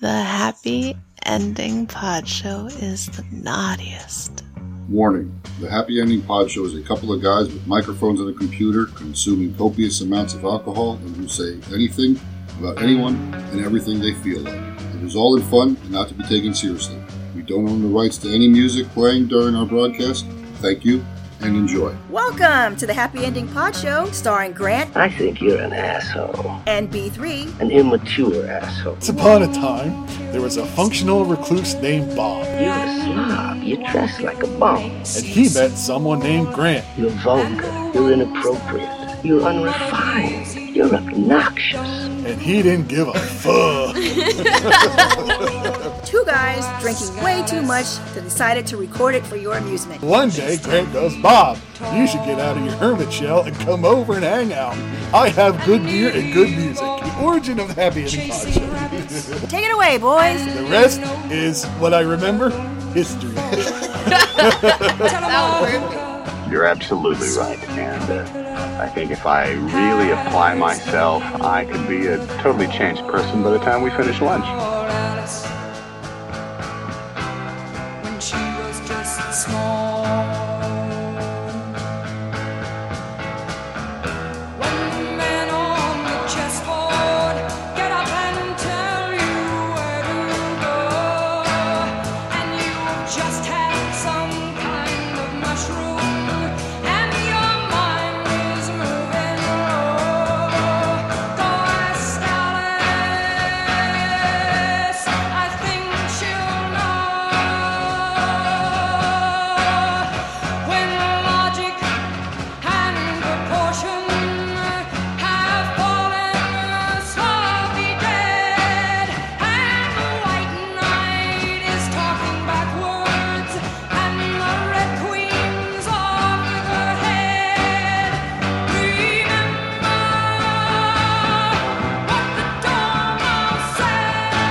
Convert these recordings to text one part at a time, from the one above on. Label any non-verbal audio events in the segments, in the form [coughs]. The Happy Ending Pod Show is the naughtiest. Warning The Happy Ending Pod Show is a couple of guys with microphones and a computer consuming copious amounts of alcohol and who say anything about anyone and everything they feel like. It is all in fun and not to be taken seriously. We don't own the rights to any music playing during our broadcast. Thank you and enjoy. Welcome to the Happy Ending Pod Show, starring Grant I think you're an asshole. and B3. An immature asshole. Once upon a time, there was a functional recluse named Bob, You're a slob. You dress like a bum. and he met someone named Grant. You're vulgar. You're inappropriate. You're unrefined. You're obnoxious. And he didn't give a fuck. Two guys drinking way too much, so decided to record it for your amusement. One day, Grant goes, Bob, you should get out of your hermit shell and come over and hang out. I have good beer and good music. The origin of the Happy Ending Pod Show. Take it away, boys. the rest is what I remember history. [laughs] [laughs] You're absolutely right. And uh, I think if I really apply myself, I could be a totally changed person by the time we finish lunch. when she was just small. One man on the chessboard, get up and tell you where to go. And you just had some kind of mushroom. And your mind was moving low. Though ask Alice, I think she'll know when logic and proportion have fallen, slowly dead, and the white knight is talking backwards, and the red queen's off with her head. Remember what the dormouse said.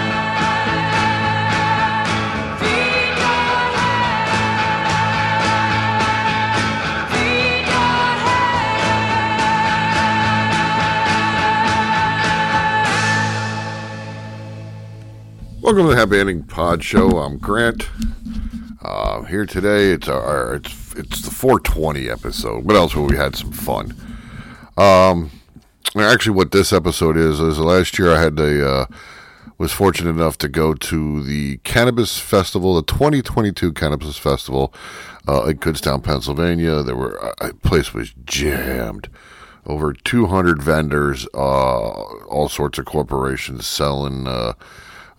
Feed your head. Feed your head. Welcome to the Happy Ending Pod Show. I'm Grant. Uh, here today, it's our- our it's it's the 420 episode. What else? Well, we had some fun. Um, actually, what this episode is is last year I had a uh, was fortunate enough to go to the Cannabis Festival, the 2022 Cannabis Festival uh, in Kutztown, Pennsylvania. There were uh, uh, place was jammed. Over 200 vendors, uh, all sorts of corporations selling. Uh,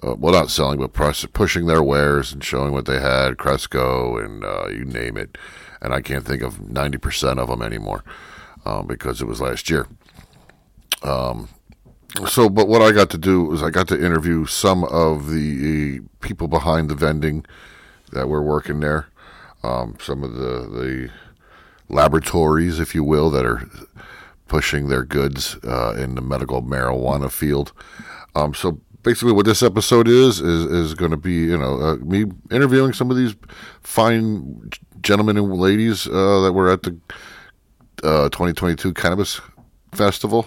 uh, well, not selling, but press, pushing their wares and showing what they had, Cresco and uh, you name it. And I can't think of 90% of them anymore um, because it was last year. Um, so, but what I got to do was I got to interview some of the people behind the vending that were working there, um, some of the, the laboratories, if you will, that are pushing their goods uh, in the medical marijuana field. Um, so basically, what this episode is is, is going to be you know uh, me interviewing some of these fine gentlemen and ladies uh, that were at the uh, 2022 Cannabis Festival.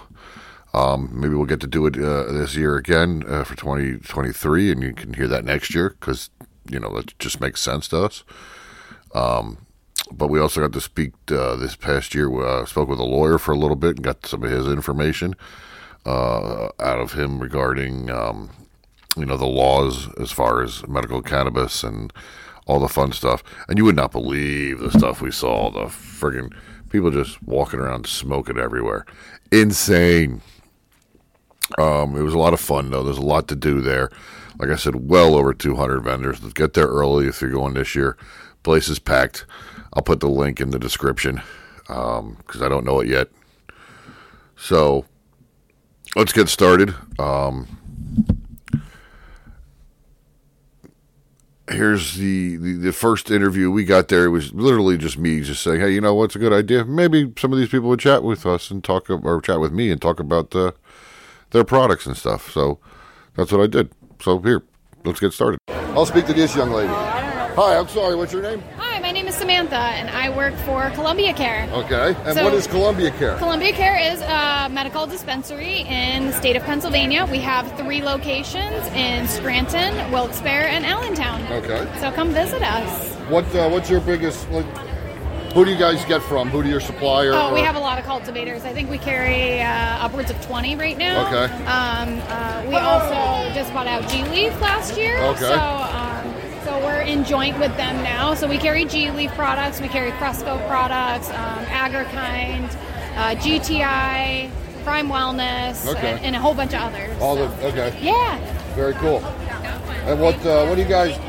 Um, maybe we'll get to do it uh, this year again uh, for 2023, and you can hear that next year because you know that just makes sense to us Um, but we also got to speak uh, this past year. Uh, spoke with a lawyer for a little bit and got some of his information uh, out of him regarding, um, you know, the laws as far as medical cannabis and all the fun stuff. And you would not believe the stuff we saw. The friggin' people just walking around smoking everywhere, insane. Um, it was a lot of fun though. There's a lot to do there. Like I said, well over 200 vendors. Get there early if you're going this year. Place is packed. I'll put the link in the description because I don't know it yet. So let's get started. Um, here's the, the the first interview we got there. It was literally just me just saying, "Hey, you know what's a good idea? Maybe some of these people would chat with us and talk or chat with me and talk about." Uh, their products and stuff. So that's what I did. So here, let's get started. I'll speak to this young lady. Hi, I'm sorry. What's your name? Hi, my name is is Samantha, and I work for Columbia Care. Okay. And So- what is Columbia Care? Columbia Care is a medical dispensary in the state of Pennsylvania. We have three locations in Scranton, Wilkes-Barre, and Allentown. okay. So come visit us. What uh, What's your biggest? Like, who do you guys get from? Who do your supplier? Oh, we or- have a lot of cultivators. I think we carry uh, upwards of 20 right now. Okay. Um, uh, we also just bought out G Leaf last year. Okay. So, um, so we're in joint with them now. So we carry G Leaf products, we carry Cresco products, um, Agrikind, uh, GTI, Prime Wellness, Okay. and, and a whole bunch of others. all so. the. Okay. Yeah. Very cool. And what uh, What do you guys?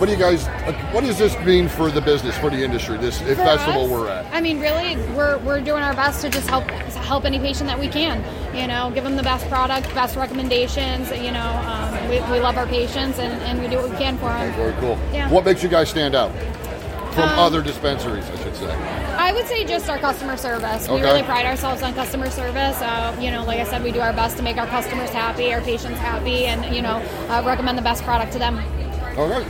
What do you guys? uh, What does this mean for the business, for the industry? This if For festival us, Um, we're at. I mean, really, we're, we're doing our best to just help help any patient that we can. You know, give them the best product, best recommendations. You know, um, we, we love our patients and, and we do what we can for Okay, them. very cool. Yeah. Um, What makes you guys stand out from other dispensaries? I should say. I would say just our customer service. We Okay. really pride ourselves on customer service. Uh, you know, like I said, we do our best to make our customers happy, our patients happy, and you know, uh, recommend the best product to them. All right.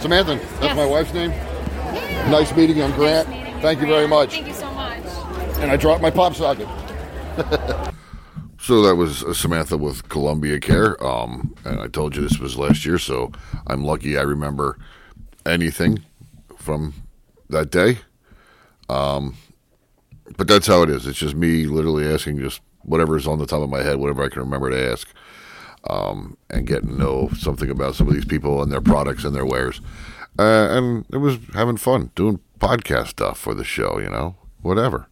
Samantha, that's Yes. my wife's name. Yeah. Nice meeting you, I'm Grant. Nice meeting Thank you very Grant. much. Thank you so much. And I dropped my pop socket. [laughs] so that was uh, Samantha with Columbia Care. Um, and I told you this was last year, so I'm lucky I remember anything from that day. Um, but that's how it is. It's just me literally asking just whatever is on the top of my head, whatever I can remember to ask. um, and getting to know something about some of these people and their products and their wares. Uh, and it was having fun doing podcast stuff for the show, you know, whatever.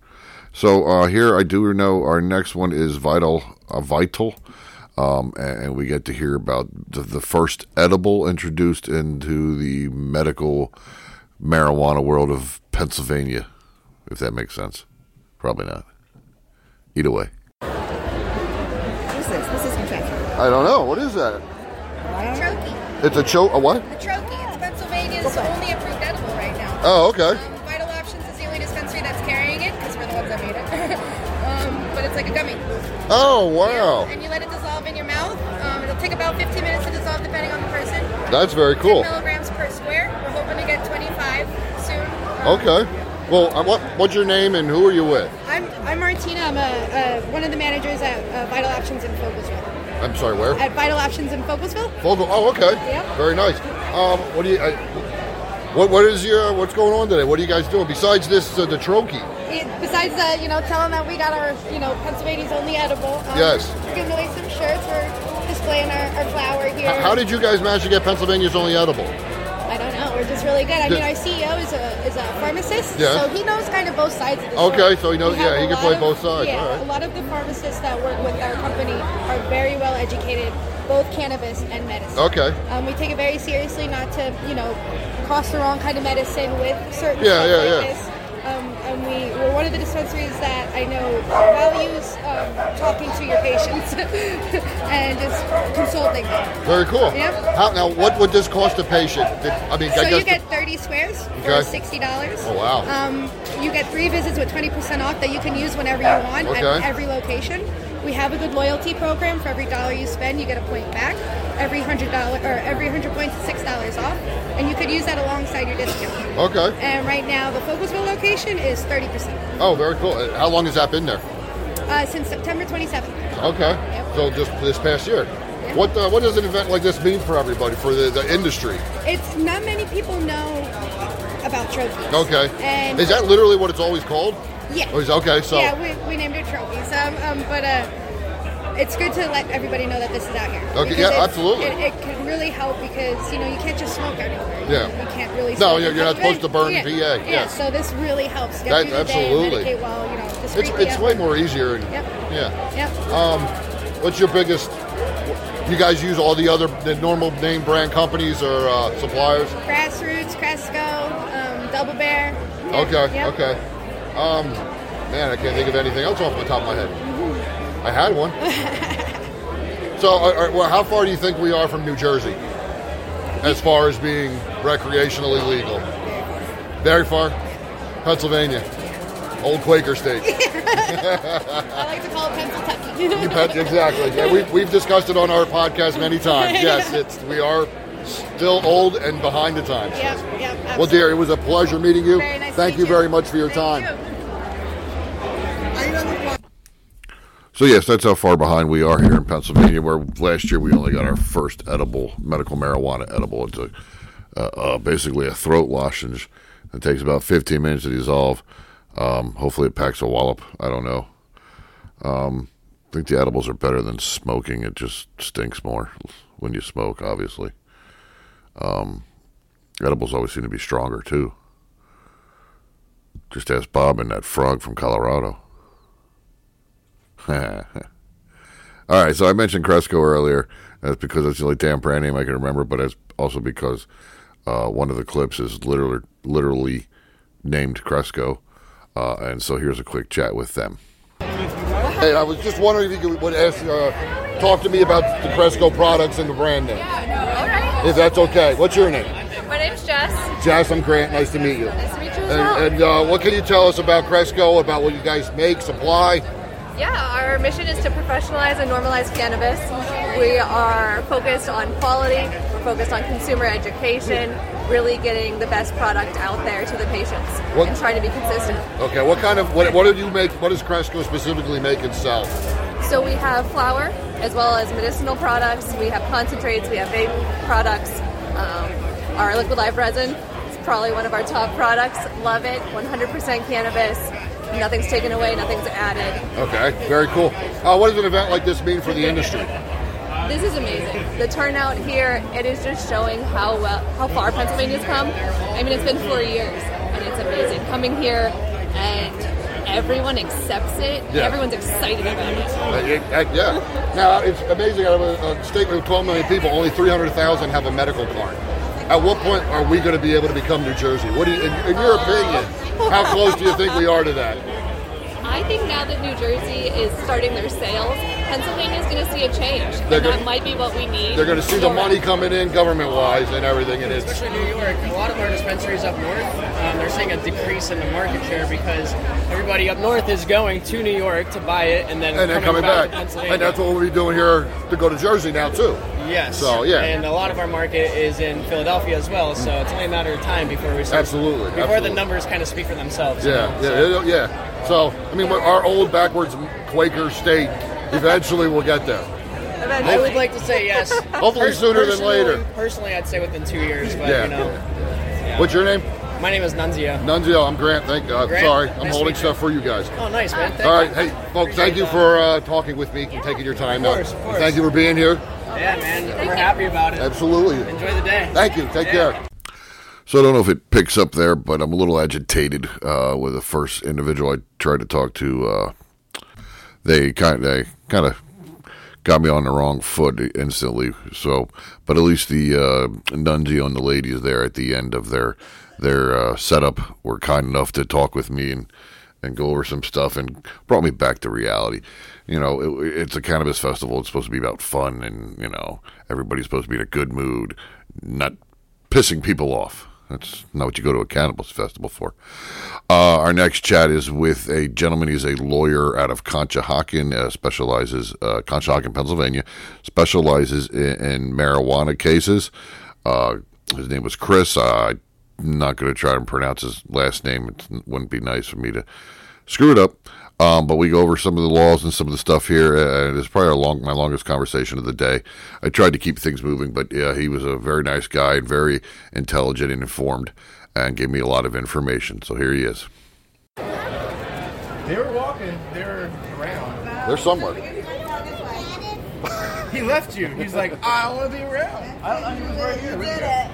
So uh, here I do know our next one is Vital uh, Vital, um, and, and we get to hear about the, the first edible introduced into the medical marijuana world of Pennsylvania, if that makes sense. Probably not. Either way, What's this? What's this contraption? I don't know. What is that? Trochee. It's a cho. A what? A trochee. It's Pennsylvania's only approved edible right now. Oh, okay. Um, Vital Options is the only dispensary that's carrying it because we're the ones that made it. [laughs] um, but it's like a gummy. Oh wow, And you let it dissolve in your mouth. Um, it'll take about 15 minutes to dissolve depending on the person. that's very cool. 10 milligrams per square. We're hoping to get 25 soon. Um, Okay. Well, uh, what what's your name and who are you with? I'm, I'm Martina. I'm a, uh, one of the managers at uh, Vital Options in Fogelsville. I'm sorry, where? At Vital Options in Fogelsville, Vogel. Oh, okay. Yeah. Very nice. Um, what do you? I, what what is your what's going on today? What are you guys doing besides this uh, the trochee? it, besides uh, you know telling that we got our you know Pennsylvania's only edible. Um, Yes. We're giving away some shirts. We're displaying our, our flower here. How, how did you guys manage to get Pennsylvania's only edible? I don't know. We're just really good. I Did- mean, our CEO is a is a pharmacist, Yeah. so he knows kind of both sides. of the story. Okay, so he knows- We have yeah, he a can lot play of- both sides. Yeah, All right. a lot of the pharmacists that work with our company are very well educated, both cannabis and medicine. Okay. Um, we take it very seriously not to, you know, cross the wrong kind of medicine with certain Yeah, stuff yeah, like yeah. this. Um, and we, we're one of the dispensaries that I know values um, talking to your patients [laughs] and just consulting them. Very cool. Yep. How, now, what would this cost a patient? Did- I mean, So I guess. you get 30 squares for Okay. $60. Oh, wow. Um, you get three visits with 20% off that you can use whenever you want at Okay. every location. We have a good loyalty program. For every dollar you spend, you get a point back. Every hundred dollar or every hundred points is six dollars off, and you could use that alongside your discount. the, okay. And right now, the Fogelsville location is thirty percent Oh, very cool. Uh, How long has that been there? uh, since September twenty seventh. Okay. So just this past year. What uh, what does an event like this mean for everybody, for the, the industry? It's not many people know about trophies. Okay. And is that literally what it's always called? yeah? Or is- Oh, okay, so yeah, we, we named it trophies. Um, um, but uh, it's good to let everybody know that this is out here. Okay, Because yeah, it's- absolutely. It, it can really help because you know you can't just smoke everywhere. Yeah. you, you can't really. No, smoke yeah, in you're not public. supposed to burn yeah. PA, Yeah. yeah. so this really helps get That- through the absolutely. day and medicate well. You know, it's discreetly. it's way more easier. And, Yep. Yeah. Yep. Um, what's your biggest? You guys use all the other the normal name brand companies or uh, suppliers? Grassroots, Cresco, um, Double Bear. Yeah, Okay. yep. Okay. Um, man, I can't think of anything else off the top of my head. I had one. so, all right, well, how far do you think we are from New Jersey, as far as being recreationally legal? Very far. Pennsylvania, old Quaker state. [laughs] I like to call it [laughs] [laughs] Pennsylvania. You bet, exactly. Yeah, we, we've discussed it on our podcast many times. Yes, it's we are Still old and behind the times. Yep, yep. Well, dear, it was a pleasure meeting you. Very nice to Thank meet you you. very much for your time. So yes, that's how far behind we are here in Pennsylvania. Where last year we only got our first edible medical marijuana edible. It's a, uh, uh, basically a throat lozenge that takes about 15 minutes to dissolve. Um, hopefully it packs a wallop. I don't know. Um, I think the edibles are better than smoking. It just stinks more when you smoke, obviously. Um, edibles always seem to be stronger too. Just ask Bob and that frog from Colorado. [laughs] All right, so I mentioned Cresco earlier. That's because it's the only damn brand name I can remember, but it's also because uh, one of the clips is literally literally named Cresco, uh, and so here's a quick chat with them. Hey, I was just wondering if you could, would ask, uh, talk to me about the Cresco products and the brand name, if that's okay. What's your name? My name's Jess. Jess, I'm Grant. Nice to meet you. Nice to meet you as well. And, and uh, what can you tell us about Cresco? About what you guys make, supply? Yeah, our mission is to professionalize and normalize cannabis. We are focused on quality, we're focused on consumer education, really getting the best product out there to the patients What- and trying to be consistent. Okay, what kind of what, what do you make? What does Cresco specifically make and sell? So we have flour as well as medicinal products, we have concentrates, we have vape products, um, our liquid live resin. is Probably one of our top products. Love it. 100% cannabis. Nothing's taken away. Nothing's added. Okay, very cool. Uh, what does an event like this mean for the industry? Uh, This is amazing. The turnout here, it is just showing how well, how far Pennsylvania's come. I mean, it's been four years, and it's amazing coming here, and everyone accepts it. Yeah. Everyone's excited about Uh, it. it- uh, yeah. Now it's amazing. Out of a, a state with 12 million people, only 300,000 have a medical card. At what point are we going to be able to become New Jersey? What do you, in, in your opinion, how close do you think we are to that? I think now that New Jersey is starting their sales, Pennsylvania's going to see a change, They're and gonna- that might be what we need. They're going to see the money coming in, government-wise, and everything. And it's Especially New York, a lot of our dispensaries up north, um, they're seeing a decrease in the market share because everybody up north is going to New York to buy it and then and then coming back, to Pennsylvania. and that's what we'll be doing here to go to Jersey now too. yes. So yeah. and a lot of our market is in Philadelphia as well. So it's only a matter of time before we start, Absolutely, before absolutely. the numbers kind of speak for themselves. you Yeah, know, yeah, so. it'll- yeah. So I mean, we're- our old backwards Quaker state eventually will get there. I would like to say yes. Hopefully sooner than personally- later. Personally, I'd say within two years, but Yeah. you know. What's your name? My name is Nunzio. Nunzio. I'm Grant. Thank God. Grant, Sorry, I'm nice to holding meet stuff for you guys. Oh, nice, man. Thank All right, you. hey folks, thank you Appreciate for uh, talking with me and taking your time Of out. course, of course. Thank you for being here. that. Yeah, man. We're happy about it. Absolutely. Enjoy the day. Thank you. Take Yeah. care. So I don't know if it picks up there, but I'm a little agitated uh, with the first individual I tried to talk to. Uh, they kind they kind of got me on the wrong foot instantly. So, but at least the uh, Nunzio and the ladies there at the end of their their uh, setup were kind enough to talk with me and and go over some stuff and brought me back to reality. You know, it, it's a cannabis festival. It's supposed to be about fun and you know everybody's supposed to be in a good mood, not pissing people off. That's not what you go to a cannabis festival for. Uh, our next chat is with a gentleman. He's a lawyer out of Conshohocken, uh, specializes uh, Conshohocken, Pennsylvania, specializes in, in marijuana cases. Uh, his name was Chris. Uh, I'm not going to try and pronounce his last name. It wouldn't be nice for me to screw it up. Um, but we go over some of the laws and some of the stuff here. Uh, it's probably our long, my longest conversation of the day. I tried to keep things moving, but yeah, he was a very nice guy and very intelligent and informed and gave me a lot of information. So here he is. They were walking. They were around. They're somewhere. He left you. He's like, I don't want to be around. I don't want to be right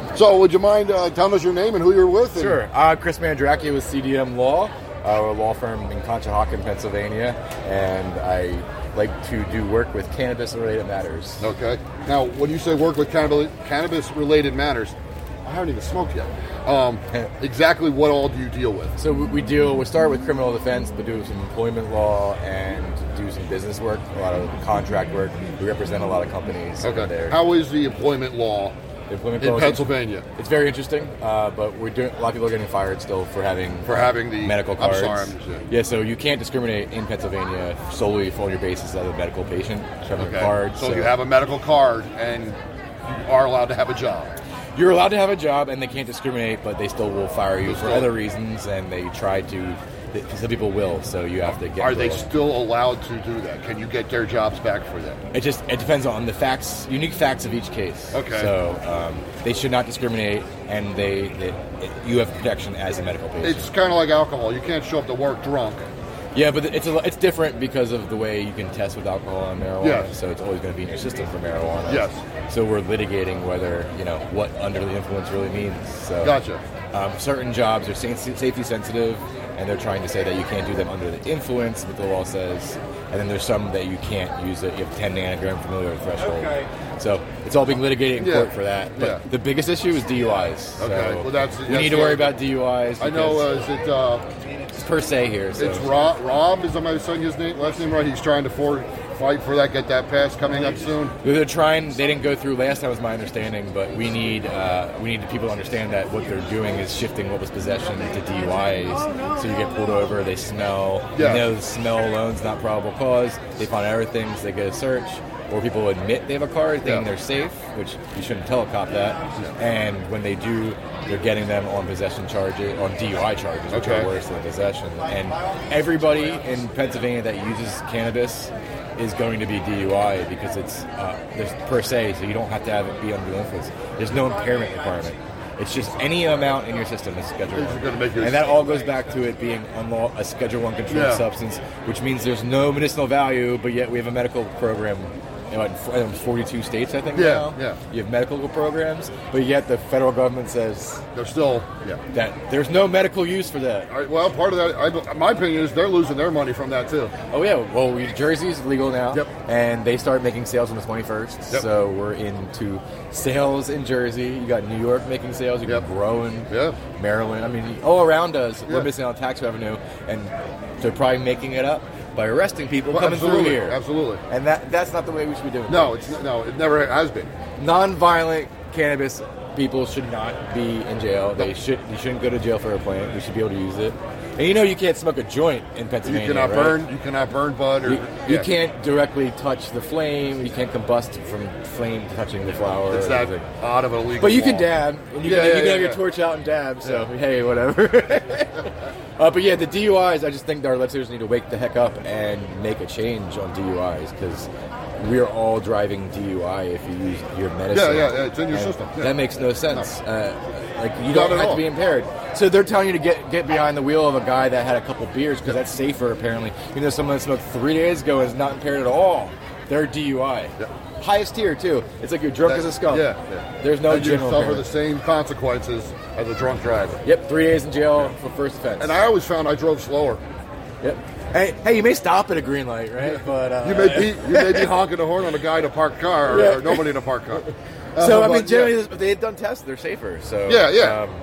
here. So, would you mind uh, telling us your name and who you're with? and- [laughs] Sure. Uh, Chris Mandraki with CDM Law. Uh, we're a law firm in Conshohocken, Pennsylvania, and I like to do work with cannabis-related matters. Okay. Now, when you say work with cannabis cannabis related matters, I haven't even smoked yet. [laughs] Um, exactly what all do you deal with? So we, we deal. We start with criminal defense, but do some employment law and do some business work, a lot of contract work. We represent a lot of companies. Okay. There. How is the employment law implement In policy. Pennsylvania. It's very interesting, uh, but we're doing a lot of people are getting fired still for having For having the- medical I'm cards. sorry, I'm just- yeah. yeah, so you can't discriminate in Pennsylvania solely on your basis as a medical patient. So having a card, So, you have a medical card and you are allowed to have a job. You're allowed to have a job, and they can't discriminate, but they still will fire you They for still- other reasons, and they try to. th- Some people will, so you have to get. Are they the- still allowed to do that? Can you get their jobs back for that? It just it depends on the facts, unique facts of each case. Okay. So um, they should not discriminate, and they, they you have protection as a medical patient. It's kind of like alcohol. You can't show up to work drunk. yeah, but it's a, it's different because of the way you can test with alcohol and marijuana. Yes. So it's always going to be in your system for marijuana. Yes. So we're litigating whether you know what under the influence really means. So Gotcha. Um, certain jobs are sa- safety sensitive, and they're trying to say that you can't do them under the influence, but the law says. And then there's some that you can't use it. You have 10 nanogram familiar threshold. Okay. So it's all being litigated in Yeah. court for that. But Yeah. the biggest issue is DUIs. Okay, So well, that's- we that's need to the- worry about DUIs. I know. Uh, because is it? Uh, it's per se here. So. It's Rob. Rob is am I saying his name last name right? He's trying to for, fight for that. Get that pass coming up soon. They're trying. They didn't go through last time, was my understanding. But we need uh, we need people to understand that what they're doing is shifting what was possession to DUIs. So you get pulled over, they smell. Oh, Yeah. You know, the smell alone's not probable cause. They find other things. They get a search, or people admit they have a card, thinking Yeah. they're safe, which you shouldn't tell a cop that. And when they do, they're getting them on possession charges, on DUI charges, which Okay. are worse than possession. And everybody in Pennsylvania that uses cannabis is going to be DUI because it's uh, there's per se, so you don't have to have it be under the influence. There's no impairment requirement. It's just any amount in your system that's scheduled. It's gonna make you- and that all goes back to it being unlaw- a Schedule One controlled Yeah. substance, which means there's no medicinal value, but yet we have a medical program. In what, in 42 states, I think. Yeah, now. yeah. You have medical programs, but yet the federal government says they're still yeah that there's no medical use for that. All right, well, part of that, I, my opinion is they're losing their money from that too. Oh yeah, well, we, Jersey's legal now, and they start making sales on the twenty first. So we're into sales in Jersey. You got New York making sales. You got growing. Maryland. I mean, all around us, we're Yeah. missing out on tax revenue, and they're probably making it up by arresting people Well, coming absolutely, through here. Absolutely. And that that's not the way we should be doing. No, it's no, it never has been. Non-violent cannabis people should not be in jail. They should. You shouldn't go to jail for a plant. We should be able to use it. And you know, you can't smoke a joint in Pennsylvania. you cannot right? burn. You cannot burn bud. Or, You, you yeah. can't directly touch the flame. You can't combust from flame touching the flower. It's or that anything. odd of a legal. But you can law. dab. And you can, Yeah, yeah, you can yeah, have your yeah. torch out and dab. So hey, whatever. [laughs] uh, but yeah, the DUIs. I just think our legislators need to wake the heck up and make a change on DUIs because we are all driving DUI if you use your medicine. yeah, yeah, it's in your And system, yeah. That makes no sense. Uh, like you Not don't at have all. to be impaired. So they're telling you to get get behind the wheel of a guy that had a couple beers because that's safer apparently. You know, someone that smoked three days ago is not impaired at all. They're DUI. Highest tier too. It's like you're drunk as a skunk. Yeah, yeah. There's no And you general. suffer impairment. the same consequences as a drunk driver. Yep, three days in jail for first offense. And I always found I drove slower. Yep. Hey, hey, you may stop at a green light, right? But uh, You may be you [laughs] may be honking the horn on a guy to park car or, Yeah. or nobody to park car. so Uh, I but, mean, generally, yeah. this- they've done tests; they're safer. So Yeah, yeah. Um,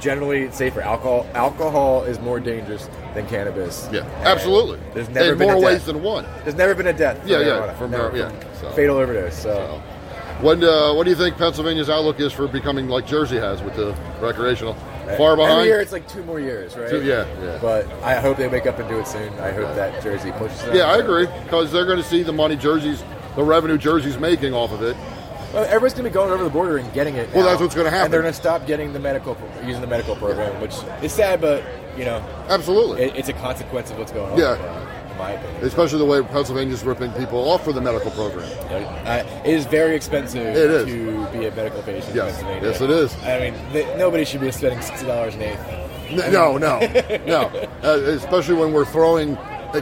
generally, it's safer. Alcohol, alcohol is more dangerous than cannabis. Yeah, absolutely. There's In never been more a ways death. than one. There's never been a death. for Yeah, yeah, marijuana, for for mar- marijuana. yeah, so. fatal overdose. So, When uh, what do you think Pennsylvania's outlook is for becoming like Jersey has with the recreational? Far Every behind. year, it's like two more years, right? Two- yeah, yeah. But I hope they wake up and do it soon. I hope that Jersey pushes. them. yeah, I agree because they're going to see the money Jersey's, the revenue Jersey's making off of it. Well, everyone's going to be going over the border and getting it. Well, now. that's what's gonna happen. And they're going to stop getting the medical, using the medical program, which is sad, but you know, absolutely, it, it's a consequence of what's going on. Yeah. uh, in my opinion, Especially the way Pennsylvania's ripping people off for the medical program. I, Uh, it is very expensive It is. to be a medical patient. in Yes. Pennsylvania. Yes, it is. I mean, th- nobody should be spending sixty dollars an eighth. N- No, [laughs] no, no. Uh, especially when we're throwing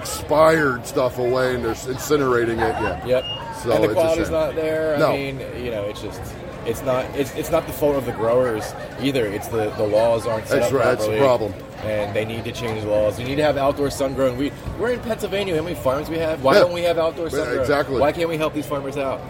expired stuff away and they're s- incinerating it. Yeah. Yep. So and the it's a quality's shame. not there. No. I mean, you know, it's just it's not it's, it's not the fault of the growers either. It's the the laws aren't set That's up right, that's the properly, problem. And they need to change the laws. You need to have outdoor sun grown wheat. We're in Pennsylvania. How many farms we have? Why Yeah. don't we have outdoor Yeah, sun grown? exactly. Why can't we help these farmers out?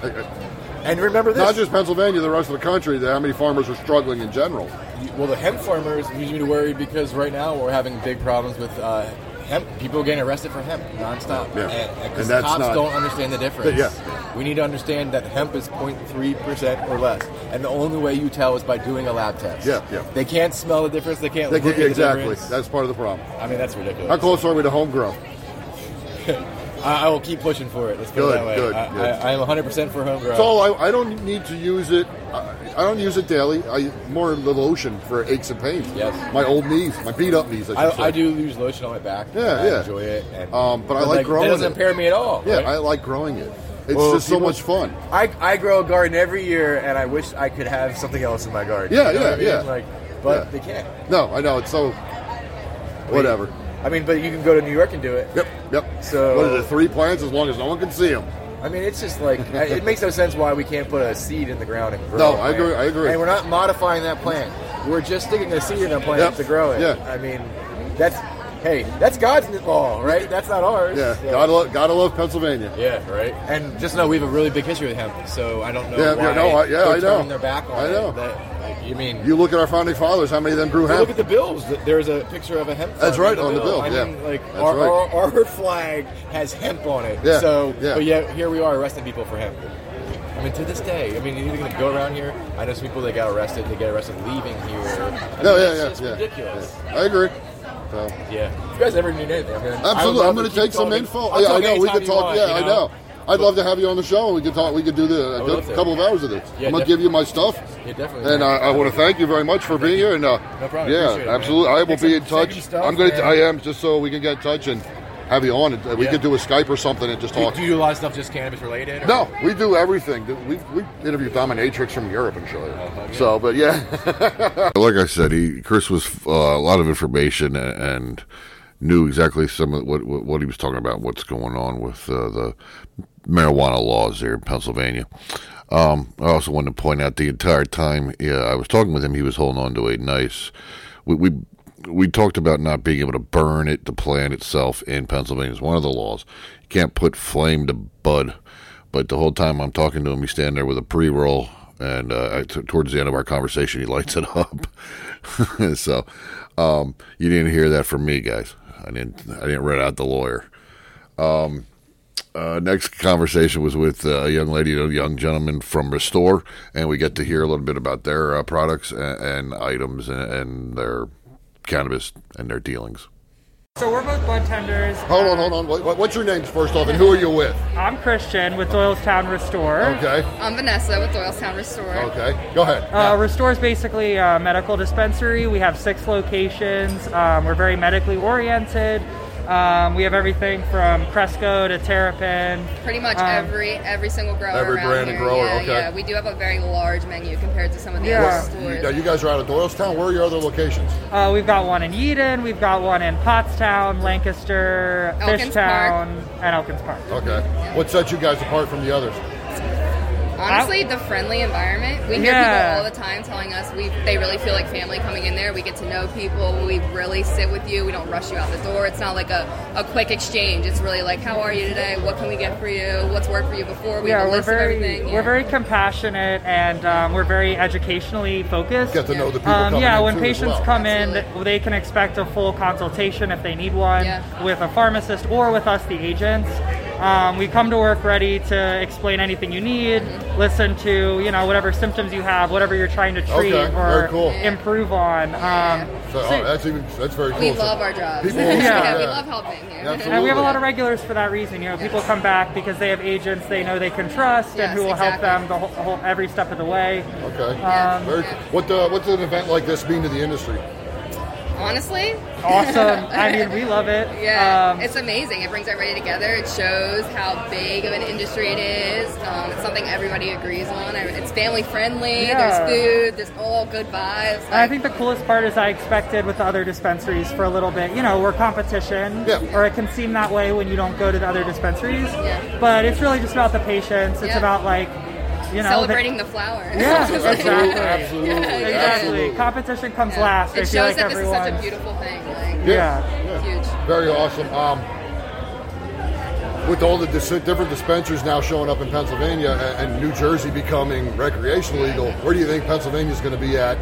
And remember this- Not just Pennsylvania, the rest of the country, the- how many farmers are struggling in general. Well, the hemp farmers need to be worried because right now we're having big problems with uh, hemp. People are getting arrested for hemp nonstop. Yeah. And, And and that's cops not- don't understand the difference. Yeah. We need to understand that hemp is 0.3% or less. And the only way you tell is by doing a lab test. Yeah, yeah. They can't smell the difference. They can't They look can- at exactly. the difference. That's part of the problem. I mean, that's ridiculous. How close are we to homegrown? I, I will keep pushing for it. Let's put it Good, that way. good, I, good. I, I am 100% for homegrown. It's all I, I don't need to use it. I, I don't use it daily. I more the lotion for aches and pains. Yes. My old knees, my beat up knees. I, should say. I, I do lose lotion on my back. Yeah, I yeah. enjoy it. And, Um, but I like growing It doesn't it. impair me at all. Yeah, right? I like growing it. It's Well, just so people- much fun. I, I grow a garden every year, and I wish I could have something else in my garden. Yeah, You know yeah, what I mean? yeah. Like, but Yeah. they can't. No, I know it's so. Whatever. I mean, but you can go to New York and do it. Yep, yep. So- what are the three plants? As long as no one can see them. I mean, it's just like I- it makes no sense why we can't put a seed in the ground and grow. No, a I plant. agree- I agree. And we're not modifying that plant. We're just sticking a seed in a plant Yep, to grow it. yeah. I mean, that's hey, that's God's law, right? That's not ours. Yeah, So- gotta love, gotta love Pennsylvania. Yeah, right. And just know we have a really big history with hemp, so I don't know Yeah, yeah, why no, I- yeah, they're I know. turning their back on I know. it. That, like, you mean You look at our founding fathers. How many of them grew Well, hemp? Look at the bills. Th- There's a picture of a hemp. That's farm right, on the bill, I yeah. mean, like That's our, right. our, our flag has hemp on it. Yeah, So, yeah. but yet here we are arresting people for hemp. I mean, to this day, I mean, you're going to go around here. I know some people that got arrested. They get arrested leaving here. I No, mean, yeah, it's yeah, just yeah, ridiculous. yeah. I agree. So. Yeah. If you guys ever need anything, I mean, I would Absolutely, love I'm going to keep take some talking. info. I'll Yeah, I talk know we anytime could you talk. want, yeah, you I know. I'd love to have you on the show. and We could talk. We could do the I a would good love to. couple of hours of this. Yeah, I'm going definitely. to give you my stuff. Yeah, definitely. And I, I want to thank you very much for being here. And uh, No problem. Yeah, Appreciate it, man. absolutely. I will Take be some- in take touch. some stuff, I'm going to. man. I am just so we can get in touch and have you on. And uh, we Yeah. could do a Skype or something and just Do you, talk. do you do a lot of stuff just cannabis related? or- No, we do everything. We we interview dominatrix from Europe and show you. Uh-huh, So, but yeah. [laughs] [laughs] like I said, he Chris was uh, a lot of information and, and knew exactly some of what what what he was talking about, what's going on with uh, the marijuana laws there in Pennsylvania. Um, I also wanted to point out the entire time yeah, I was talking with him, he was holding on to a nice. We, we we talked about not being able to burn it, the plant itself in Pennsylvania is one of the laws. You can't put flame to bud. But the whole time I'm talking to him, he's standing there with a pre roll, and uh, I- t- towards the end of our conversation, he lights it up. [laughs] so um, you didn't hear that from me, guys. I didn't. I didn't read out the lawyer. Um, uh, next conversation was with uh, a young lady and a young gentleman from Restore, and we get to hear a little bit about their uh, products and, and items and, and their cannabis and their dealings. So we're both bartenders. hold on, hold on. What- What, what's your names first off, and who are you with? Uh, I'm Christian with Doylestown Restore. Okay. I'm Vanessa with Doylestown Restore. Okay. Go ahead. Uh, Restore is basically a medical dispensary. We have six locations. Um, we're very medically oriented. Um, we have everything from Cresco to Terrapin. Pretty much Um, every every single grower. every around brand here. and grower, Yeah, okay. yeah. We do have a very large menu compared to some of the Yeah. other You, stores. now, you guys are out of Doylestown. Where are your other locations? Uh, we've got one in Eden. We've got one in Pottstown, Lancaster, Elkins Fishtown, and Elkins Park. Okay. What sets you guys apart from the others? Honestly, the friendly environment. We hear Yeah. people all the time telling us we they really feel like family coming in there. We get to know people. We really sit with you. We don't rush you out the door. It's not like a, a quick exchange. It's really like, how are you today? What can we get for you? What's worked for you before? We have a we're list very of everything. we're very compassionate and um, we're very educationally focused. Get to know the people Um, coming yeah, in when too as patients well. come in, th- they can expect a full consultation if they need one with a pharmacist or with us, the agents. Um, we come to work ready to explain anything you need, Mm-hmm. listen to you know whatever symptoms you have, whatever you're trying to treat Okay, very or cool. improve on. Um, So, oh, that's even that's very cool. We So love our jobs. [laughs] people- Yeah, Yeah. we love helping here. and we have a lot of regulars for that reason. You know, people come back because they have agents they know they can trust and who will help them the whole, whole, every step of the way. Okay. Um, Very- what uh, what does an event like this mean to the industry? Honestly, Awesome. I mean, we love it. Yeah, Um, it's amazing. It brings everybody together. It shows how big of an industry it is. Um, it's something everybody agrees on. I- It's family friendly. Yeah. There's food. There's all good vibes. I think the coolest part is I expected with the other dispensaries for a little bit. You know, we're competition, or it can seem that way when you don't go to the other dispensaries. [laughs] But it's really just about the patients. It's Yeah. about like, you know, the- celebrating the, flower. [laughs] Yeah, exactly. Absolutely. Yeah, yeah, Exactly. absolutely. Competition comes last. I It feel shows like that this is everyone. [laughs] such a beautiful thing. Like, Yeah. Very awesome. Um, with all the dis- different dispensaries now showing up in Pennsylvania a- and, and New Jersey becoming recreational legal, where do you think Pennsylvania's going to be at?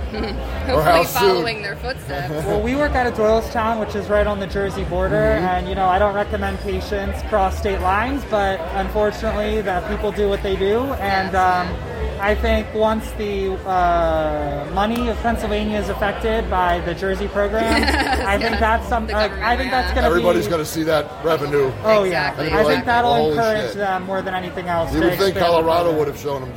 Or how Hopefully soon? following their footsteps. well, we work out of Doylestown, which is right on the Jersey border, Mhm. and you know I don't recommend patients cross state lines, but unfortunately, the people do what they do, and um, I think once the uh, money of Pennsylvania is affected by the Jersey program, [laughs] I think that's some. Like, I think that's going to be. Everybody's going to see that revenue. Oh yeah, And be I like, think that'll "Holy encourage shit." them more than anything else. You to would think expand the Colorado program. would have shown them.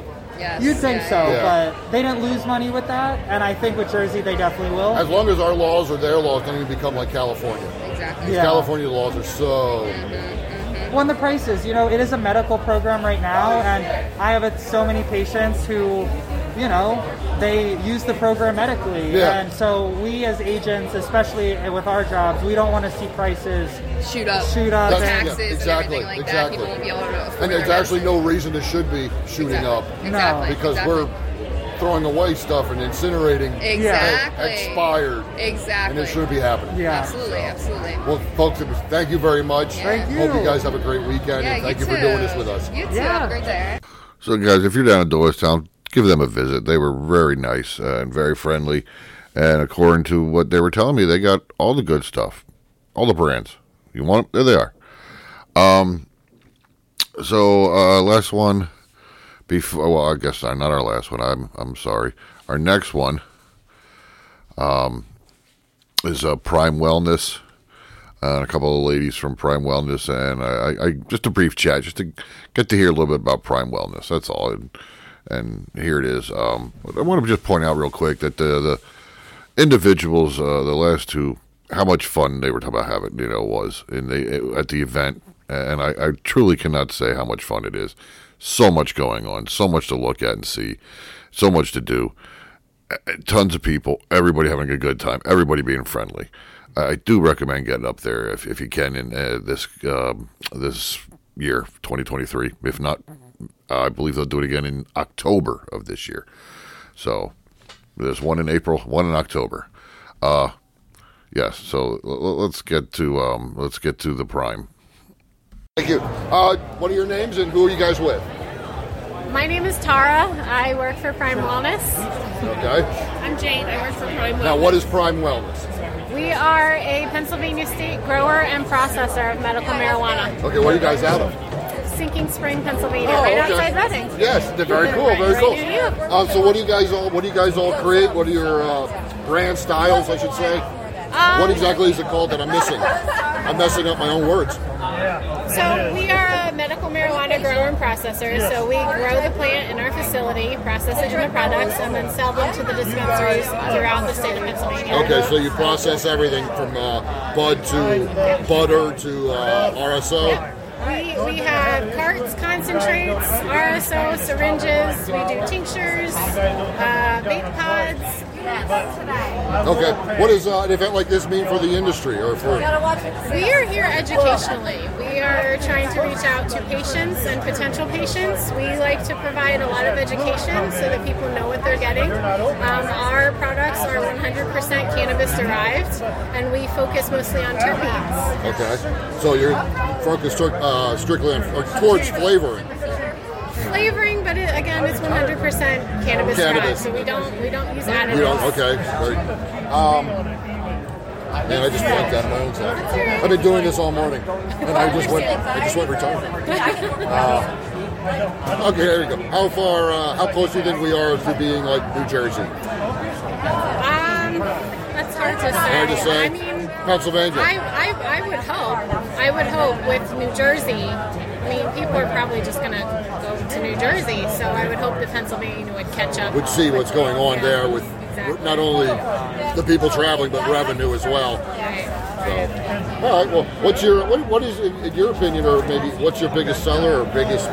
You'd think so, Yeah. but they didn't lose money with that, and I think with Jersey they definitely will. As long as our laws are their laws, then we become like California. Exactly. These Yeah. California laws are so. Well, and the prices, you know, it is a medical program right now, and I have uh, so many patients who, you know, they use the program medically. Yeah. And so we as agents, especially with our jobs, we don't want to see prices shoot up, shoot up, That's- and- yeah, exactly, exactly. And their there's actually no reason it should be shooting up. No. exactly, Because exactly. we're throwing away stuff and incinerating Exactly. expired. Exactly. And it shouldn't be happening. Absolutely. Absolutely. Well, folks, it was, thank you very much. Thank Hope you. you guys have a great weekend. Yeah, and thank you you, for doing too. this with us. You too. Have a great day. So, guys, if you're down in Doylestown, give them a visit. They were very nice uh, and very friendly. And according to what they were telling me, they got all the good stuff, all the brands. You want them? There they are. Um, so, uh, last one. Before, well, I guess not, not our last one. I'm, I'm sorry. Our next one um, is uh, Prime Wellness uh, a couple of ladies from Prime Wellness, and I, I just a brief chat just to get to hear a little bit about Prime Wellness. That's all, and, and here it is. Um, but I want to just point out real quick that uh, the, the individuals, uh, the last two, how much fun they were talking about having, you know, was in the at the event, and I, I truly cannot say how much fun it is. So much going on, so much to look at and see, so much to do uh, tons of people, everybody having a good time, everybody being friendly. I I do recommend getting up there if, if you can in uh, this um, this year, 2023. If not, I believe they'll do it again in October of this year. So there's one in April, one in October. Uh, yes. So l- l- let's get to um, let's get to the prime. Thank you. Uh, what are your names and who are you guys with? My name is Tara. I work for Prime Wellness. Okay. I'm Jane. I work for Prime Wellness. Now, what is Prime Wellness? We are a Pennsylvania state grower and processor of medical marijuana. Okay, what are you guys out of? Sinking Spring, Pennsylvania, Oh, right okay. outside Reading. Yes, [laughs] they're very cool, Right- very right cool. near you. Um, so, what do you guys all? What do you guys all create? What are your uh, brand styles, I should say? Um, what exactly is it called that I'm [laughs] missing? I'm messing up my own words. So we are a medical marijuana grower and processor. So we grow the plant in our facility, process it into products, and then sell them to the dispensaries throughout the state of Pennsylvania. Okay, so you process everything from uh, bud to butter to uh, RSO. We, we have carts, concentrates, RSO, syringes, we do tinctures, uh, vape pods. Okay, what does uh, an event like this mean for the industry or for? We are here educationally. We are trying to reach out to patients and potential patients. We like to provide a lot of education so that people know what they're getting. Um, our products are 100% cannabis derived, and we focus mostly on terpenes. Okay, so you're focused uh, strictly on or towards flavoring. Flavoring, but it, again, it's 100% cannabis, derived, Cannabis. so we don't we don't use additives. You don't. Okay. Very, um, man, I just blanked out my own self. I've been doing this all morning, and I just went. I just went retarded. Uh, okay, there you go. How far? Uh, how close do you think we are to being like New Jersey? Um, that's hard to say. Hard to say. I mean, Pennsylvania. I, I, I would hope. I would hope with New Jersey. I mean, people are probably just going to go to New Jersey, so I would hope that Pennsylvania would catch up. would see what's going on there with not only the people traveling but revenue as well. So, all right. Well, what's your what, what is in your opinion, or maybe what's your biggest seller or biggest?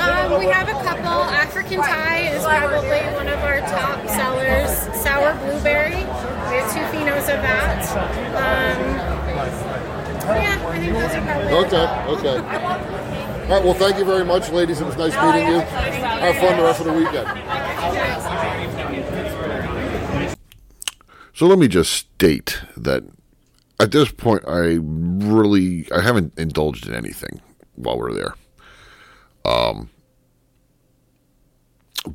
Um, we have a couple. African Thai is probably one of our top sellers. Sour blueberry. We have two phenos of that. Um, yeah, I think those are probably. the Okay. top. Okay. All right. Well, thank you very much, ladies. It was nice meeting you. Have fun the rest of the weekend. So let me just state that at this point, I really I haven't indulged in anything. while we're there. Um,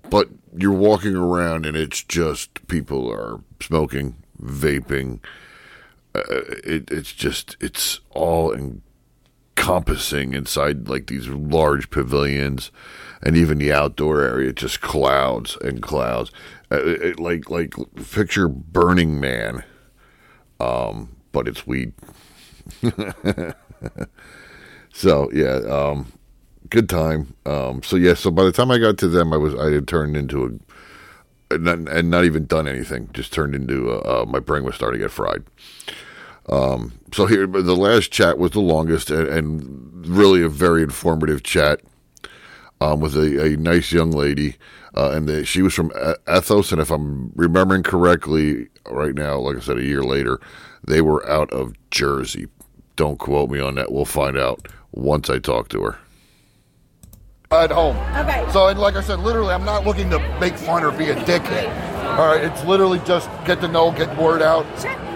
but you're walking around and it's just people are smoking, vaping. Uh, it, it's just it's all encompassing inside like these large pavilions, and even the outdoor area just clouds and clouds. Uh, it- it- like like picture Burning Man, um, but it's weed. [laughs] so yeah, um, good time. Um, so yeah, so by the time I got to them, I was I had turned into a and not, and not even done anything. Just turned into a, uh, my brain was starting to get fried. Um, so here, but the last chat was the longest and, and really a very informative chat um, with a, a nice young lady, uh, and the, she was from A- Athos. And if I'm remembering correctly, right now, like I said, a year later, they were out of Jersey. Don't quote me on that. We'll find out once I talk to her. at home. Okay. So, and like I said, literally, I'm not looking to make fun or be a dickhead. All right, it's literally just get to know, get word out.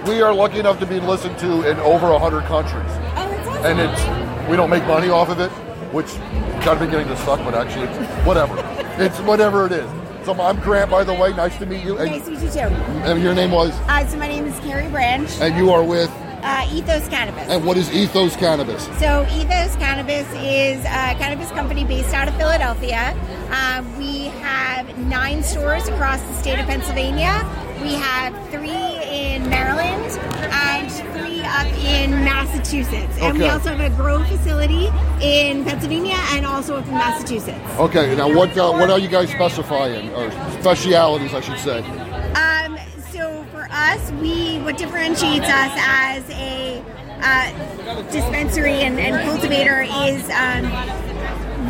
We are lucky enough to be listened to in over 100 countries. And it's, we don't make money off of it, which kind of been getting this suck, but actually, it's whatever. it's whatever it is. So I'm Grant, by the way. Nice to meet you. Nice to And, meet you too. and your name was? Uh, so my name is Carrie Branch. And you are with? Uh, Ethos Cannabis. And what is Ethos Cannabis? So Ethos Cannabis is a cannabis company based out of Philadelphia. Uh, we have nine stores across the state of Pennsylvania. We have three in Maryland and three up in Massachusetts. And we Okay. also have a grow facility in Pennsylvania and also in Massachusetts. Okay, now what uh, what are you guys specifying, or specialities, I should say? Um, so for us, we what differentiates us as a uh, dispensary and, and cultivator is um,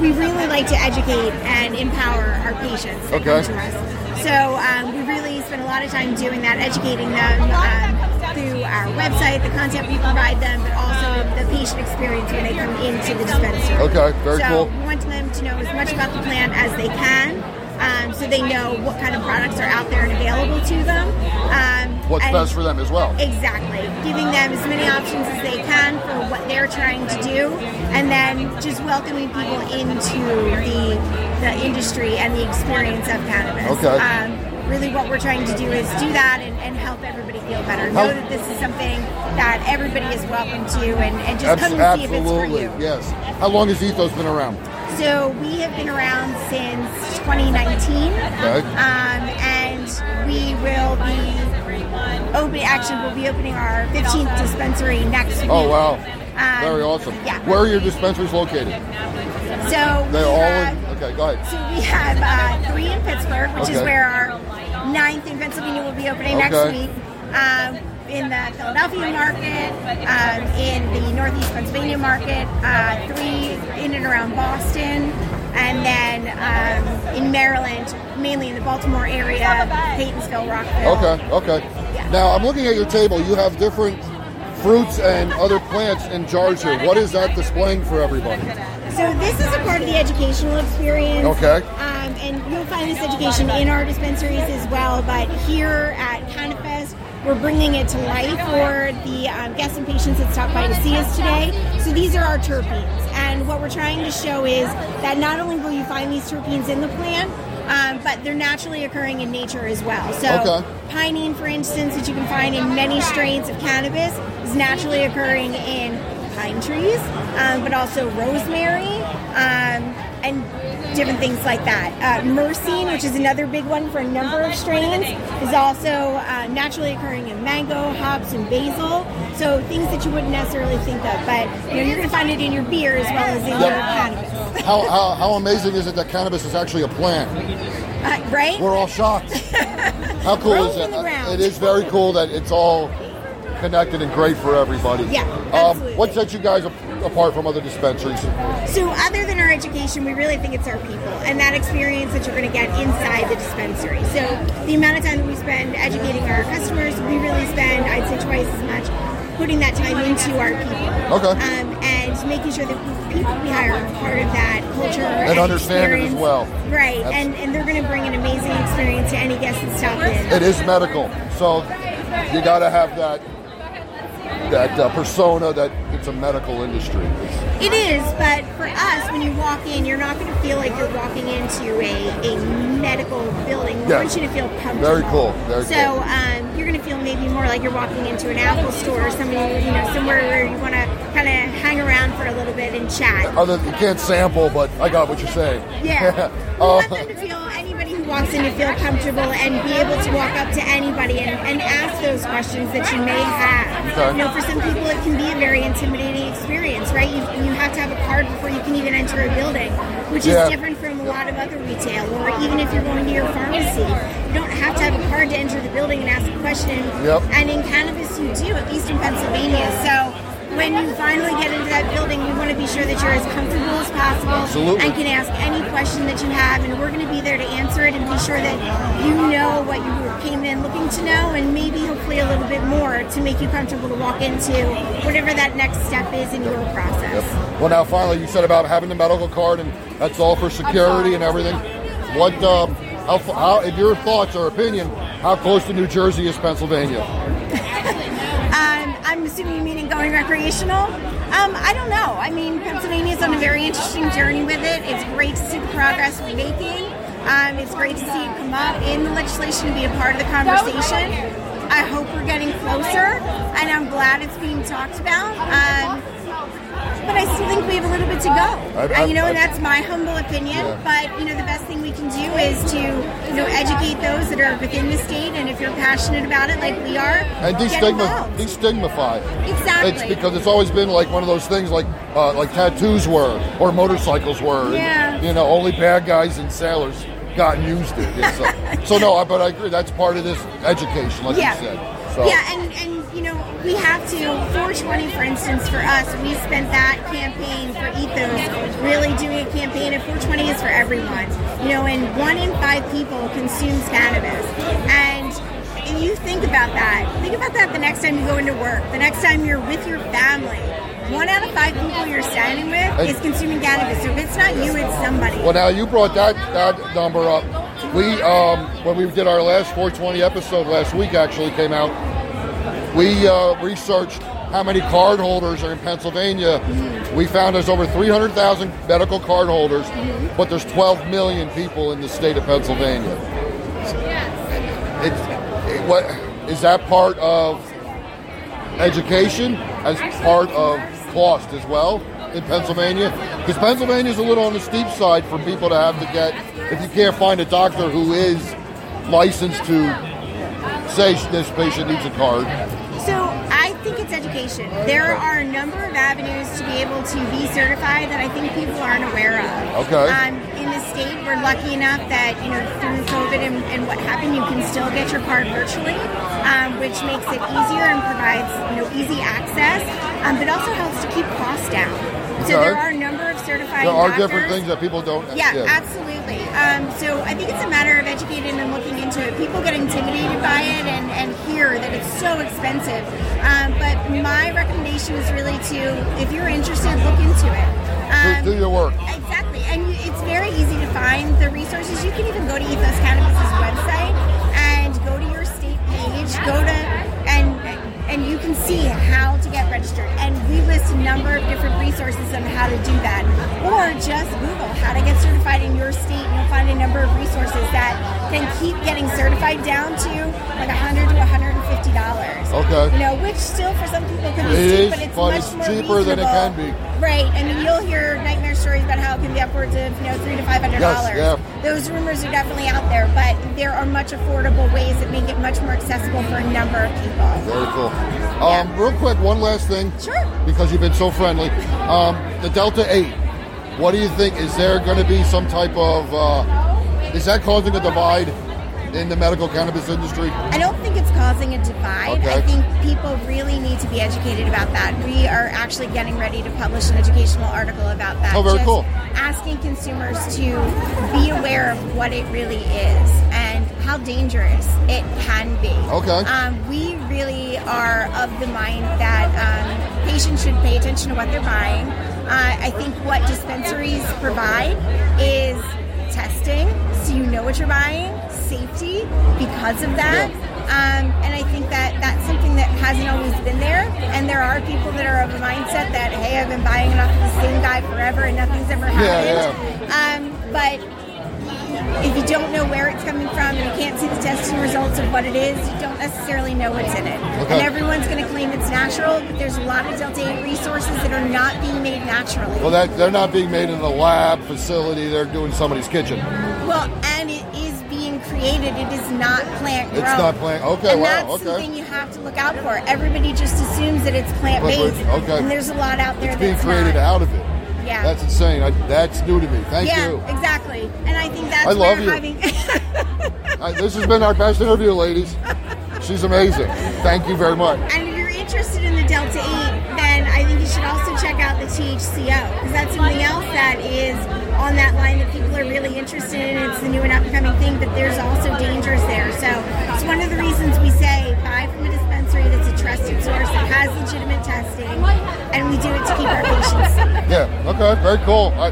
we really like to educate and empower our patients. that come Okay. to us. So um, we really spend a lot of time doing that, educating them um, through our website, the content we provide them, but also the patient experience when they come into the dispensary. Okay, very so cool. we want them to know as much about the plant as they can, um, so they know what kind of products are out there and available to them. Um, What's and- best for them as well? Exactly, giving them as many options as they can for what they're trying to do, and then just welcoming people into the the industry and the experience of cannabis. Okay. Um, really, what we're trying to do is do that and, and help everybody feel better. How- know that this is something that everybody is welcome to, and, and just Abs- come and see if it's for you. absolutely, yes. How long has Ethos been around? So we have been around since 2019, Okay. um, and we will be open. Actually, we'll be opening our 15th dispensary next week. Oh wow, Um, very awesome. Yeah. Where are your dispensaries located? So we uh, They're all have, in. Okay, go ahead. so we have uh, three in Pittsburgh, which is Okay. where our ninth in Pennsylvania will be opening next Okay. week. Um, in the Philadelphia market, um, in the Northeast Pennsylvania market, uh, three in and around Boston, and then um, in Maryland, mainly in the Baltimore area, Catonsville, Rockville. Okay, okay. Now I'm looking at your table. You have different fruits and other plants in jars here. What is that displaying for everybody? So this is a part of the educational experience. Okay. Um, and you'll find this education in our dispensaries as well, but here at Canifest, we're bringing it to life for the um, guests and patients that stopped by to see us today. So these are our terpenes, and what we're trying to show is that not only will you find these terpenes in the plant, um, but they're naturally occurring in nature as well. So Okay. pinene, for instance, that you can find in many strains of cannabis, is naturally occurring in pine trees, um, but also rosemary um, and different things like that. Uh, myrcene, which is another big one for a number of strains, is also uh, naturally occurring in mango, hops, and basil. So things that you wouldn't necessarily think of, but you know, you're going to find it in your beer as well as in your cannabis, How, how how amazing is it that cannabis is actually a plant? uh, right? We're all [laughs] shocked. How cool Rolling is that? in the ground. It is very cool that it's all connected and great for everybody. Yeah, Um, what sets you guys ap- apart from other dispensaries? So, other than our education, we really think it's our people and that experience that you're going to get inside the dispensary. So, the amount of time that we spend educating our customers, we really spend, I'd say, twice as much putting that time into our people. Okay. Um, and making sure that the people we hire are part of that culture And understand it as experience. well. Right, That's- and, and they're going to bring an amazing experience to any guest that's stopped in. It is medical, so you got to have that that uh, persona that it's a medical industry. It's- It is, but for us, when you walk in, you're not going to feel like you're walking into a, a medical building. We Yeah. want you to feel comfortable. Very cool. Very so cool. um, you're going to feel maybe more like you're walking into an Apple store or somebody, you know, somewhere where you want to kind of hang around for a little bit and chat. Other you can't sample, but I got what you're saying. [laughs] Yeah. Uh, want them to feel anybody who walks in to feel comfortable and be able to walk up to anybody and, and ask those questions that you may have. Okay. You know, for some people it can be a very intimidating experience, right? You, you have to have a card before you can even enter a building, which Yeah. is different from a lot of other retail. Or even if you're going to your pharmacy, you don't have to have a card to enter the building and ask a question. Yep. And in cannabis, you do, at least in Pennsylvania. So. When you finally get into that building, you want to be sure that you're as comfortable as possible Absolutely. and can ask any question that you have, and we're going to be there to answer it and be sure that you know what you came in looking to know, and maybe hopefully a little bit more to make you comfortable to walk into whatever that next step is in your process. well, now finally, you said about having the medical card, and that's all for security and everything. What? Um, how, f- how? In your thoughts or opinion, how close to New Jersey is Pennsylvania? Um, I'm assuming you mean going recreational. Um, I don't know. I mean, Pennsylvania's on a very interesting journey with it. It's great to see the progress we're making. Um, it's great to see it come up in the legislation to be a part of the conversation. I hope we're getting closer, and I'm glad it's being talked about. Um, but I still think we have a little bit to go. I- I- And, you know, and I- that's my humble opinion. Yeah. But you know, the best thing we can do is to you know educate those that are within the state, and if you're passionate about it, like we are, And get destigma, involved. destigmify. Exactly. It's because it's always been like one of those things, like uh, like tattoos were or motorcycles were. and, Yeah. you know, only bad guys and sailors got used to it. Yeah, [laughs] so, so no, I- but I agree. That's part of this education, like yeah. you said. So Yeah, and, and you know, we have to 420 for instance for us, we spent that campaign for Ethos really doing a campaign and 420 is for everyone. You know, and one in five people consumes cannabis. And and you think about that. Think about that the next time you go into work, the next time you're with your family. One out of five people you're standing with And- is consuming cannabis. So if it's not you, it's somebody. Well, now you brought that, that number up. We um, when we did our last 420 episode last week, actually came out. We uh, researched how many card holders are in Pennsylvania. We found there's over 300,000 medical card holders, but there's 12 million people in the state of Pennsylvania. It's it, what is that part of education as part of cost as well in Pennsylvania? Because Pennsylvania is a little on the steep side for people to have to get, if you can't find a doctor who is licensed to say this patient needs a card. So I think it's education. There are a number of avenues to be able to be certified that I think people aren't aware of. Okay. Um, in the state, we're lucky enough that you know through COVID and, and what happened, you can still get your card virtually, um, which makes it easier and provides you know easy access, um, but also helps to keep costs down. So Okay. there are a number of certified. There are doctors. different things that people don't. Yeah, absolutely. Um, so I think it's a matter of educating and looking into it. People get intimidated by it and, and hear that it's so expensive. Um, but my recommendation is really to, if you're interested, look into it. Um, Do, do your work. Exactly, and you, it's very easy to find the resources. You can even go to Ethos Cannabis's website and go to your state page. Go to and and you can see how to get registered. And we list a number of different resources on how to do that, or just Google how to get certified in your state, and you'll find a number of resources that can keep getting certified down to like 100 to 150 dollars. Okay. you know, which still for some people can be steep, It is, but it's but much it's more cheaper than it reasonable. can be. Right. I mean, you'll hear nightmare stories about how it can be upwards of you know three to five hundred dollars. Yes, Those rumors are definitely out there, but there are much affordable ways that make it much more accessible for a number of people. Very cool. Um, Real quick, one last thing. Sure. Because you've been so friendly. Um, the Delta 8, what do you think? Is there going to be some type of. Uh, is that causing a divide in the medical cannabis industry? I don't think it's causing a divide. Okay. I think people really need to be educated about that. We are actually getting ready to publish an educational article about that. Oh, very just cool. Asking consumers to be aware of what it really is and how dangerous it can be. Okay. Um, we really are of the mind that um, patients should pay attention to what they're buying. Uh, I think what dispensaries provide is testing, so you know what you're buying, safety because of that. Um, and I think that that's something that that hasn't always been there. And there are people that are of the mindset that, hey, I've been buying it off of the same guy forever and nothing's ever Yeah, happened. Um, but if you don't know where it's coming from and you can't see the testing results of what it is, you don't necessarily know what's in it. Okay. And everyone's going to claim it's natural, but there's a lot of Delta 8 resources that are not being made naturally. Well, that, they're not being made in a lab facility. They're doing somebody's kitchen. Well, and it is being created. It is not plant It's grown. not plant- okay, And wow, that's the okay. thing you have to look out for. Everybody just assumes that it's plant based, But- okay. and there's a lot out there It's being that's created not. out of it. Yeah. That's insane. I, that's new to me. Thank yeah, you. exactly. And I think that's I love where you. having I- this has been our best [laughs] interview, ladies. She's amazing. Thank you very much. And if you're interested in the Delta 8, then I think you should also check out the THCO because that's something else that is on that line that people are really interested in. It's the new and upcoming thing, but there's also dangers there. So it's one of the reasons we say buy from a dispensary that's a trusted source that has legitimate testing, and we do it to keep our patients safe. Yeah. Okay. Very cool. I,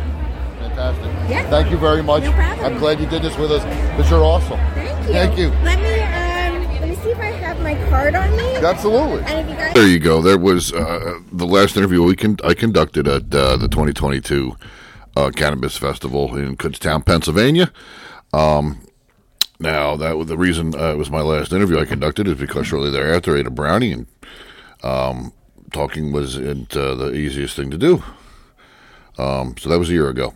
fantastic. Yeah. Thank you very much. No problem. I'm glad you did this with us because you're awesome. Thank you. Thank you. Let me um, let me see if I have my card on me. Absolutely. And if you guys There you go. That was uh, the last interview we can I conducted at uh, the 2022 uh, Cannabis Festival in Kutztown, Pennsylvania. Um, now that was the reason uh, it was my last interview I conducted is because shortly thereafter I ate a brownie and um, talking was not uh, the easiest thing to do. Um, so that was a year ago.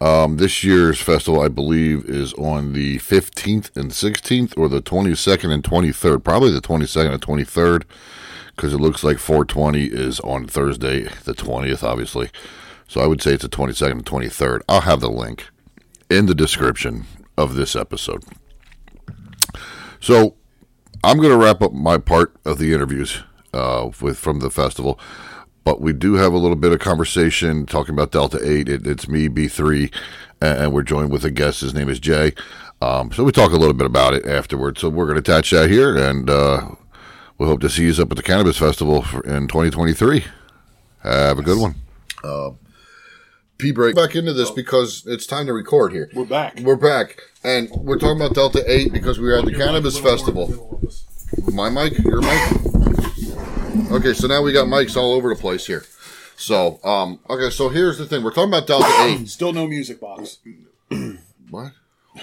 Um, this year's festival, I believe, is on the 15th and 16th, or the 22nd and 23rd. Probably the 22nd and 23rd, because it looks like 420 is on Thursday, the 20th, obviously. So I would say it's the 22nd and 23rd. I'll have the link in the description of this episode. So I'm going to wrap up my part of the interviews uh, with from the festival, but we do have a little bit of conversation talking about Delta Eight. It, it's me, B three, and, and we're joined with a guest. His name is Jay. Um, so we talk a little bit about it afterwards. So we're going to attach that here, and uh, we hope to see you up at the Cannabis Festival for, in 2023. Have a good one. Uh, P break back into this because it's time to record here. We're back. We're back, and we're talking about Delta Eight because we were at the cannabis festival. My mic, your mic. Okay, so now we got mics all over the place here. So, um, okay, so here's the thing: we're talking about Delta Eight. Still no music box. What?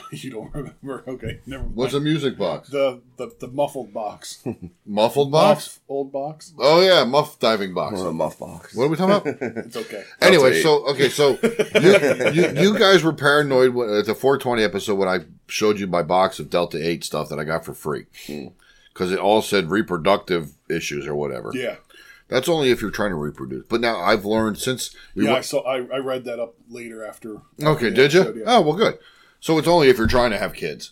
[laughs] you don't remember? Okay, never mind. What's a [laughs] music box? The, the the muffled box. Muffled Muff, box? old box. Oh yeah, muff diving box. Or a muff box. What are we talking [laughs] about? It's okay. anyway, so okay, so [laughs] you, you you guys were paranoid when- at the 420 episode when I showed you my box of Delta 8 stuff that I got for free because it all said reproductive issues or whatever. Yeah. that's only if you're trying to reproduce. But now I've learned since we yeah, went- I saw. I, I read that up later after. uh, okay, Yeah, did you? showed Oh well, good. So it's only if you're trying to have kids.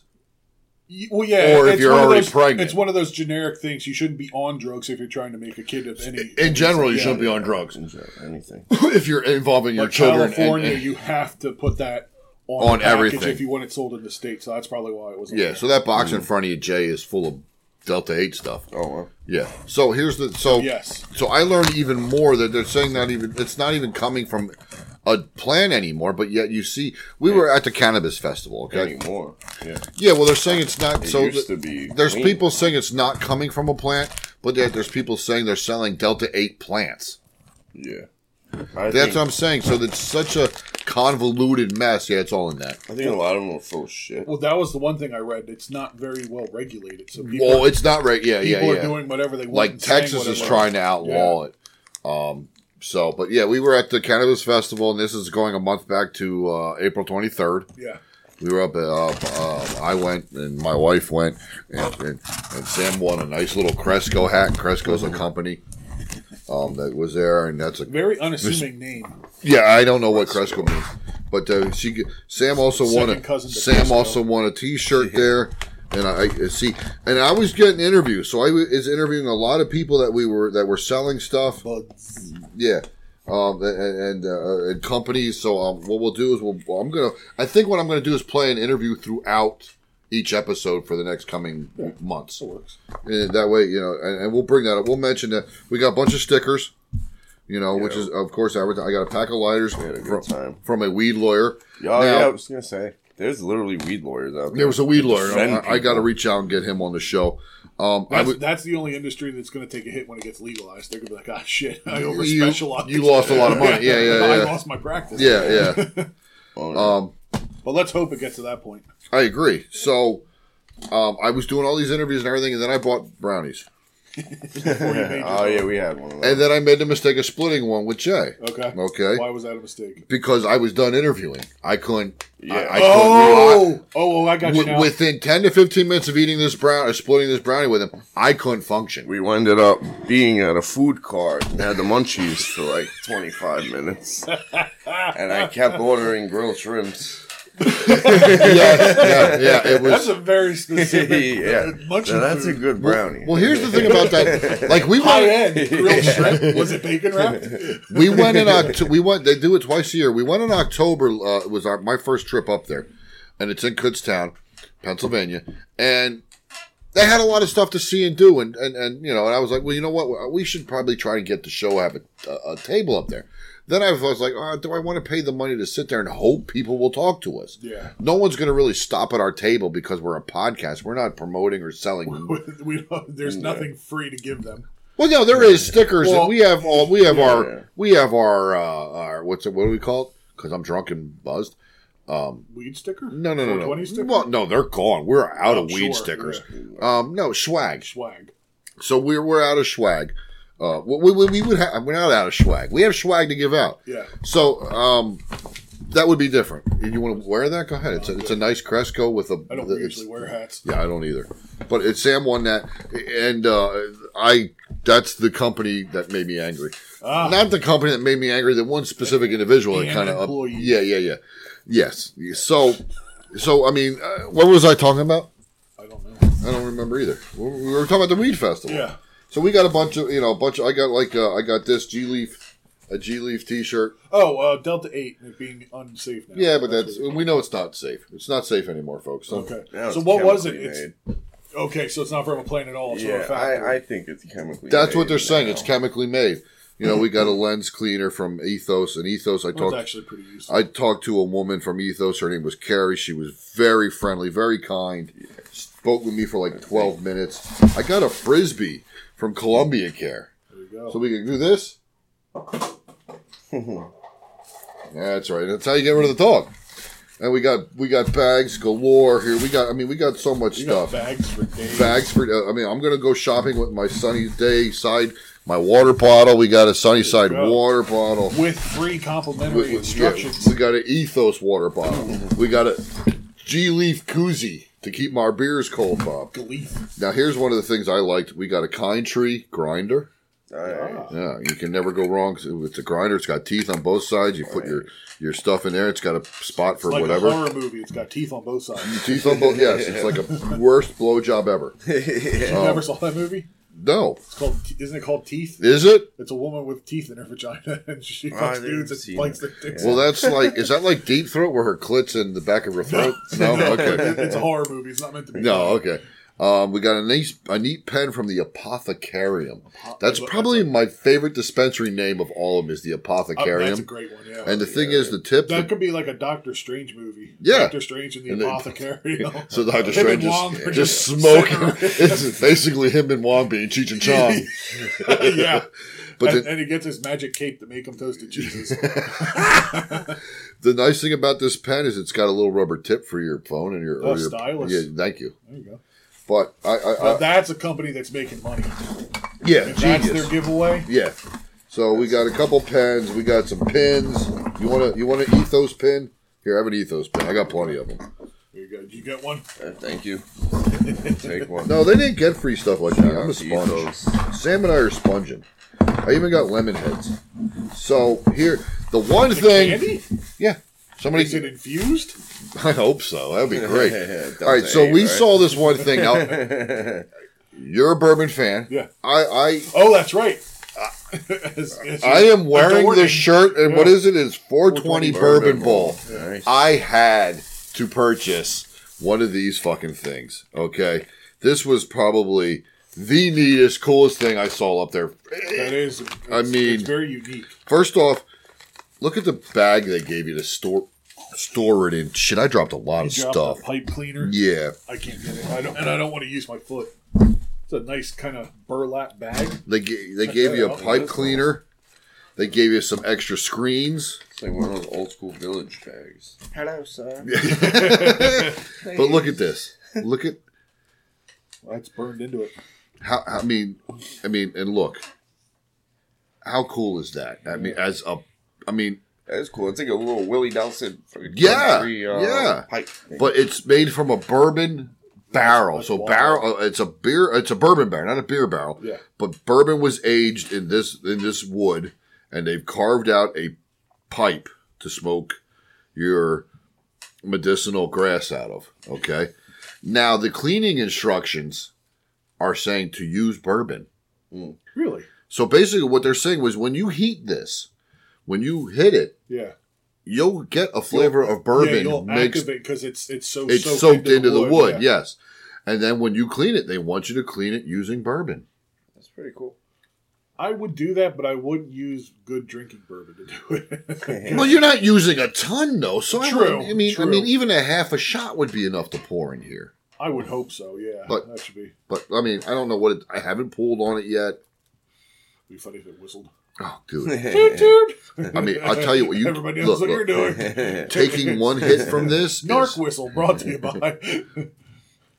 Y- Well, yeah. Or if it's you're one of already those- pregnant. It's one of those generic things. You shouldn't be on drugs if you're trying to make a kid of any. In general, you Yeah. shouldn't be on drugs. Anything. [laughs] if you're involving your But children, and- California, and- you have to put that on, On the package everything. if you want it sold in the state. So that's probably why it was. on Yeah, there. so that box Mm. in front of you, Jay, is full of Delta Eight stuff. Oh, yeah. So here's the so Yes. So I learned even more that they're saying not even it's not even coming from a plan anymore, but yet you see, we were at the cannabis festival. Okay, anymore. Yeah. Yeah, well, they're saying it's not. It so used th- to be there's clean. people saying it's not coming from a plant, but yet there's people saying they're selling Delta Eight plants. Yeah. That's think- what I'm saying. So it's such a convoluted mess. Yeah, it's all in that. I think a lot of them are full of shit. Mm. Well, that was the one thing I read. It's not very well regulated. So people, Well, it's not right. Yeah, yeah, people yeah. are doing whatever they want. Like and saying Texas is whatever. trying to outlaw it. Um, so, but yeah, we were at the cannabis festival, and this is going a month back to uh, April 23rd. Yeah. We were up. at, Uh, uh, I went, and my wife went, and, and, and Sam won a nice little Cresco hat. Cresco's a company um, that was there, and that's a Very unassuming name. yeah, I don't know what Cresco means, but uh, she g- Sam also won Second a cousin to Sam Cresco. also won a T-shirt there, and I, I see, and I was getting interviews, so I wa- is interviewing a lot of people that we were that were selling stuff. Yeah. Um, and and, uh, and companies. So um, what we'll do is we'll, well, I'm gonna. I think what I'm gonna do is play an interview throughout each episode for the next coming months. And that way, you know, and, and we'll bring that up. We'll mention that we got a bunch of stickers you know, which is of course advertising. I got a pack of lighters from, from a weed lawyer. Oh, Now, yeah, I was going to say. There's literally weed lawyers out there. There was a weed to lawyer. defend I, I got to people. reach out and get him on the show. Um, I That's, would, that's the only industry that's going to take a hit when it gets legalized. They're going to be like, ah, shit, I You- over specialized. you lost a lot of money. Yeah, [laughs] yeah, I yeah. lost my practice. Yeah, [laughs] yeah. Oh, um, But let's hope it gets to that point. I agree. So um, I was doing all these interviews and everything, and then I bought brownies. [laughs] oh yeah, we had one. Of those. And then I made the mistake of splitting one with Jay. Okay. Okay. Why was that a mistake? Because I was done interviewing. I couldn't. Yeah. I, I oh, couldn't. oh, oh, I got you Wi- now. within 10 to 15 minutes of eating this brown or splitting this brownie with him, I couldn't function. We ended up being at a food cart and had the munchies for like [laughs] 25 minutes. And I kept ordering grilled shrimps. [laughs] yeah, yeah, it was. That's a [laughs] very specific. yeah. Much Now, that's a food. good brownie. Well, here's the thing [laughs] about that. Like we High went, end [laughs] grilled shrimp. Was it bacon wrapped? we went [laughs] in October. We went. They do it twice a year. We went in October. Uh, it was our, my first trip up there, and it's in Kutztown, Pennsylvania, and they had a lot of stuff to see and do, and and, and you know, and I was like, well, you know what, we should probably try and get the show have a, a, a table up there. Then I was like, oh, do I want to pay the money to sit there and hope people will talk to us? Yeah. No one's going to really stop at our table because we're a podcast. We're not promoting or selling. [laughs] we don't, there's nothing free to give them. Well, no, there is stickers, Well- and we have all we have Yeah. our we have our uh, our what's it? What do we call it? Because I'm drunk and buzzed. Um, Weed sticker? no, no, no, no. 420 sticker? Well, no, they're gone. We're out Oh, of weed sure, stickers. Um, no swag. Swag. So we're we're out of swag. Uh, we, we, we would have we're not out of swag. We have swag to give out. Yeah. So um, that would be different. If you want to wear that, go ahead. It's a, it's a nice Cresco with a. I don't the- it's- usually wear hats. yeah, I don't either. But it, Sam won that, and uh, I that's the company that made me angry. Ah. Not the company that made me angry. The one specific individual that And kind of employee. yeah, yeah, yeah. Yes. So, so I mean, uh, what was I talking about? I don't know. I don't remember either. We we were talking about the weed festival. Yeah. So we got a bunch of you know a bunch. Of, I got like uh, I got this G leaf, a G leaf T shirt. Oh, uh, Delta 8 and it being unsafe now. Yeah, but that's we know it's not safe. It's not safe anymore, folks. So- Okay. so what was it? It's, okay, so it's not from a plane at all. It's from a Yeah, factory. I, I think it's chemically. That's what made they're saying. now. Hmm. It's chemically made. You know, we got a lens cleaner from Ethos, and Ethos. I Well, it's talked. actually pretty useful. I talked to a woman from Ethos. Her name was Carrie. She was very friendly, very kind. Spoke with me for like twelve minutes. I got a frisbee from Columbia Care. So we can do this. That's right. That's how you get rid of the dog. And we got we got bags galore here. We got I mean we got so much You got stuff bags for days. bags for. I mean, I'm gonna go shopping with my sunny day side. My water bottle. We got a sunny side go. water bottle. With free complimentary We- we- instructions. yeah, we got an Ethos water bottle. We got a G Leaf koozie to keep our beers cold, Bob. Now here's one of the things I liked. We got a Kind Tree grinder. Ah. Yeah, you can never go wrong. 'cause It's a grinder. It's got teeth on both sides. You put your your stuff in there. It's got a spot for it's like whatever. a horror movie. It's got teeth on both sides. [laughs] Teeth on both. Yes, it's [laughs] like a worst blowjob ever. You Um, never saw that movie? no. It's called. Isn't it called Teeth? Is it? It's a woman with teeth in her vagina, [laughs] and she Oh, I fucks didn't dudes see and bites their that. dicks. Well, that's [laughs] like, is that like deep throat where her clit's in the back of her throat? No, okay. It's a horror movie. It's not meant to be. No, okay. Um, we got a nice, a neat pen from the Apothecarium. That's probably my favorite dispensary name of all of them is the Apothecarium. Oh, that's a great one, yeah. And the thing is, the tip. That could be like a Doctor Strange movie. Yeah. Doctor Strange and the And then- apothecary. [laughs] so Doctor Him and Strange Wong is are just sitting [laughs] smoking. around. it's basically him and Wong being [laughs] Cheech and Chong. [laughs] yeah. But and, the- and he gets his magic cape to make him toasted [laughs] Jesus. The nice thing about this pen is it's got a little rubber tip for your phone and your, Oh, or your stylus. Yeah, thank you. there you go. But I, I, I But that's a company that's making money. Yeah, If that's genius. their giveaway. Yeah. So we got a couple pens. We got some pins. You want to you want an ethos pin? Here, have an ethos pin. I got plenty of them. There you go. Did you get one? Uh, Thank you. Take one. No, they didn't get free stuff like me. out I'm a to sponge. Sam and I are sponging. I even got lemon heads. So here, the [laughs] one Is it thing. candy? Yeah. Somebody. Is it infused? [laughs] I hope so. That'd be great. Delta All right. So eight, we right? saw this one thing. [laughs] Now, you're a bourbon fan. Yeah. I I Oh, that's right. It's- it's I am wearing adorning. this shirt, and what Yeah. is it? It's 420 Bourbon, Bourbon Bowl. Bowl. Yeah. Nice. I had to purchase one of these fucking things. Okay, this was probably the neatest, coolest thing I saw up there. That is. I it's- mean- it's very unique. First off, look at the bag they gave you to store store it in shit. I dropped a lot You of dropped stuff. the pipe cleaner. Yeah. I can't get it. I don't, and I don't want to use my foot. It's a nice kind of burlap bag. They ga- they Check gave that [laughs] you a out. pipe cleaner. They gave you some extra screens. It's like one of those old school village tags. Hello, [laughs] sir. [laughs] but look at this. Look at That's burned into it. how. I mean, I mean, and look. How cool is that? I mean, as a, I mean, That's cool. It's like a little Willie Nelson. fucking yeah, country, uh, yeah. Pipe. thing. But it's made from a bourbon barrel. So barrel, uh, it's a beer, it's a bourbon barrel, not a beer barrel. Yeah. But bourbon was aged in this in this wood, and they've carved out a pipe to smoke your medicinal grass out of. Okay. Now the cleaning instructions are saying to use bourbon. Mm. Really? So basically, what they're saying was when you heat this, when you hit it, Yeah. you'll get a flavor of bourbon yeah, you'll mixed activate because it's it's so it's soaked, into the wood, yes. And then when you clean it, they want you to clean it using bourbon. That's pretty cool. I would do that, but I wouldn't use good drinking bourbon to do [laughs] it. Well, you're not using a ton though, so I True, wouldn't- I, mean, true. I mean, even a half a shot would be enough to pour in here. I would hope so. Yeah, But- that should be. But I mean, I don't know what it, I haven't pulled on it yet. Be funny if it whistled. Oh, [laughs] dude. Toot, toot. I mean, I'll tell you what [laughs] you Everybody knows what you're [laughs] doing. Taking one hit [laughs] from this, narc whistle brought to you [laughs] by.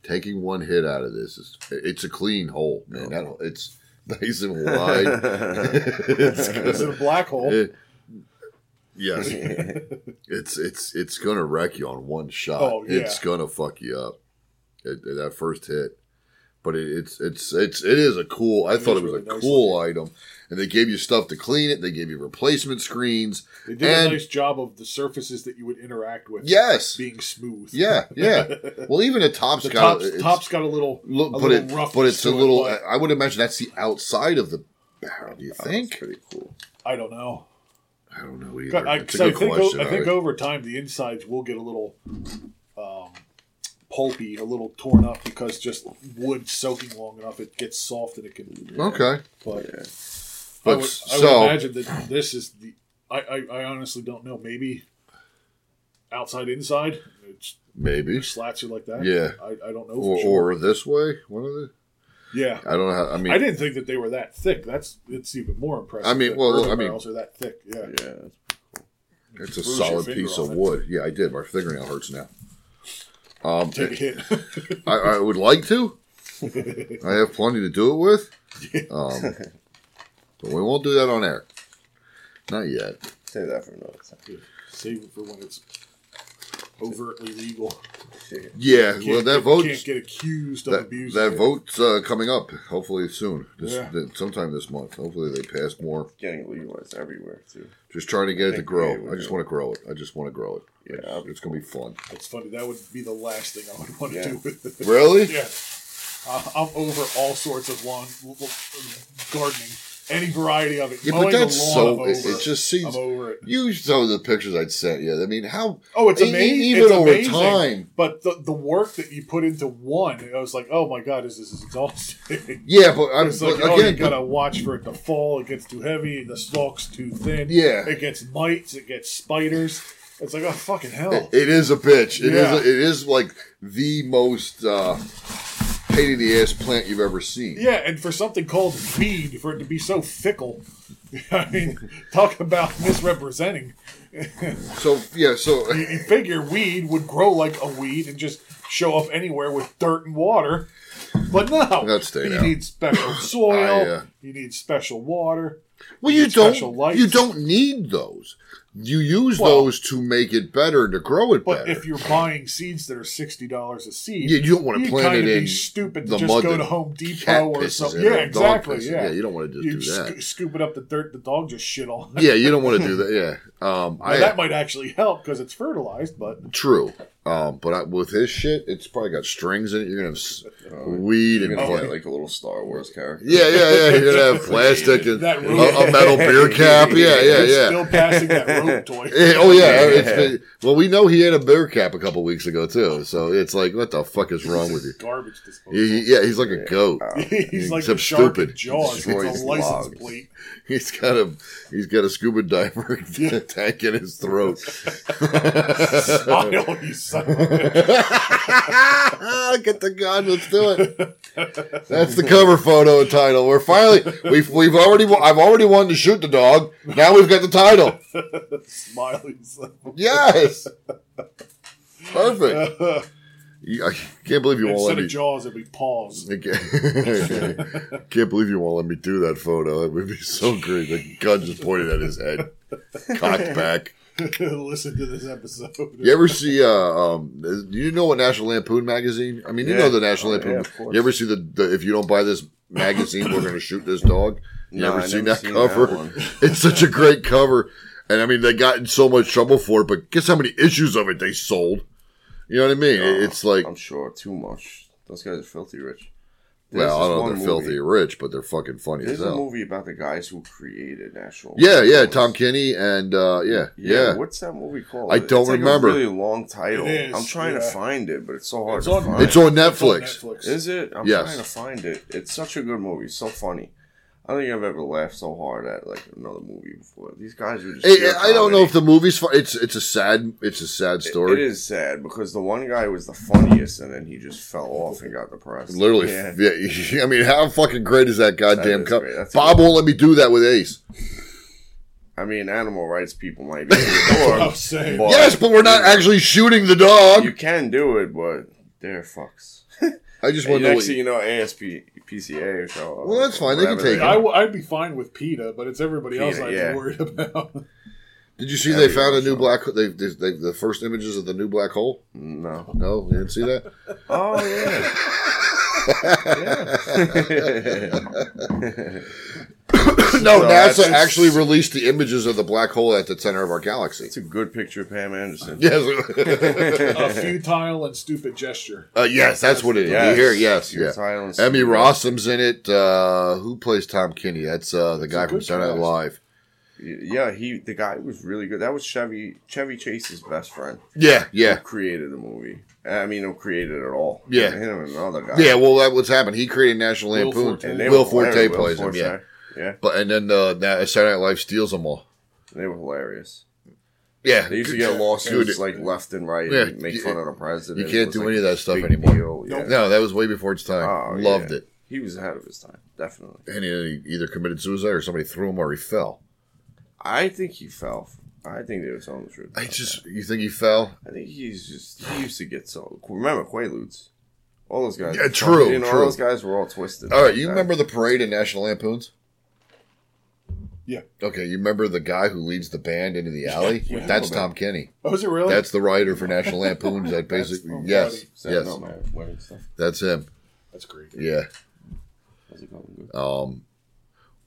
taking one hit out of this is it's a clean hole, man. That, it's nice and wide. Is it a black hole? It- yes, it's it's it's gonna wreck you on one shot. Oh, yeah. It's gonna fuck you up at, at that first hit. But it, it's it's it's it is a cool. I It thought is it was really a nice cool item, and they gave you stuff to clean it. They gave you replacement screens. They did and a nice job of the surfaces that you would interact with. Yes. being smooth. Yeah, [laughs] yeah. Well, even a top's The got top's, it's- top's got a little, Look, a but little it, rough. but it's a to it, little. but I would imagine that's the outside of the barrel. Do you think? Pretty cool. I don't know. I don't know either. I, It's a 'cause I good think, o- question. I think I- over time the insides will get a little um, pulpy, a little torn up because just wood soaking long enough, it gets soft and it can. Okay. But, I, But would, so- I would imagine that this is the. I, I, I honestly don't know. Maybe outside, inside. It's, Maybe. slats are like that. Yeah. I, I don't know. For Or, sure. or this way. One of the. yeah. I don't know. How, I mean, I didn't think that they were that thick. That's it's even more impressive. I mean, that well, bourbon I mean- barrels are that thick. Yeah. Yeah. It's a Bruise your solid finger piece on of it. wood. Yeah, I did. My fingernail hurts now. Um, Take a hit. I, I would like to. I have plenty to do [laughs] it with. Um, but we won't do that on air. Not yet. Save that for another time. Save it for when it's overtly legal. Yeah, Can't well, that get- vote can't get accused of that, abusing That it. vote's uh, coming up, hopefully soon. This, Yeah. th- sometime this month. Hopefully they pass more. Getting legalized everywhere too. Just trying to get it to Think they grow. would I just do. want to grow it. I just want to grow it. Yeah, it's, gonna be fun. It's funny. That would be the last thing I would want Yeah. to do with it. Really? Yeah. Uh, I'm over all sorts of lawn l- l- gardening, any variety of it. Yeah, Mowing but the that's lawn, so. I'm It, over. it just seems. I'm over it. You saw the pictures I'd sent you. I mean, how? Oh, it's e- e- amazing. Even it's over amazing. time. But the, the work that you put into one, I was like, oh my god, is this is exhausting? [laughs] Yeah, but I'm- it's like, but oh, again, you gotta watch for it to fall. It gets too heavy. The stalk's too thin. Yeah. it gets mites. It gets spiders. It's like, oh fucking hell. It- it is a bitch. It is. Yeah. A, it is like the most uh, pain in the ass plant you've ever seen. Yeah, and for something called weed, for it to be so fickle, [laughs] I mean, talk about misrepresenting. [laughs] So yeah, so you, you figure weed would grow like a weed and just show up anywhere with dirt and water, but no, That's staying you out. need special soil, [coughs] I, uh, you need special water. Well, you need don't. special lights. You don't need those. You use those to make it better and to grow it But better. if you're buying seeds that are sixty dollars a seed, Yeah, you don't want to you'd plant kinda it be in stupid to the just mud go that to Home cat Depot or pisses something. in Yeah, or dog exactly. pisses. Yeah. Yeah, you don't wanna just You'd do that. sco- scoop it up the dirt the dog just shit on. [laughs] yeah, you don't want to do that. Yeah. Um, Now, I, that might actually help because it's fertilized, but [laughs] True. Um, but I, with his shit, it's probably got strings in it. You're gonna have s- weed You're and gonna pla- get like a little Star Wars character. Yeah, yeah, yeah. You're gonna [laughs] have plastic and That a, rope. a [laughs] metal beer cap. Yeah, yeah, It's yeah. still passing that [laughs] rope toy. Yeah, oh yeah. Yeah. It's been- well, we know he had a beer cap a couple weeks ago too. So it's like, what the fuck is wrong with you? Garbage disposal. He- he- yeah, he's like a goat. Uh, [laughs] He's like the Except shark in Jaws. It's a Destroys license logs. plate. [laughs] He's got a he's got a scuba diver [laughs] tank in his throat. [laughs] Smile, you son [laughs] of [laughs] [laughs] Get the gun. Let's do [laughs] it. That's the cover photo and title. We're finally we've we've already wa- I've already wanted to shoot the dog. Now we've got the title. Smiling son of a- Yes. Perfect. [laughs] You- I can't believe you won't let Instead me. of Jaws, it'd be [laughs] paws. [laughs] I [laughs] can't believe you won't let me do that photo. It would be so great. The gun just pointed at his head, cocked back. [laughs] Listen to this episode. You ever see? Uh, um, do you know what National Lampoon magazine? I mean, you Yeah. know the National Oh, Lampoon. yeah, of course. you ever see the, the? If you don't buy this magazine, we're going to shoot this dog. You No, ever I seen never that seen that cover? one. [laughs] it's such a great cover, and I mean, they got in so much trouble for it. But guess how many issues of it they sold? You know what I mean? it's like I'm sure too much. Those guys are filthy rich. There's Well, I this don't know one if they're movie- filthy rich, but they're fucking funny There's as a hell. movie about the guys who created National. Yeah, yeah, Lampoons. Tom Kenny and uh, yeah, yeah, What's that movie called? I don't It's like a remember. really long title. It is, I'm trying to yeah. find it, but it's so hard It's to on- find. It's on Netflix. It's on Netflix. Is it? I'm Yes. trying to find it. It's such a good movie. So funny. I don't think I've ever laughed so hard at like another movie before. These guys are just. Hey, pure I don't comedy. know if the movie's. Fu- it's it's a sad it's a sad story. It is sad because the one guy was the funniest, and then he just fell off and got depressed. Literally, Yeah. [laughs] yeah. I mean, how fucking great is that goddamn is cup? great. That's Bob won't let me do that with Ace. I mean, animal rights people might be [laughs] ignored, I'm saying. Yes, but we're not actually shooting the dog. You can do it, but they're fucks. [laughs] I just And wanna know next what thing you you- know, ASP, PCA or so. Well, that's fine. They can whatever take I, w- I'd be fine with PETA, but it's everybody else PETA, I'm yeah. worried [laughs] about. Did you see Every they found a new black? They, they, they the first images of the new black hole. No, no, you didn't see that. [laughs] Oh [laughs] yeah. no, So that's- NASA actually released the images of the black hole at the center of our galaxy. It's a good picture of Pam Anderson. [laughs] [laughs] Yes, a [laughs] futile and stupid gesture. Uh, yes, that's what it is. Yes. You hear? it? Yes, Your yeah. silence. Emmy Rossum's in it. Uh, who plays Tom Kinney? That's uh, the guy from good Saturday Night cast. Live. Yeah, he the guy was really good. That was Chevy Chevy Chase's best friend. Yeah, yeah. Who created the movie. I mean, who created it all? Yeah. him and another guy. Yeah, well, that what's happened. He created National Will Lampoon. Forte. And they Will were hilarious. Forte Will plays him. Forte. Yeah, Yeah. But and then uh, Na- Saturday Night Live steals them all. They were hilarious. Yeah, they used to get lawsuits like left and right Yeah. and make fun of the president. You It can't was do like any of a that stuff big anymore. deal, yeah. No, that was way before its time. Oh, Loved yeah. it. He was ahead of his time, definitely. And he he either committed suicide or somebody threw him or he fell. I think he fell. I think they were telling the truth. I just you think he fell? I think he's just he used to get so. Remember Quaaludes? All those guys. Yeah, true, You know, true. all those guys were all twisted. All right, you That- remember the parade in National Lampoons? Yeah. Okay, you remember the guy who leads the band into the alley? Yeah. That's Yeah. Tom Kenny. Oh, is it really? That's the writer [laughs] for National Lampoons. That That's basically, so yes, funny. So, yes, no, my wedding stuff. that's him. That's great. Yeah. How's it going? Um.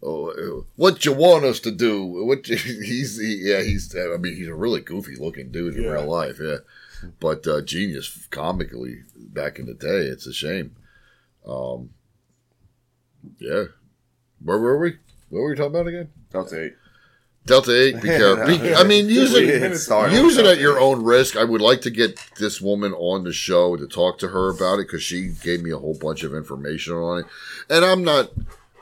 Oh, what you want us to do? What you, [laughs] he's he, yeah he's I mean he's a really goofy looking dude in Yeah. real life yeah, but uh, genius comically back in the day. It's a shame. Um. Yeah, where were we? What were we talking about again? Delta eight. Delta eight. [laughs] Be careful. Be- I mean, use it. Yeah, it's starting. Use it at your own risk. I would like to get this woman on the show to talk to her about it because she gave me a whole bunch of information on it, and I'm not.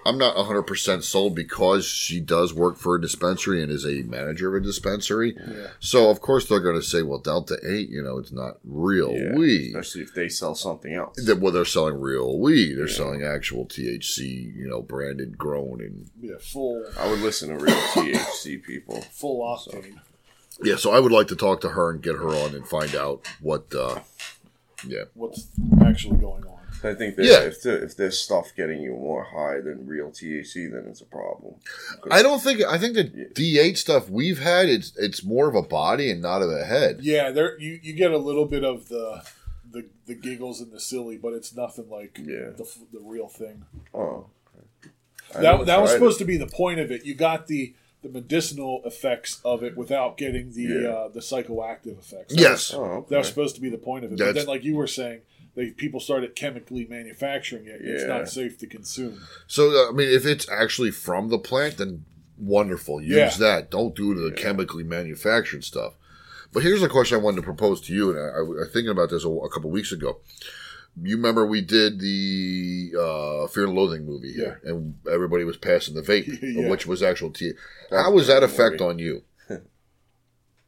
I'm not 100% sold because she does work for a dispensary and is a manager of a dispensary. So, of course, they're going to say, well, Delta 8, you know, it's not real weed. Especially if they sell something else. That, well, they're selling real weed. They're selling actual THC, you know, branded, grown, and Yeah, full, I would listen to real THC people. full octane. Yeah, so I would like to talk to her and get her on and find out what. Uh, yeah, What's actually going on? I think that Yeah. if, the, if there's stuff getting you more high than real THC, then it's a problem. I don't think I think the D eight stuff we've had it's it's more of a body and not of a head. Yeah, there you, you get a little bit of the, the the giggles and the silly, but it's nothing like the f- the real thing. Oh. that I never that was tried it. supposed to be the point of it. You got the the medicinal effects of it without getting the Yeah. uh, the psychoactive effects. Yes. that was, Oh, okay. that was supposed to be the point of it. but That's- then, like you were saying, they people started chemically manufacturing it. and It's Yeah. not safe to consume. So uh, I mean, if it's actually from the plant, then wonderful. Use Yeah. that. Don't do the chemically manufactured stuff. But here's a question I wanted to propose to you, and I, I was thinking about this a, a couple weeks ago. You remember we did the uh, Fear and Loathing movie here, and everybody was passing [laughs] the vape, uh, Yeah. which was actual tea. How was that effect on you?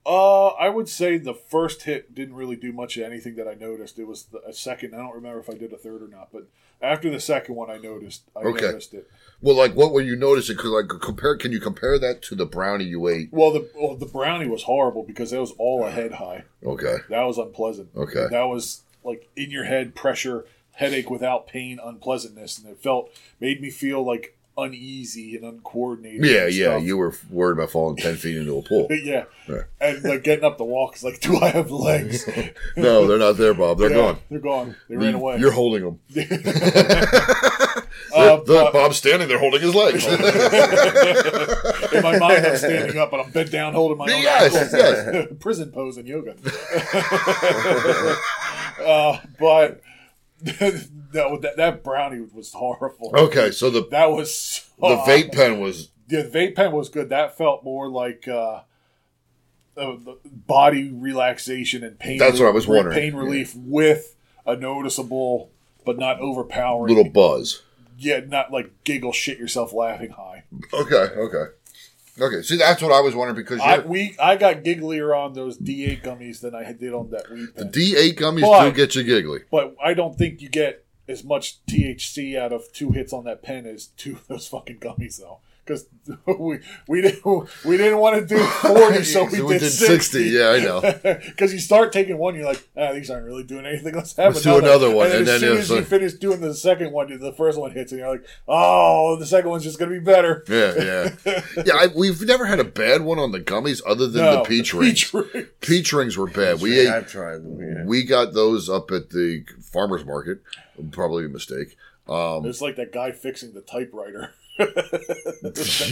Uh, I would say the first hit didn't really do much of anything that I noticed. It was the, a second. I don't remember if I did a third or not, but after the second one, I noticed. [laughs] I Okay. noticed it. Well, like, what were you noticing? 'Cause, like, compare. Can you compare that to the brownie you ate? Well, the well, the brownie was horrible because that was all a head high. Okay. That was unpleasant. Okay. That was like in your head pressure, headache without pain, unpleasantness, and it felt made me feel like uneasy and uncoordinated. Yeah, and yeah. stuff. You were worried about falling ten feet into a pool. [laughs] yeah. Yeah. And like getting up the walk is like, [laughs] do I have legs? [laughs] no, they're not there, Bob. [laughs] They're Yeah, gone. They're gone. They ran You- away. You're holding [laughs] them. [laughs] Uh, Look, Bob's standing there holding his [laughs] legs. In my mind, [laughs] I'm standing up, but I'm bent down holding my own Yes, ankles. yes. [laughs] Prison pose in yoga. [laughs] uh, but [laughs] that, that that brownie was horrible. Okay, so the- that was so the vape pen was- yeah, the vape pen was good. That felt more like. Uh, uh, the body relaxation and pain. That's what I was re- wondering. Pain relief with a noticeable but not overpowering Little buzz. yeah, not like giggle, shit yourself laughing high. Okay, okay, okay. See, that's what I was wondering because I you're, we I got gigglier on those D8 gummies than I did on that weed the pen. D8 gummies But- do get you giggly. but I don't think you get as much THC out of two hits on that pen as two of those fucking gummies though. Because [laughs] we we didn't we didn't want to do forty, [laughs] so we, So did, sixty. Yeah, I know. [laughs] Because you start taking one, you're like, ah, these aren't really doing anything. Let's have Let's do another. another one, And, then and as then soon it's as you like- finish doing the second one, the first one hits, and you're like, oh, the second one's just gonna be better. Yeah, [laughs] yeah, yeah. I, we've never had a bad one on the gummies other than No, the peach the rings. peach Peach, rings were bad. we ring, ate, I've tried them, yeah. We got those up at the farmers market. Probably a mistake. Um, It's like that guy fixing the typewriter. [laughs] [laughs]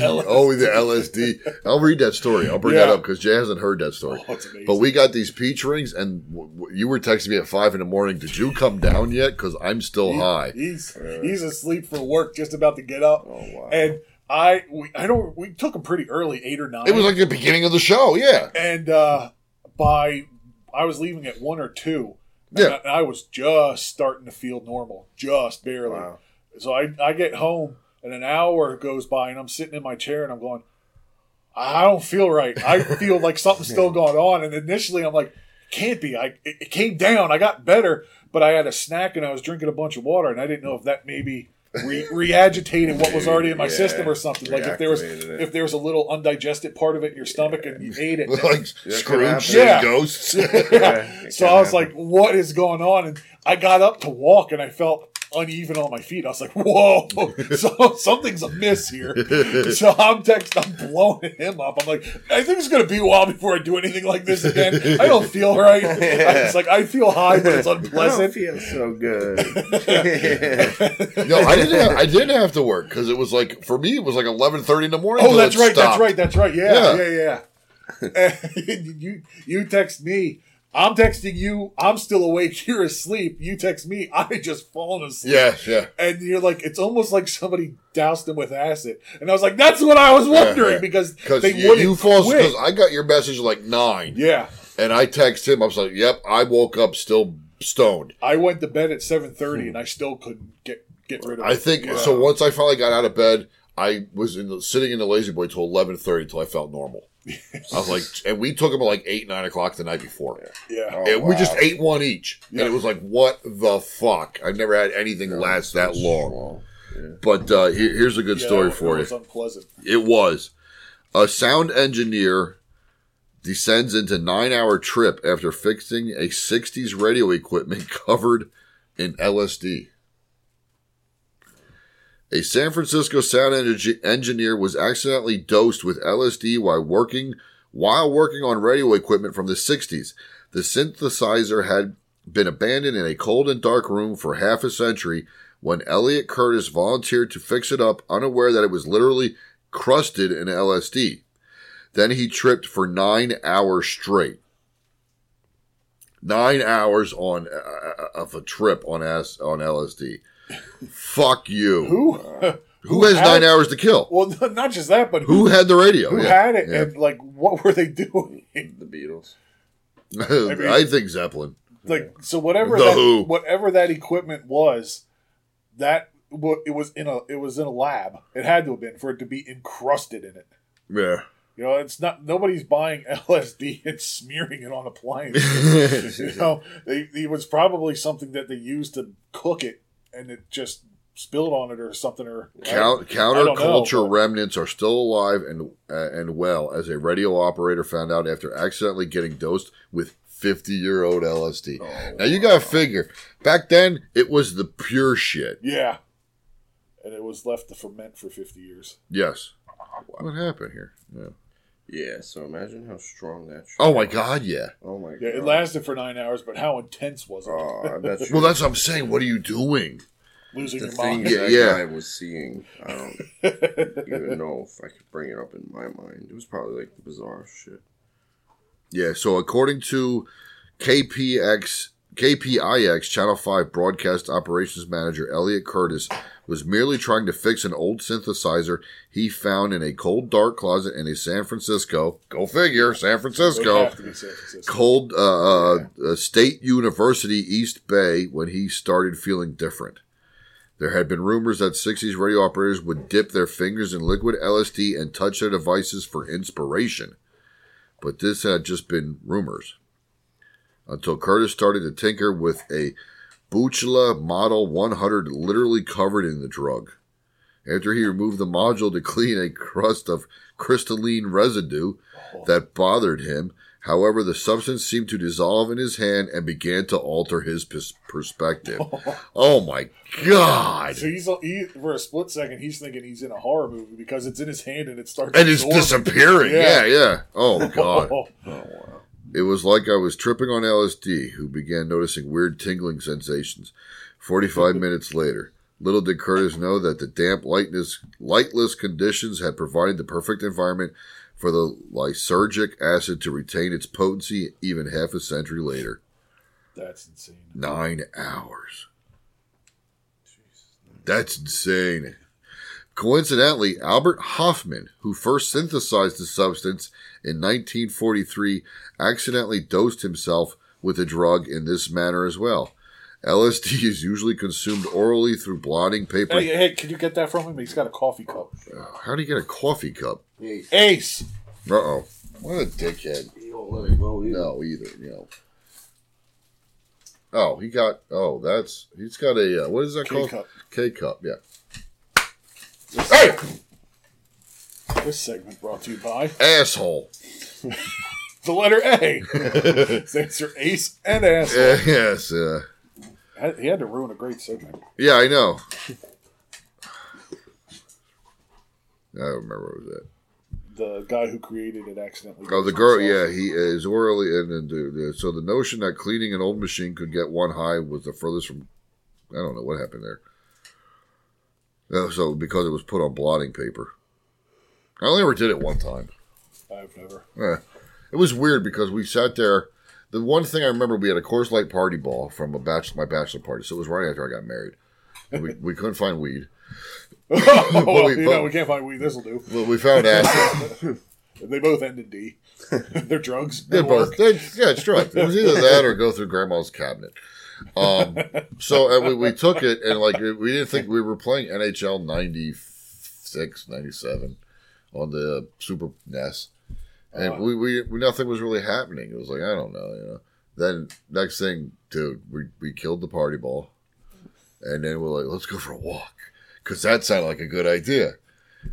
oh, the LSD. I'll read that story. I'll bring that Yeah. up because Jay hasn't heard that story. Oh, it's amazing. but we got these peach rings, and w- w- you were texting me at five in the morning. Did you come down yet? Because I'm still He- high. He's he's asleep for work, just about to get up. And I we, I don't we took him pretty early, eight or nine. It was like the beginning of the show. Yeah. And uh, by I was leaving at one or two. and Yeah. I- and I was just starting to feel normal, just barely. So I I get home and an hour goes by and I'm sitting in my chair and I'm going, I don't feel right. [laughs] I feel like something's still going on. And initially, I'm like, can't be. I it, it came down. I got better, but I had a snack and I was drinking a bunch of water, and I didn't know if that maybe [laughs] re- reagitated what was already in my Yeah, system or something. Like if there was reactivated it. if there was a little undigested part of it in your stomach and you ate it, [laughs] Like [laughs] Scrooge Yeah. and ghosts. [laughs] Yeah. So I was like, what is going on? And I got up to walk, and I felt uneven on my feet. I was like, whoa, [laughs] so, something's amiss here. So I'm text, I'm blowing him up. I'm like, I think it's gonna be a while before I do anything like this again. I don't feel [laughs] right. It's like I feel high, but it's unpleasant. I don't feel so good. [laughs] no, I didn't. Have, I didn't have to work because it was like for me, it was like eleven thirty in the morning. Oh, till that's it right, that's stopped. right, that's right. Yeah, yeah, yeah. And [laughs] you you text me. I'm texting you. I'm still awake. [laughs] You're asleep. You text me. I had just fallen asleep. Yeah, yeah. And you're like, it's almost like somebody doused him with acid. And I was like, that's what I was wondering because because they you, wouldn't you false quit. because I got your message like nine. Yeah, and I text him. I was like, "Yep, I woke up still stoned." I went to bed at 7:30 and I still couldn't get get rid of it. Hmm. I think Yeah. so. Once I finally got out of bed, I was in the, sitting in the lazy boy till eleven thirty till I [laughs] felt normal. I was like, and we took him at like eight nine o'clock the night before. Yeah. and we Oh, just wow. ate one each, and it was like, what the fuck? I never had anything last that long. But uh, here, here's a good Yeah, story that for was you. unpleasant. It was. A sound engineer descends into nine hour trip after fixing a 60s radio equipment [laughs] covered in LSD. A San Francisco sound enge- engineer was accidentally dosed with LSD while working while working on radio equipment from the 60s. The synthesizer had been abandoned in a cold and dark room for half a century when Elliot Curtis volunteered to fix it up, unaware that it was literally crusted in LSD. Then he tripped for nine hours straight. Nine hours on uh, of a trip on S on LSD. Fuck you. Who? Who has had- nine hours to kill? Well, [laughs] not just that, but Who had the radio? Who Yeah, had it? yeah. And like, what were they [laughs] doing? The Beatles. [laughs] I, mean- think Zeppelin. Like, so whatever The that, Who. whatever that equipment was, that wa- it was in a it was in a lab. It had to have been for it to be encrusted in it. Yeah. You know, it's not nobody's buying [laughs] LSD and smearing it on [laughs] appliances. you know, they, it was probably something that they used to cook it, and it just spilled on it or something. Or I Coun- don't- I don't know. counterculture remnants are still alive and uh, and well, as a radio operator found out after accidentally getting dosed with 50 year old LSD. Oh, now you gotta figure, back then it was the pure shit. Yeah, and it was left to ferment for fifty years. Yes. What happened here? Yeah. Yeah, so imagine how strong that shit Oh my was. God, yeah. Oh my god. Yeah, it lasted for nine hours, but how intense was it? [laughs] Oh, I bet you- Well, that's what I'm saying. What are you doing? Losing the your thing mind. that Yeah, guy was seeing. I [laughs] don't even know if I could bring it up in my mind. It was probably like bizarre [laughs] shit. Yeah, so according to KPX KPIX Channel 5 broadcast operations manager Elliot Curtis was merely trying to fix an old synthesizer he found in a cold dark closet in a San Francisco. Go figure, Would San Francisco. have to be San Francisco. Cold uh, uh, uh, State University East Bay when he started feeling different. There had been rumors that 60s radio operators would dip their fingers in liquid LSD and touch their devices for inspiration but this had just been rumors. Until Curtis started to tinker with a Buchla Model 100 literally covered in the drug. After he removed the module to clean a crust of crystalline residue that bothered him, however, the substance seemed to dissolve in his hand and began to alter his pers- perspective. oh my God! So he's he, for a split second he's thinking he's in a horror movie because it's in his hand and it starts and it's absorbing. disappearing. Yeah, yeah. [laughs] Oh god. Oh, It was like I was tripping on LSD, who began noticing weird tingling sensations. Forty-five minutes later, little did Curtis know that the damp, lightness, lightless conditions had provided the perfect environment for the lysergic acid to retain its potency even half a century later. That's insane. Nine hours. That's insane. Coincidentally, Albert Hoffman, who first synthesized the substance in 1943, accidentally dosed himself with the drug in this manner as well. LSD is usually consumed orally through blotting paper. Hey, hey, can you get that from him? He's got a coffee cup. How do you get a coffee cup? Ace. Uh oh. What a dickhead. No, either. You know. Oh, he got. Oh, that's. He's got a. Uh, what is that called? K-cup. K cup. Yeah. This segment brought to you by Asshole. the letter A. [laughs] Stands for Ace and Asshole. Yeah, [laughs] yes. Uh, He had to ruin a great segment. yeah, I know. I don't remember what was that. The guy who created it accidentally. Oh, the girl. Yeah, he is orally and, and uh, so the notion that cleaning an old machine could get one high was the furthest from. I don't know what happened there. Uh, so because it was put on blotting paper, I only ever did it one time. I've [laughs] never. Yeah. It was weird because we sat there. The one thing I remember, we had a Coors Light party ball from a bachelor, my bachelor party. So it was right after I got married. And we, we couldn't find weed. [laughs] Oh, [laughs] [laughs] But well, we- you but- know, we can't find weed. This will do. Well, [laughs] we found acid. they both end in [laughs] D. They're drugs. They They both, work. they, yeah, it's true. It [laughs] was either that or go through grandma's cabinet. Um, so and we, we took it and like we didn't think we were playing NHL 96, 97 on the Super NES, and we, we, we nothing was really happening. It was like I don't know, you know. Then next thing, dude, we we killed the party ball, and then we're like, let's go for a walk because that sounded like a good idea.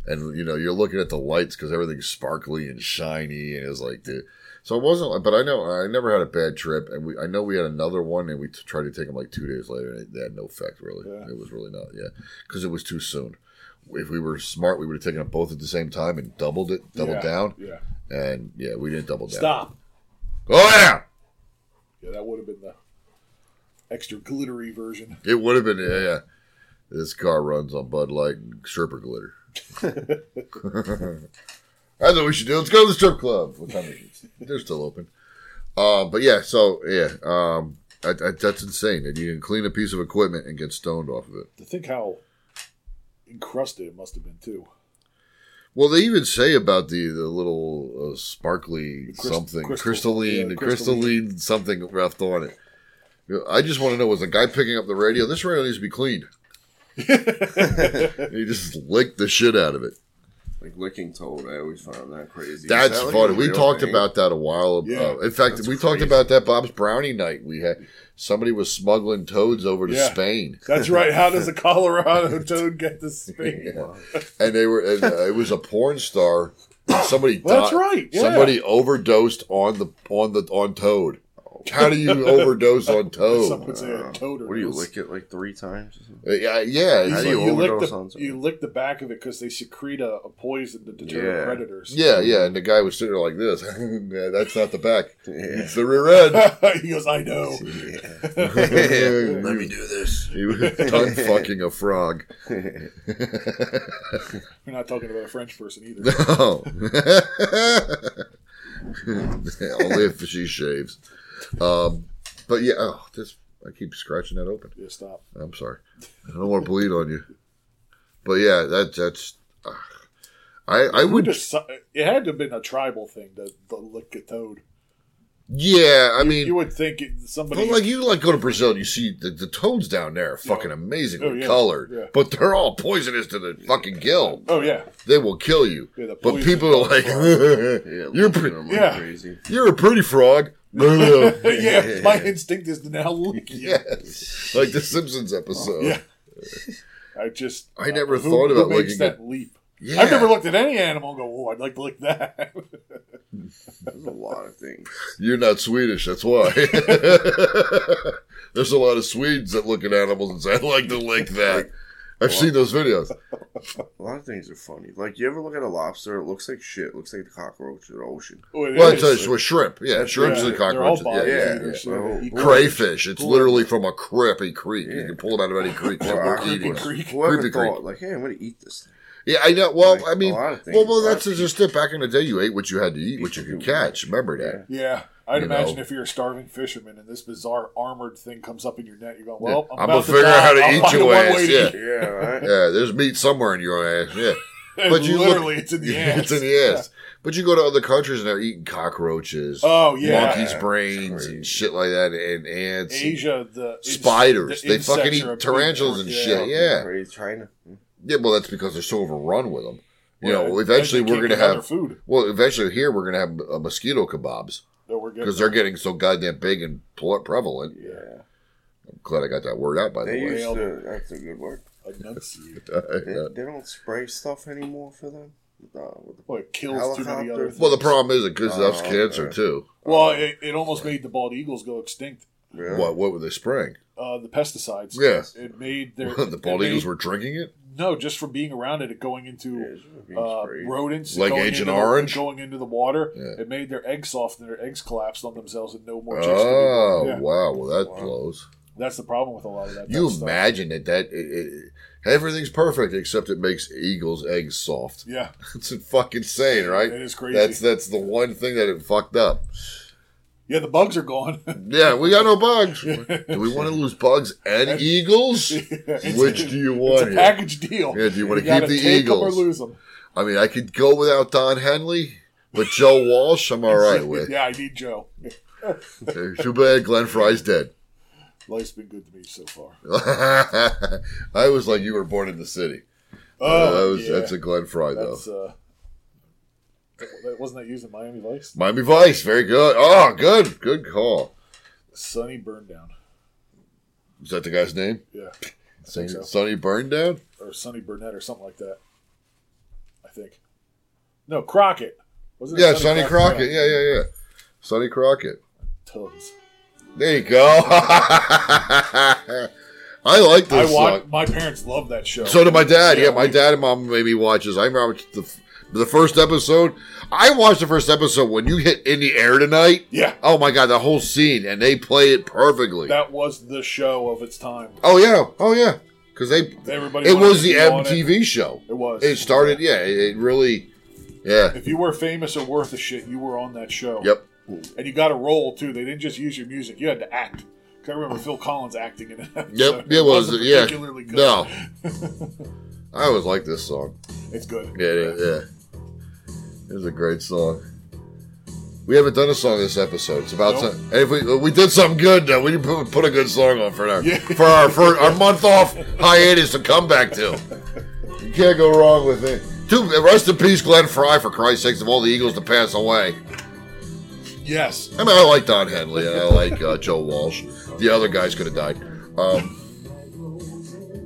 And you know, you're looking at the lights because everything's sparkly and shiny, and it's like, dude. So it wasn't, but I know I never had a bad trip, and we I know we had another one, and we t- tried to take them like two days later, and it, they had no effect really. It was really not, yeah, because it was too soon. If we were smart, we would have taken them both at the same time and doubled it, doubled Yeah, down, yeah. and yeah, we didn't double down. Stop. Oh yeah, Yeah, that would have been the extra glittery version. it would have been yeah, yeah. [laughs] [laughs] This car runs on Bud Light and stripper glitter. I know what we should do. Let's go to the strip club. What time is it? They're still open. Uh, but yeah, so yeah, um, I, I, that's insane that you can clean a piece of equipment and get stoned off of it. To think how encrusted it must have been too. Well, they even say about the, the little uh, sparkly crys- something, crystal. crystalline, Yeah, the crystalline. crystalline, something left on it. You know, I just want to know: was a guy picking up the radio? This radio needs to [laughs] be cleaned. he just licked the shit out of it. Like licking toad, I always found that crazy. That's Is that like funny. a we real talked thing? about that a while ago. Yeah, in fact, that's we talked crazy. about that Bob's Brownie night. We had somebody was smuggling toads over to Yeah. Spain. That's right. How [laughs] does a Colorado toad get to Spain? [laughs] and they were. And, uh, it was a porn star. and Somebody. Well, that's died- right, yeah. Somebody overdosed on the on the on toad. How do you [laughs] overdose on toad? Some would say a toad or What do you nose. lick it like three times. Uh, [laughs] yeah, yeah. You, it's you, like- lick the, you lick the back of it because they secrete a, a poison to deter predators. Yeah, yeah. And the guy was sitting there like this. [laughs] Yeah, that's not the back. It's the rear [laughs] end. he goes, I know. [laughs] [laughs] Let me do this. He was done fucking [laughs] a frog. [laughs] We're not talking about a French person either. [laughs] no. Only if she shaves. Um, but yeah, oh, this I keep scratching that open. Yeah, stop. I'm sorry. I don't want to bleed on you. But yeah, that that's. ah. I I Who would deci- it had to have been a tribal thing to, to lick a toad. Yeah, I mean, You would think it, somebody. but like you like go to Brazil, and you see the, the toads down there are fucking amazingly Oh, yeah. colored, Yeah. but they're all poisonous to the fucking gill. Oh, yeah. they will kill you. Yeah, the but poison people are like, [laughs] you're pretty, Yeah. crazy. You're a [laughs] pretty frog. [laughs] yeah, my instinct is to now lick you. Yes. like the Simpsons episode. Yeah. I just. I never who- thought who about makes looking that at- leap. Yeah. I've never looked at any animal and go, oh, I'd like to lick [laughs] that. There's a lot of things. You're not Swedish, that's why. [laughs] There's a lot of Swedes that look at animals and say, "I like to lick that." I've seen those videos. A lot of things are funny. Like you ever look at a lobster, it looks like shit. It looks like the cockroach in the ocean. Oh, it Well, it's a, it's a shrimp. Yeah, shrimps and cockroaches. Yeah, yeah. Crayfish. It's literally from a creepy creek. You can pull them out of any creek. They'll work eating it. Whoever Creepy thought, creek. like, hey, I'm gonna eat this thing. Yeah, I know. Well, Like, I mean, a lot of things. well, A well, lot that's of just it. Back in the day, you ate what you had to eat, what you could catch. Remember that? Yeah, I'd You imagine know. if you're a starving fisherman and this bizarre armored thing comes up in your net, you're going, Yeah. "Well, I'm, I'm, about gonna to figure die. out how to I'll eat find your one way ass. to [laughs] Yeah, eat." yeah. There's meat somewhere in your ass. Yeah, you look- Literally, [laughs] it's in the ass. [laughs] it's in the ass. But you go to other countries and they're eating cockroaches. Oh, yeah. monkeys' brains and shit like that, and ants. and Asia, the ins- spiders. the they fucking insects are a big eat tarantulas and part. shit. Yeah, China. yeah. Well, that's because they're so overrun with them. You Yeah, know, and- eventually and they we're can't gonna get other have food. Well, eventually here we're gonna have uh, mosquito kebabs That we're getting because they're getting so goddamn big and ple- prevalent. Yeah. I'm glad I got that word out by the They way. used to. That's a good word. [laughs] They, Uh, they don't spray stuff anymore for them. No, with the Well, it kills too many other. helicopters. Well, the problem is it gives Oh, us cancer okay. too. Well, it, it almost made the bald eagles go extinct. What what were they spraying? Uh, the pesticides. Yeah. it made their [laughs] the bald it eagles made- were drinking it. No, just from being around it, it going into uh, rodents, Like going Agent into the- Orange? going into the water. Yeah. It made their eggs soft, and their eggs collapsed on themselves, and no more chicks. could be Oh born. Yeah. wow! Well, that blows. That's the problem with a lot of that. You type of stuff. imagine that that it, it, everything's perfect except it makes eagles' eggs soft. Yeah. [laughs] it's fucking insane, right? It is crazy. That's that's the one thing that it [laughs] fucked up. Yeah, the bugs are gone. [laughs] Yeah, we got no bugs. do we want to lose bugs [laughs] and, eagles? Which do you want? it's a here? package deal. Yeah, do you want to gotta keep the take 'em eagles? or lose 'em. I mean, I could go without Don Henley, but Joe Walsh, I'm all right [laughs] with. yeah, I need Joe. Too bad Glenn Fry's dead. [laughs] Life's been good to me so far. I was like, you were born in the city. Uh, that was, Oh, yeah. That's a Glenn Fry, though. That's, uh, that wasn't that used in Miami Vice? Miami Vice, very good. Oh, good. Good call. Sunny burned down. Is that the guy's name? Yeah. Sonny, so. Sonny Burndown? or Sonny Burnett or something like that. I think. No, Crockett. Wasn't it Yeah, Sonny Crockett. Yeah, yeah, yeah. Sonny Crockett. Toes. There you go. [laughs] I like I this watch. song. My parents love that show. So did my dad. Yeah, Yeah, my dad and mom made me watch this. I remember the f- the first episode. I watched the first episode when you hit in the air tonight. Yeah. Oh my god, the whole scene, and they play it perfectly. That was the show of its time. oh yeah. Oh yeah. Because they Everybody it wanted was to the be on MTV show. It was. It started. Yeah. It, it really. Yeah. If you were famous or worth a shit, you were on that show. Yep. And you got a role too. They didn't just use your music; you had to act. 'Cause I remember Phil Collins acting [laughs] in it. Yep, it was. Yeah, [laughs] no. I always like this song. It's good. Yeah, it is, yeah. It was a great song. We haven't done a song this episode. It's about Nope. time. Hey, if we, we did something good, though. We need to put, put a good song on for our for our for our month off hiatus to come back to. You can't go wrong with it. Dude, rest in peace, Glenn Fry. For Christ's sakes, of all the Eagles to pass away. Yes. I mean, I like Don Henley and I like uh, Joe Walsh. The other guys could have died. Um,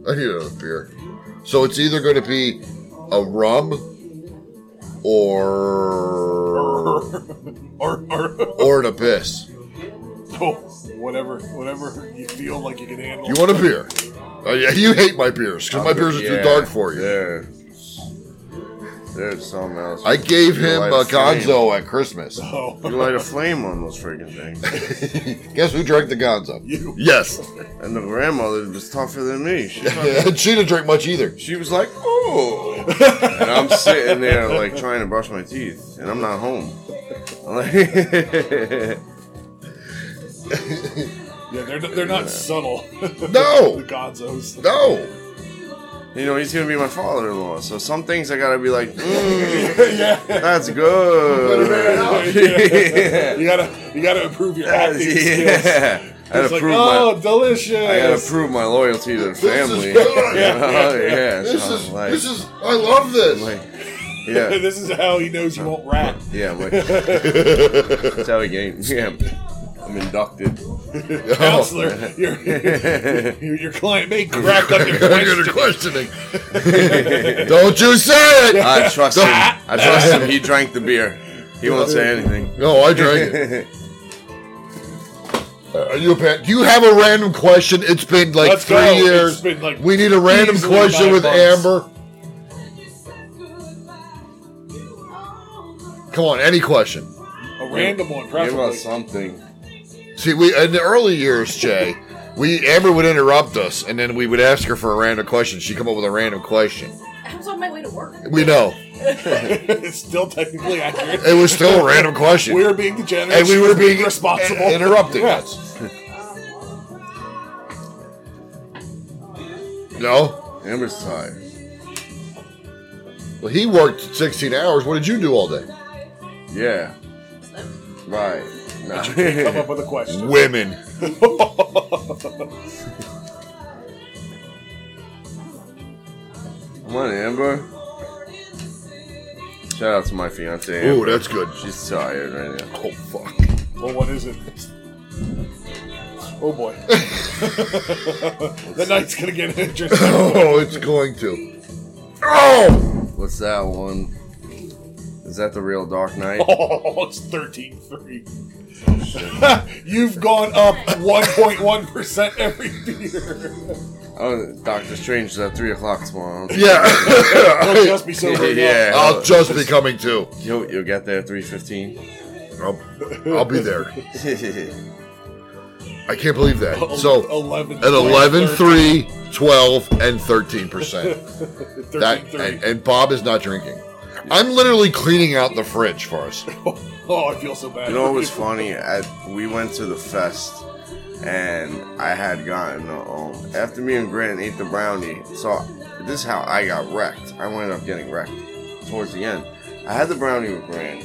I need another beer. So it's either going to be a rum or or, or, or an abyss. Oh, whatever, whatever you feel like you can handle. You want a beer? Oh yeah, you hate my beers because my beers are too Yeah. dark for you. Yeah. There's something else. I gave You him light a flame. Gonzo at Christmas. [laughs] Oh. You light a flame on those freaking things. [laughs] Guess who drank the Gonzo? You. Yes. And the grandmother was tougher than me. [laughs] She, And she didn't drink much either. she was like, [laughs] "Oh," and I'm sitting there like trying to brush my teeth, and I'm not home. [laughs] I'm like, Yeah, they're they're not subtle. [laughs] No. the Gonzos. No. You know, he's gonna be my father-in-law, so some things I gotta be like, [laughs] mm, that's [laughs] good. you gotta you gotta improve your acting yeah. skills. I gotta [laughs] It's like, prove oh, my, delicious. I [laughs] gotta prove my loyalty to the family. is [laughs] good. You know? Yeah. yeah, This so is- I'm like, this is- I love this. yeah. this is how he knows you won't rap. Yeah, I'm [laughs] like, that's how he game. Yeah, I'm inducted. [laughs] Counselor, [laughs] your, your, your client may crack under Under questioning. [laughs] Don't you say it! I trust him. I trust him. He drank. drank the beer. He won't say anything. No, [laughs] I drank it. Uh, Are you a pan? Do you have a random question? It's been like Let's three go. It's years. been, like, we need a random easily question nine with months. Amber. Come on, any question. A random one, Give preferably. us something. See, we in the early years, Jay, we Amber would interrupt us, and then we would ask her for a random question. She'd come up with a random question. I was on my way to work. [laughs] We know. it's still technically accurate. It was still a random question. We were being degenerate. And we she were was being responsible. in- interrupting Yes. No, Amber's tired. Well, he worked sixteen hours. What did you do all day? Yeah. Right. Nah. Come up with a question. Women. [laughs] Come on, Amber. Shout out to my fiance. Ooh, Amber. that's good. She's tired right now. Oh fuck. well, what is it? Oh boy. [laughs] the night's gonna get interesting. [laughs] Oh, it's going to. Oh! What's that one? Is that the real Dark Knight? [laughs] Oh, it's 13 3. [laughs] You've gone up 1.1% every year. [laughs] Oh, Doctor Strange is at three o'clock tomorrow. [laughs] Yeah. I'll just be so sober enough. I'll just be coming too. You'll, you'll get there at three fifteen. I'll, I'll be [laughs] there. I can't believe that. So, 11, at 11, 3, 12, [laughs] and 13%. that, 13 and, and Bob is not drinking. I'm literally cleaning out the fridge for us. Oh, I feel so bad. You know what was funny? I, we went to the fest, and I had gotten um, after me and Grant ate the brownie. So this is how I got wrecked. I ended up getting wrecked towards the end. I had the brownie with Grant,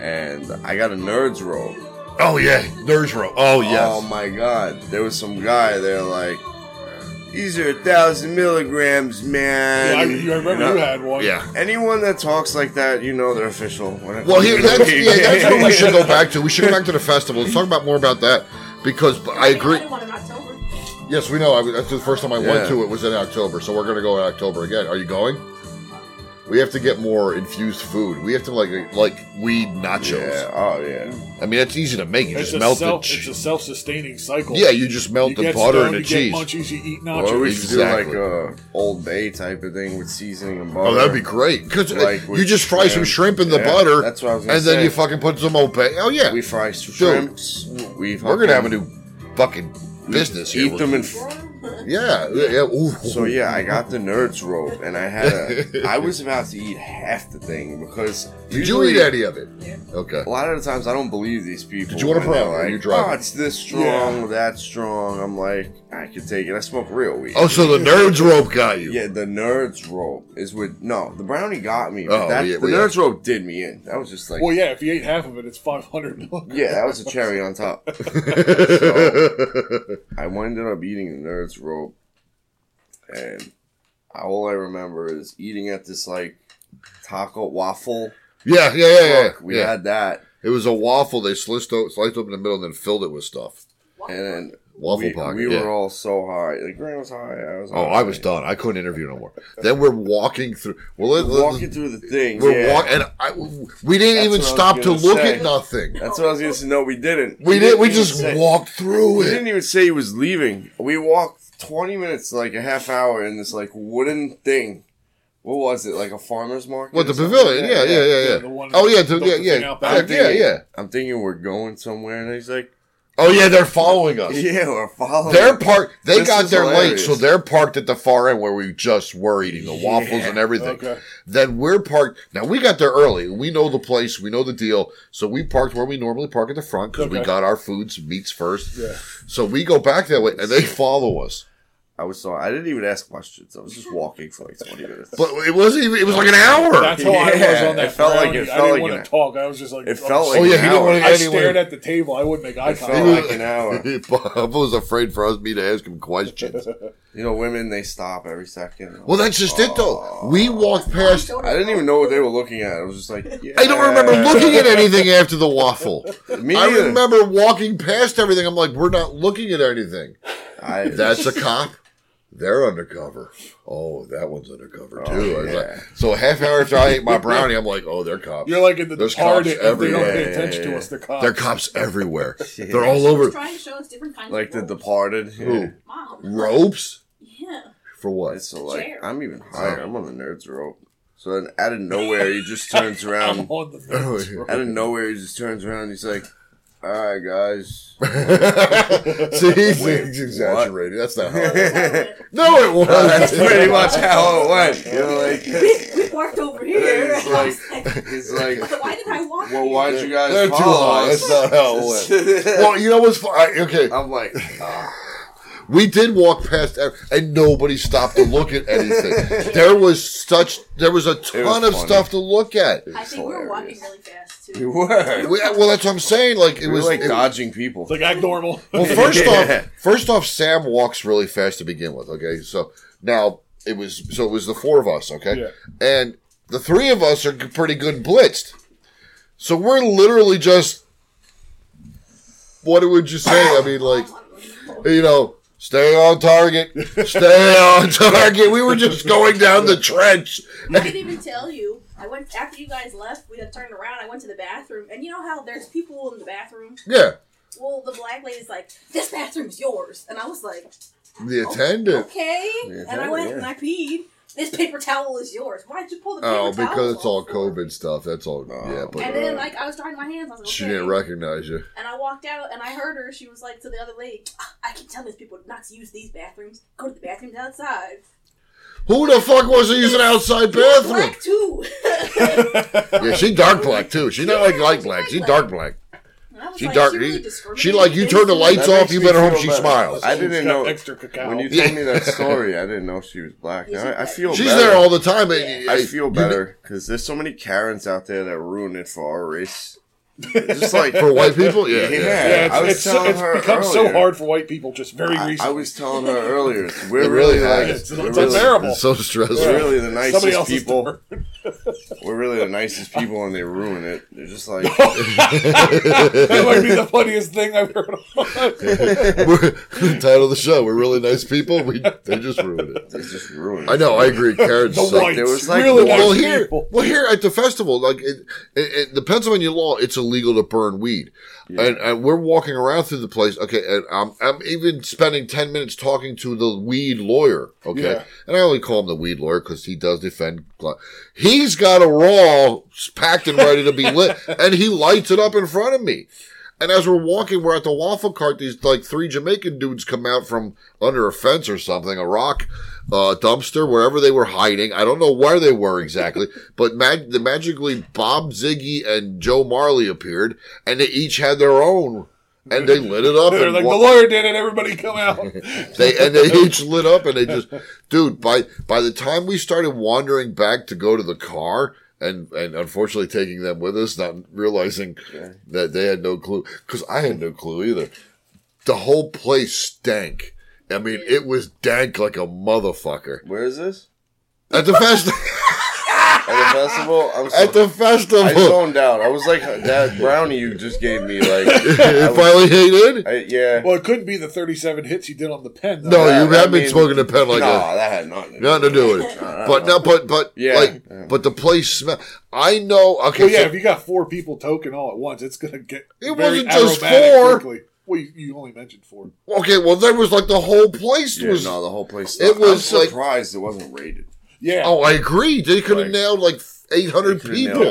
and I got a nerds roll. Oh, yeah. Nerds roll. Oh, yes. Oh my god, there was some guy there like. These are a thousand milligrams, man. Yeah, I- you- I remember you had one. Yeah. Anyone that talks like that, you know they're official. when it Well, comes here, to [laughs] that's, weed. yeah, that's what we should go back to. We should go back to the festival. Let's talk about more about that because I agree. Yes, we know. I, that's the first time I Yeah. went to it was in October, so we're gonna go in October again. Are you going? We have to get more infused food. We have to like like weed nachos. Yeah, Oh yeah. I mean, that's easy to make. You It's just a, melt self, the cheese. it's a self-sustaining cycle. Yeah, you just melt You the get butter stoned, and you the cheese. Get munchies, you eat nachos. Or we should Exactly. do like a Old Bay type of thing with seasoning and butter. Oh, that'd be great. Because with you just fry some shrimp in the Yeah, butter, That's what I was gonna and then say. you fucking put some old. Bay. Oh yeah, we fry some Dude, shrimps. We We're gonna have a fucking- new fucking business here. Eat We're- them in. Yeah, yeah, yeah. Ooh. So [laughs] yeah, I got the nerds rope, and I had a. I was about to eat half the thing because Did you eat any of it? Okay. A lot of the times I don't believe these people. Did you want a when they're problem? Like, You're driving. Oh, it's this strong, that strong. I'm like, I can take it. I smoke real weed. Oh, so the nerds rope got you? Yeah, the nerds rope is what. No, the brownie got me. Oh, But that, yeah, the well, yeah. nerds rope did me in. That was just like, well, yeah, if you ate half of it, it's 500 [laughs] milligrams. yeah, that was a cherry on top. So, I ended up eating the nerds rope, and all I remember is eating at this like taco waffle. Yeah, yeah, yeah, yeah. Fuck, we yeah. had that. It was a waffle. They sliced o- sliced open the middle and then filled it with stuff. And then waffle we, pocket. We yeah. were all so high. Like Grant was high. I was. Oh, high. I was done. I couldn't interview no more. Then we're walking through. Well, let, We're let- walking through the thing. We're yeah. walk- and I- we That's didn't even what I was stop to gonna look say. at nothing. That's what I was going to say. No, we didn't. We He didn't- we even just walked through He it. didn't even say he was leaving. We walked twenty minutes, like a half hour, in this like wooden thing. What was it? Like a farmer's market? What, the or something? pavilion? Yeah, yeah, yeah, yeah. Oh, yeah, the- yeah, yeah. Yeah, I'm thinking- yeah, yeah. I'm thinking we're going somewhere, and he's like, Oh yeah, they're following [laughs] us. Yeah, we're following. They're parked. They This got is there hilarious. late, so they're parked at the far end where we just were eating the waffles Yeah, and everything. okay. Then we're parked. Now we got there early. We know the place. We know the deal. So we parked where we normally park at the front because we Okay. got our foods, meats first. Yeah. So we go back that way, and they follow us. I was so I didn't even ask questions. I was just walking for like twenty minutes. But [laughs] [laughs] it wasn't even. It was like an hour. That's how I was on that. It felt like brownie. I it didn't felt like want an to talk. I was just like, It felt oh, like an hour. I stared at the table. I wouldn't make eye It felt contact. like [laughs] an hour. Bob was afraid for us me to ask him questions. [laughs] you know, women they stop every second. Well, that's just it, though. We walked past. I didn't even know what they were looking at. I was just like, yeah. I don't remember looking at anything after the waffle. [laughs] Me I either. remember walking past everything. I'm like, we're not looking at anything. I- That's a cop. They're undercover. Oh, that one's undercover too. I was like- so a half hour after I ate my brownie, I'm like, oh, they're cops. You're like in the There's Departed, cops if they don't everywhere. pay attention to us, they're cops. They're [laughs] cops everywhere. They're all over. Trying to show [laughs] us different kinds Like the of Departed. Who? Wow. Ropes? Yeah. For what? So like, Chair. I'm even higher. I'm on the nerds rope. So then, out of nowhere, he [laughs] just turns around. I'm [laughs] on the Oh, nerds rope. Out of nowhere, he just turns around. And he's like, "All right, guys." [laughs] See, he's [laughs] exaggerating. That's not how [laughs] it was. No, it [laughs] wasn't. That's pretty much how it [laughs] went. You know, [laughs] like, we walked over here. [laughs] It's like, it's like, Why did I walk? well, why'd you guys They're too follow high. us? That's [laughs] not how it went. well, you know what's funny? Okay. I'm like, ah. We did walk past, ev- and nobody stopped to look [laughs] at anything. there was such, there was a ton was of funny. stuff to look at. I think we were walking really fast too. We were. We- well, that's what I'm saying. Like it We were, was like, it- dodging people. Like act normal. [laughs] [laughs] Well, first Yeah. off, first off, Sam walks really fast to begin with. Okay, so now it was so it was the four of us. Okay, Yeah. and the three of us are g- pretty good blitzed. So we're literally just what would you say? I mean, like you know, stay on target, stay [laughs] on target. We were just going down the trench. I [laughs] didn't even tell you. I went after you guys left. We had turned around. I went to the bathroom, and you know how there's people in the bathroom. Yeah, Well, the black lady's like, "This bathroom's yours," and I was like, "Oh, the attendant. "Okay." Yeah, and I went yeah. and I peed. This paper towel is yours. Why'd you pull the paper Oh, towel? because it's all COVID stuff. That's all. Oh, Yeah, but and then like I was drying my hands. I was like, she okay. didn't recognize you. And I walked out and I heard her. She was like to the other lady, "Ah, I keep telling these people not to use these bathrooms. Go to the bathrooms outside. Who the fuck wants to use an outside bathroom? Black too. [laughs] Yeah, she dark black too. She not like light black. She dark black. She dark. She like you turn the lights That off. makes You me better feel hope she better. smiles. I didn't know extra cacao. When you told me that [laughs] Yeah. story, I didn't know she was black. Yeah, Now I, I she's feel black. She's better. there all the time, and you- I you- feel you- better because there's so many Karens out there that ruin it for our race. Just [laughs] like For white people? Yeah, yeah. yeah. Yeah, I was it's, it's, telling it's her become so earlier. hard for white people just very I- recently. I was telling her [laughs] earlier. it's- We're It really, really like has. It's- we're it's really- unbearable. It's so stressful. We're really the Somebody nicest else's people. [laughs] we're really the nicest people, and they ruin it. They're just like [laughs] that might be the funniest thing I've heard. All night. We're, [laughs] the title of the show. We're really nice people. We they just ruined it. They just ruined. it. I know. I agree. Karen's The suck. whites, There was, like, really well white here. people. Well here at the festival, like it, it, it, the Pennsylvania law, it's illegal to burn weed, and, and we're walking around through the place. Okay, and I'm I'm even spending ten minutes talking to the weed lawyer. Okay, Yeah. and I only call him the weed lawyer because he does defend. gla- He's got a raw packed and ready to be lit, and he lights it up in front of me. And as we're walking, we're at the waffle cart. These like three Jamaican dudes come out from under a fence or something, a rock, uh, dumpster, wherever they were hiding. I don't know where they were exactly, but mag- the magically Bob Ziggy and Joe Marley appeared, and they each had their own, and they lit it up. They're and like, wa- the lawyer did it. Everybody come out. [laughs] [laughs] they [laughs] and they each lit up and they just dude by by the time we started wandering back to go to the car and and unfortunately taking them with us not realizing that they had no clue because i had no clue either the whole place stank i mean it was dank like a motherfucker where is this at [laughs] the fest At the festival, I'm At the festival. I zoned out. I was like, that brownie you just gave me, [laughs] like, I was- finally hated. I- yeah. Well, it couldn't be the 37 hits he did on the pen. though. No, you have been smoking a pen like nah, that. that had nothing to do to do [laughs] with it. Nah, but nah. no, but but Yeah. like, but the place smell. I know. Okay, well, yeah, so- if you got four people token all at once, it's going to get. It very wasn't just aromatic four. Quickly. Well, you, you only mentioned four. Okay, well, there was like the whole place Yeah, was. no, the whole place. It was I'm like. surprised it wasn't rated. Yeah. Oh, I agree. They could have Like- nailed like 800 people.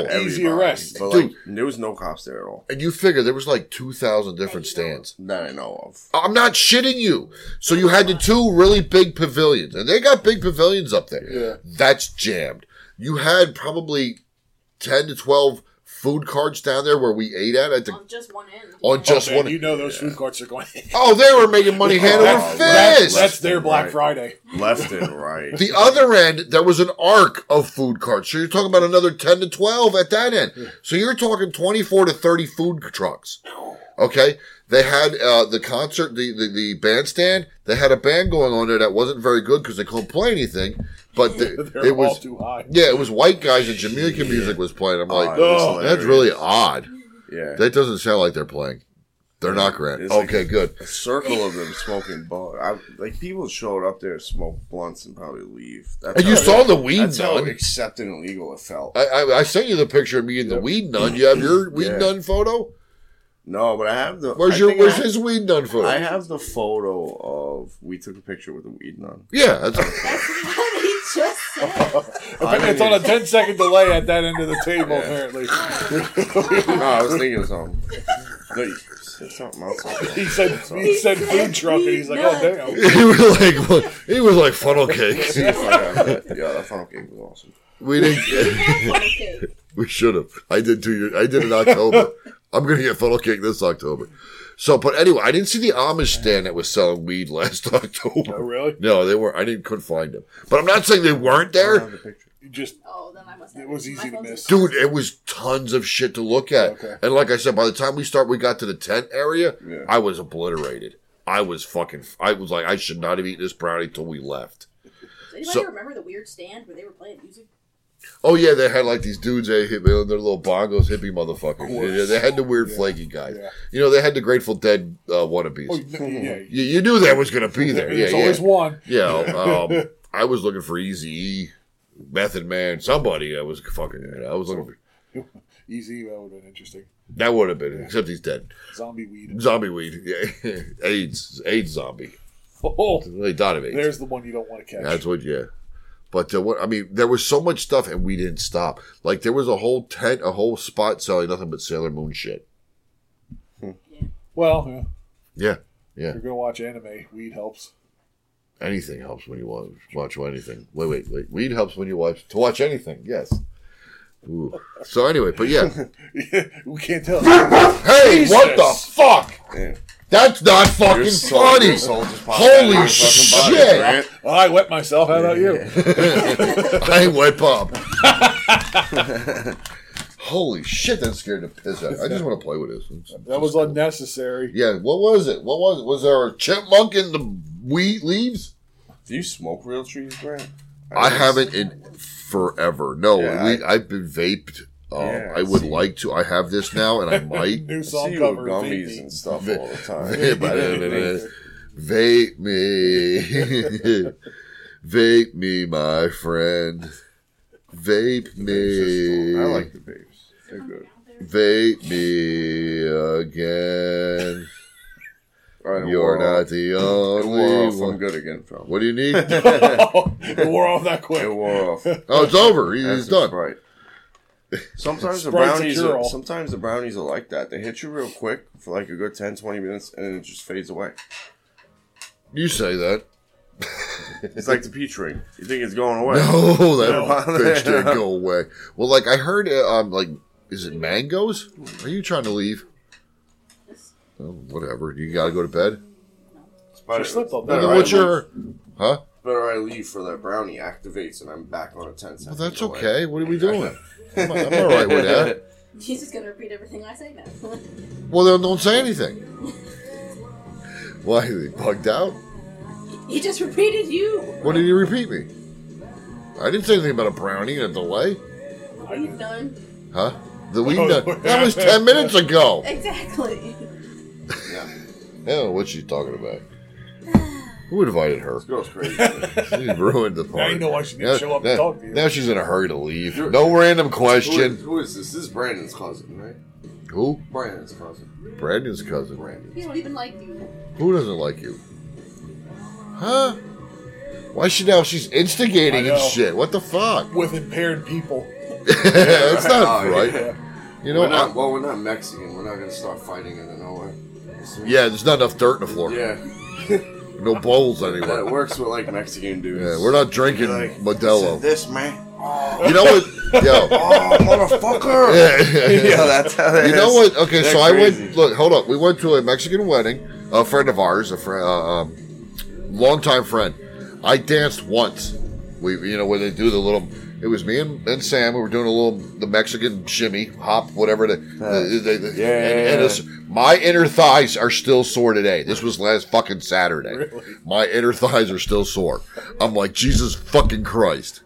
arrest, but like, there was no cops there at all. And you figure there was like 2,000 different stands. That I know of. I'm not shitting you. So you had the two really big pavilions, and they got big pavilions up there. Yeah. That's jammed. You had probably 10 to 12 food carts down there where we ate at. at the, on just one end. On just Oh, man, one You know those food carts are going. Oh, they were [laughs] making money hand over That's- that's- fist. That's their Black Right. Friday. [laughs] Left and right. The other end, there was an arc of food carts. So you're talking about another 10 to 12 at that end. So you're talking 24 to 30 food trucks. Okay. They had uh, the concert, the, the, the bandstand. They had a band going on there that wasn't very good because they couldn't play anything. But the, [laughs] They're it all was too high. yeah, it was white guys and Jamaican music was playing. I'm like, Oh, that's "Oh, that's hilarious." really odd. Yeah. that doesn't sound like they're playing. They're not grand. It's [laughs] like Okay, a- good. A circle of them smoking bud. I, like people showed up there, smoked blunts, and probably leave. And you saw the weed That's how done. accepted and legal it felt. I, I, I sent you the picture of me and the weed nun. You [clears throat] have your weed [clears throat] Yeah. nun photo. No, but I have the. Where's I your think Where's I- his weed nun photo? I have the photo of we took a picture with a weed nun. Yeah, [laughs] that's, he just said. [laughs] I bet it's on a 10 second delay at that end of [laughs] the [laughs] table, apparently. no, I was thinking of something. [laughs] No, you said something else. He said, he said food truck, and he's like, oh, damn. [laughs] he was like what- he was like funnel [laughs] cakes. Oh, yeah, that, yeah, that funnel cake was awesome. We didn't. [laughs] we should have. I did two years. I did in October. I'm gonna get funnel cake this October. So, but anyway, I didn't see the Amish stand that was selling weed last [laughs] October. Oh, really? No, they weren't. I didn't couldn't find them. But I'm not saying they weren't there. You just. Oh, then I must It was easy to miss. Dude, it was tons of shit to look at. Okay. And like I said, by the time we start, we got to the tent area. Yeah. I was obliterated. I was fucking. I was like, I should not have eaten this brownie till we left. Does anybody So- remember the weird stand where they were playing music? Oh yeah, they had like these dudes. They hit their little bongos, hippie motherfuckers. course. Yeah, they had the weird flaky guys. You know, they had the Grateful Dead uh, wannabes. Oh, yeah, yeah. [laughs] You, you knew that was [laughs] gonna be there. There's yeah, always yeah. one. [laughs] Yeah, um, I was looking for Easy, Method Man, somebody. I was fucking. I was looking for. [laughs] Easy, that would have been interesting. That would have been, except he's dead. Zombie weed. Zombie weed. [laughs] Yeah. AIDS. AIDS zombie. Oh, They died of AIDS. there's the one you don't want to catch. That's what, yeah. But uh, what I mean, there was so much stuff, and we didn't stop. Like there was a whole tent, a whole spot selling nothing but Sailor Moon shit. Well, yeah, Yeah, if yeah. you're going to watch anime, weed helps. Anything helps when you watch, watch anything. Wait, wait, wait. Weed helps when you watch to watch anything. Yes. Ooh. So anyway, but yeah. [laughs] we can't tell. [laughs] hey, what the fuck? That's not fucking Your soul- funny. your soul just popped out of Holy your fucking body, shit! right? Well, I wet myself. How about you? [laughs] I ain't wet pop. [laughs] Holy shit, that scared the piss out. of me. I just want to play with this. It's- That was unnecessary. Yeah, what was it? What was it? Was there a chipmunk in the wheat leaves? Do you smoke real trees, Grant? I haven't in forever. No, Yeah, we, I, have been vaped. Um, Yeah, I I would see. like to. I have this [laughs] now, and I [laughs] might. New I song see you with cover. gummies and stuff all the time. [laughs] [laughs] Vape me. [laughs] Vape me, my friend. Vape me. I like the babes. They're good. Vape me again. Alright, You're well, [laughs] not the it only wore off. one. I'm good again, Phil. What do [laughs] you need? it wore off that quick. It wore off. [laughs] Oh, it's over. He- That's he's done. Right. Sometimes the Sprite's a brownies are, [laughs] cure-all. sometimes the brownies are like that. They hit you real quick for like a good 10, 20 minutes and then it just fades away. You [laughs] say that. It's like the peach ring. You think it's going away. [laughs] [laughs] No, that No. [laughs] bitch didn't go away. Well, like I heard, uh, um, like is it mangoes? Are you trying to leave? Oh, whatever. You gotta go to bed. [laughs] It's better- She slipped on better that. I What's your- leave- Huh? Better I leave for that brownie activates and I'm back on a 10 Well, second. that's delay. okay. What are we doing? I'm, I'm all right with that. She's just gonna repeat everything I say now. [laughs] Well, then don't say anything. Why are they bugged out? he just repeated you. What did you repeat me? I didn't say anything about a brownie and a delay, Are you done? huh? The we that was ten minutes ago. Exactly. Yeah, what's she talking about? Who invited her? This girl's crazy. [laughs] she ruined the party. Now you know why she didn't show up and talk to you. Now she's in a hurry to leave. no random Who is, question. who is this? This is Brandon's cousin, right? Who? Brandon's cousin. Brandon's cousin. He don't even like you. Who doesn't like you? Huh? Why she now? She's instigating I and know. shit. What the fuck? with impaired people. That's [laughs] not Oh, right. yeah. You know, We're not, I- well, we're not Mexican. We're not going to start fighting in the nowhere. yeah, there's not enough dirt in the floor. Yeah. No bowls That [laughs] anywhere. works with like Mexican dudes. Yeah, we're not drinking Like, "Listen, Modelo. This man. You know what? [laughs] Yo. [laughs] Oh, [laughs] motherfucker. [laughs] Yeah, Yeah, that's how that You know is. what? Okay, They're so I crazy. went. Look, hold up. We went to a Mexican wedding. A friend of ours, a friend, uh, um, longtime friend. I danced once. We, you know, when they do the little. It was me and, and Sam. We were doing a little the Mexican shimmy, hop, whatever. The, the, the, the- Uh, Yeah, and, yeah, and yeah. it's- my inner thighs are still sore today. This was last fucking Saturday. My inner [laughs] thighs are still sore. I'm like Jesus fucking Christ.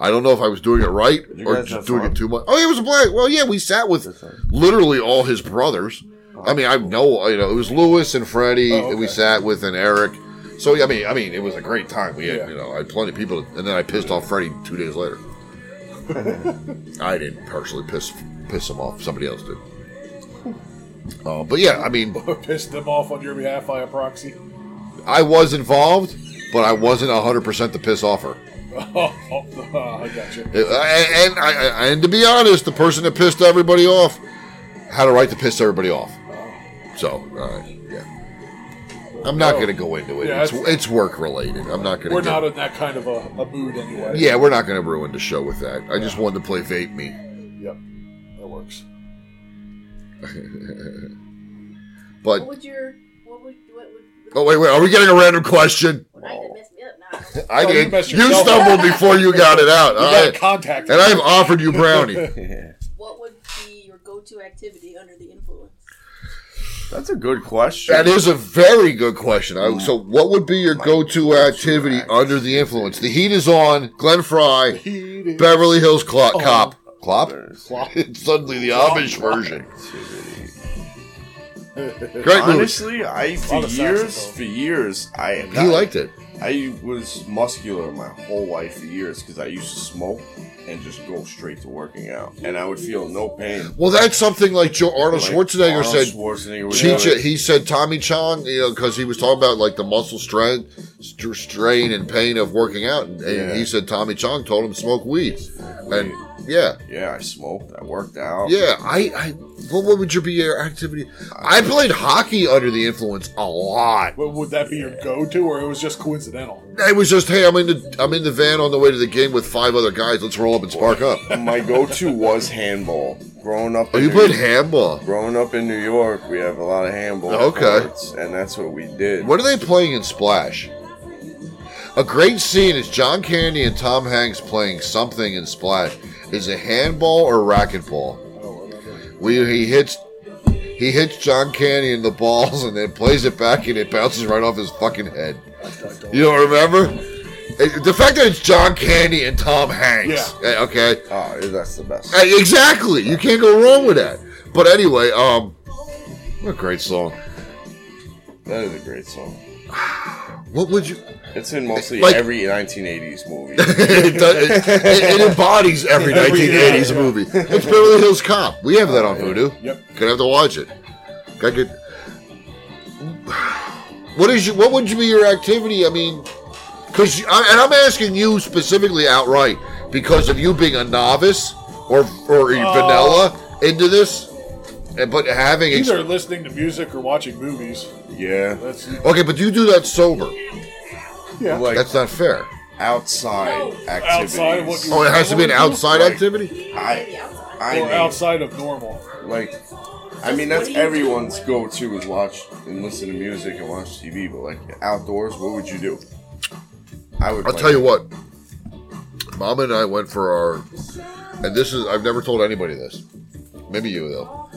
I don't know if I was doing it right you or guys just have doing fun? it too much. Oh, it was a black. Well, yeah, we sat with literally all his brothers. Oh. I mean, I know, you know, it was Lewis and Freddie that we sat with and Eric. So yeah, I mean, I mean, it was a great time. We had, you know, I had plenty of people, and then I pissed off Freddie two days later. I didn't personally piss piss him off. Somebody else did. Hmm. Uh, but yeah, I mean, Pissed them off on your behalf via proxy. [laughs] I was involved, but I wasn't hundred percent the piss offer. Oh, I got you. Uh, And, and, I- I- and to be honest, the person that pissed everybody off had a right to piss everybody off. So, uh, yeah. I'm not going to go into it. Yeah, it's, that's- it's work related. I'm not going to. We're not in that kind of a, a mood anyway. [laughs] Yeah, we're not going to ruin the show with that. I just wanted to play vape me. [laughs] Yep, that works. what but would your what would what would oh wait, wait, are we getting a random question? I Oh, you did. messed You, yourself up. stumbled before you got it out. You All got right. contacted. And I've offered you [laughs] brownie. what would be your go-to activity under the influence? That's a good question. That is a very good question. I, so, what would be your go-to activity under the influence? The heat is on. Glenn Fry, Beverly Hills Clop, Oh. Cop, Clop. It's [laughs] suddenly the Amish version. Great movie. Honestly, I A for lot of years, saxophone. for years, I have He not- liked it. I was muscular my whole life for years because I used to smoke and just go straight to working out, and I would feel no pain. Well, that's something like Joe Arnold Like Schwarzenegger Arnold said. Schwarzenegger was Cheech- doing it. he said Tommy Chong, you know, because he was talking about like the muscle strain, st- strain and pain of working out, and, and Yeah. he said Tommy Chong told him smoke weed, and yeah, Yeah, I smoked. I worked out. yeah. I, I what, what would your be your activity? I played hockey under the influence a lot. But would that be your go-to, or it was just coincidental? It was just, hey, I'm in the I'm in the van on the way to the game with five other guys. Let's roll up and spark up. My go-to was handball. Growing up, Oh, in you New- played handball. Growing up in New York, we have a lot of handball. Okay. courts, and that's what we did. What are they playing in Splash? A great scene is John Candy and Tom Hanks playing something in Splash. Is it handball or racquetball? We he hits he hits John Candy in the balls and then plays it back and it bounces right off his fucking head. You don't remember? Eh, The fact that it's John Candy and Tom Hanks. eh, Okay. Eh, Oh, that's the best. Exactly. You can't go wrong with that. But anyway, um, what a great song. That is a great song. [sighs] What would you? It's in mostly Like- every 1980s movie. [laughs] [laughs] it, does, it, [laughs] it, it embodies every, 1980s yeah, yeah. [laughs] movie. It's Beverly Hills Cop. We have that on Voodoo. Yep. Gonna have to watch it. Gotta get. What is your, What would be your activity? I mean, because and I'm asking you specifically outright because of you being a novice. or or [laughs] vanilla into this, and but having ex- Either listening to music or watching movies. yeah. That's Okay, but you do that sober. Yeah. That's not fair. Outside activities. Outside, what do you- Oh, it has to be an outside Like, activity. I, or I mean, outside of normal. like, I mean that's everyone's go-to is watch and listen to music and watch TV. But like outdoors, what would you do? I would. I'll play- tell you what. Mama and I went for our, and this is I've never told anybody this. Maybe you though.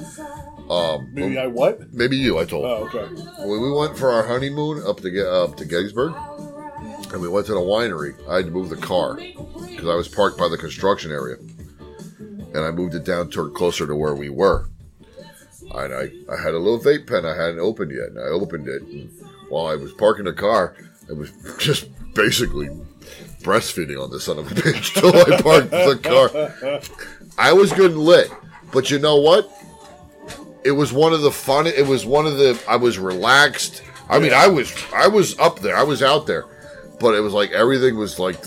Um, Maybe I what? Maybe you. I told. Oh, okay. When we went for our honeymoon up to Ge- up to Gettysburg, and we went to the winery, I had to move the car because I was parked by the construction area, and I moved it down toward closer to where we were. And I, I had a little vape pen I hadn't opened yet, and I opened it. And while I was parking the car, I was just basically breastfeeding on the son of a bitch [laughs] till I parked the car. [laughs] I was good and lit, but you know what? It was one of the fun. It was one of the. I was relaxed. I mean, I was I was up there. I was out there, but it was like everything was like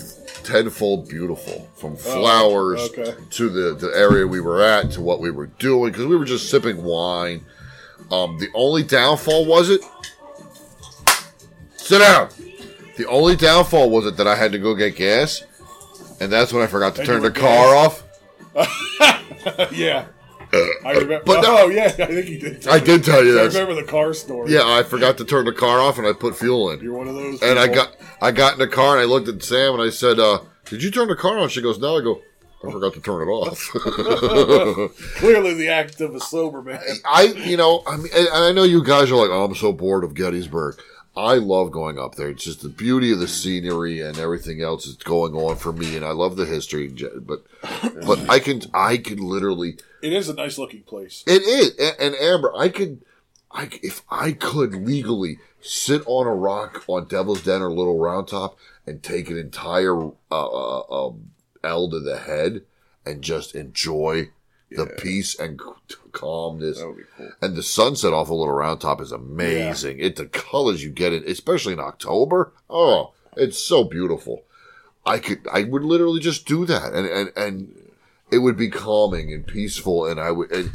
tenfold beautiful from flowers Oh, okay. to the the area we were at to what we were doing because we were just sipping wine. Um, the only downfall was it. Sit down. The only downfall was it that I had to go get gas, and that's when I forgot to And turn you the were car gas. off. [laughs] yeah. I remember. Uh, But oh, yeah, I think you did. tell I me. did tell you I that. remember the car story. Yeah, I forgot to turn the car off and I put fuel in. You're one of those. And I people. got I got in the car and I looked at Sam and I said, uh, "Did you turn the car on?" She goes, "No." I go, "I forgot to turn it off." [laughs] [laughs] Clearly, the act of a sober man. I, you know, I mean, and and I know you guys are like, "Oh, I'm so bored of Gettysburg." I love going up there. It's just the beauty of the scenery and everything else that's going on for me, and I love the history. But, but I can I can literally It is a nice looking place. It is, A- and, Amber, I could, I c- if I could legally sit on a rock on Devil's Den or Little Round Top and take an entire uh, uh, um, L to the head and just enjoy the peace and c- calmness. And the sunset off of Little Round Top is amazing. It the colors you get it, especially in October. Oh, it's so beautiful. I could, I would literally just do that, and and and it would be calming and peaceful, and I would. And,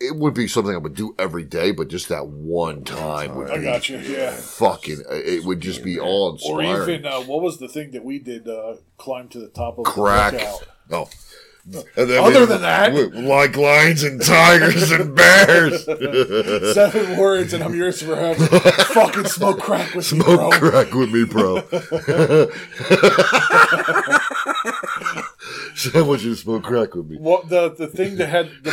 it would be something I would do every day, but just that one time would I be got you, yeah. fucking. It would just be all Or inspiring. even uh, what was the thing that we did? Uh, climb to the top of the crack. Oh, lookout. No. Other than that- like lions and tigers and [laughs] bears. Seven words, and I'm yours forever. Fucking smoke crack with me, Smoke bro. crack with me, [laughs] bro. [laughs] Sam wants you to smoke crack with me. What the the thing that had the,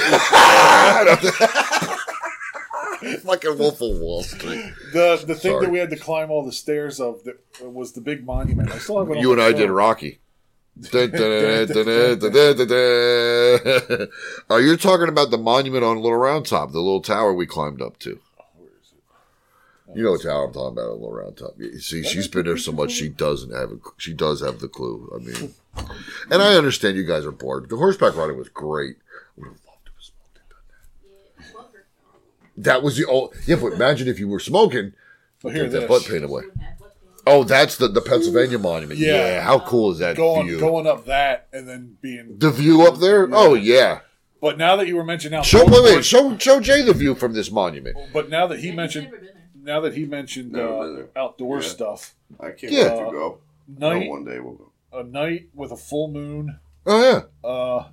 [laughs] Fucking Wolf of Wall Street. the, the thing Sorry. that we had to climb all the stairs of that was the big monument. I still have it. on You and my I phone. did Rocky. Are you talking about the monument on Little Round Top, the little tower we climbed up to? You know what tower I'm talking about on Little Round Top. You See, she's been there so much she doesn't have a, she does have the clue. I mean, and I understand you guys are bored. The horseback riding was great. That was the old yeah. But imagine if you were smoking, Well, get here that this. butt pain away. Oh, that's the the Pennsylvania monument. Yeah, Yeah. how cool is that Going view? going up that and then being. The view up there? Oh yeah. But now that you were mentioning out, Show wait, wait, show show Jay the view from this monument. but now that he mentioned, now that he mentioned uh, outdoor Yeah. stuff, I can't wait to go. Night, Oh, one day we'll go. a night with a full moon. Oh yeah. Uh,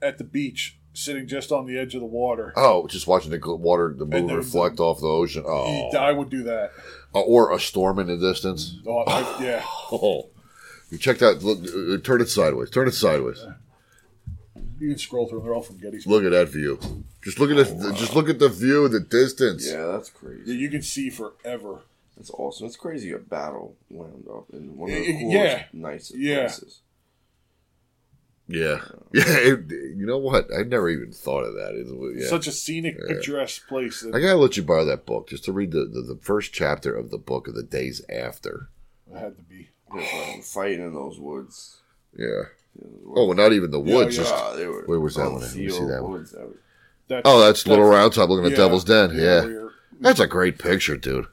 at the beach, sitting just on the edge of the water. Oh, just watching the gl- water, the moon And there's reflect off the ocean. Oh, I would do that. Uh, or a storm in the distance. Oh, I, yeah. Oh, you check that. Look, uh, turn it sideways. Turn it sideways. You can scroll through. them, They're all from Gettysburg. Look at that view. Just look at this. Just look at the view, the distance. Yeah, that's crazy. Yeah, you can see forever. That's awesome. It's crazy. A battle wound up in one of Y- the y- coolest, yeah. nicest Yeah. places. Yeah, [laughs] yeah. it- you know what? I never even thought of that. It- yeah. Such a scenic, Yeah. picturesque place. That, I gotta let you borrow that book just to read the, the, the first chapter of the book of the days after. It had to be. There's, uh, fighting in those woods. Yeah. Oh, well, not even the Yeah, woods. yeah. just- Ah, they were where was that on one? at? Let me seal see that one. woods, that was- oh, that's, Little Round Top looking yeah, at Devil's Den. yeah, Yeah. where you're- That's a great picture, dude.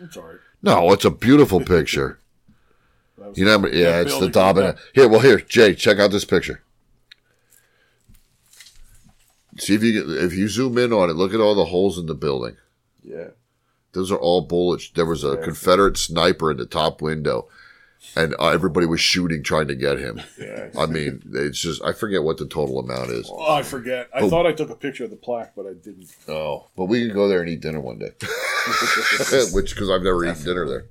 I'm sorry. No, it's a beautiful picture. you know, how many- [laughs] yeah, that it's [laughs] the building- Dobbin. that- Here, well, here, Jay, check out this picture. See if you can- if you zoom in on it, look at all the holes in the building. Yeah. Those are all bullets. There was a Yeah. Confederate sniper in the top window, and uh, everybody was shooting trying to get him. Yeah. I mean, it's just I forget what the total amount is. Oh, I forget. I But- thought I took a picture of the plaque, but I didn't. Oh, but we can go there and eat dinner one day. [laughs] Which, because I've never eaten dinner there.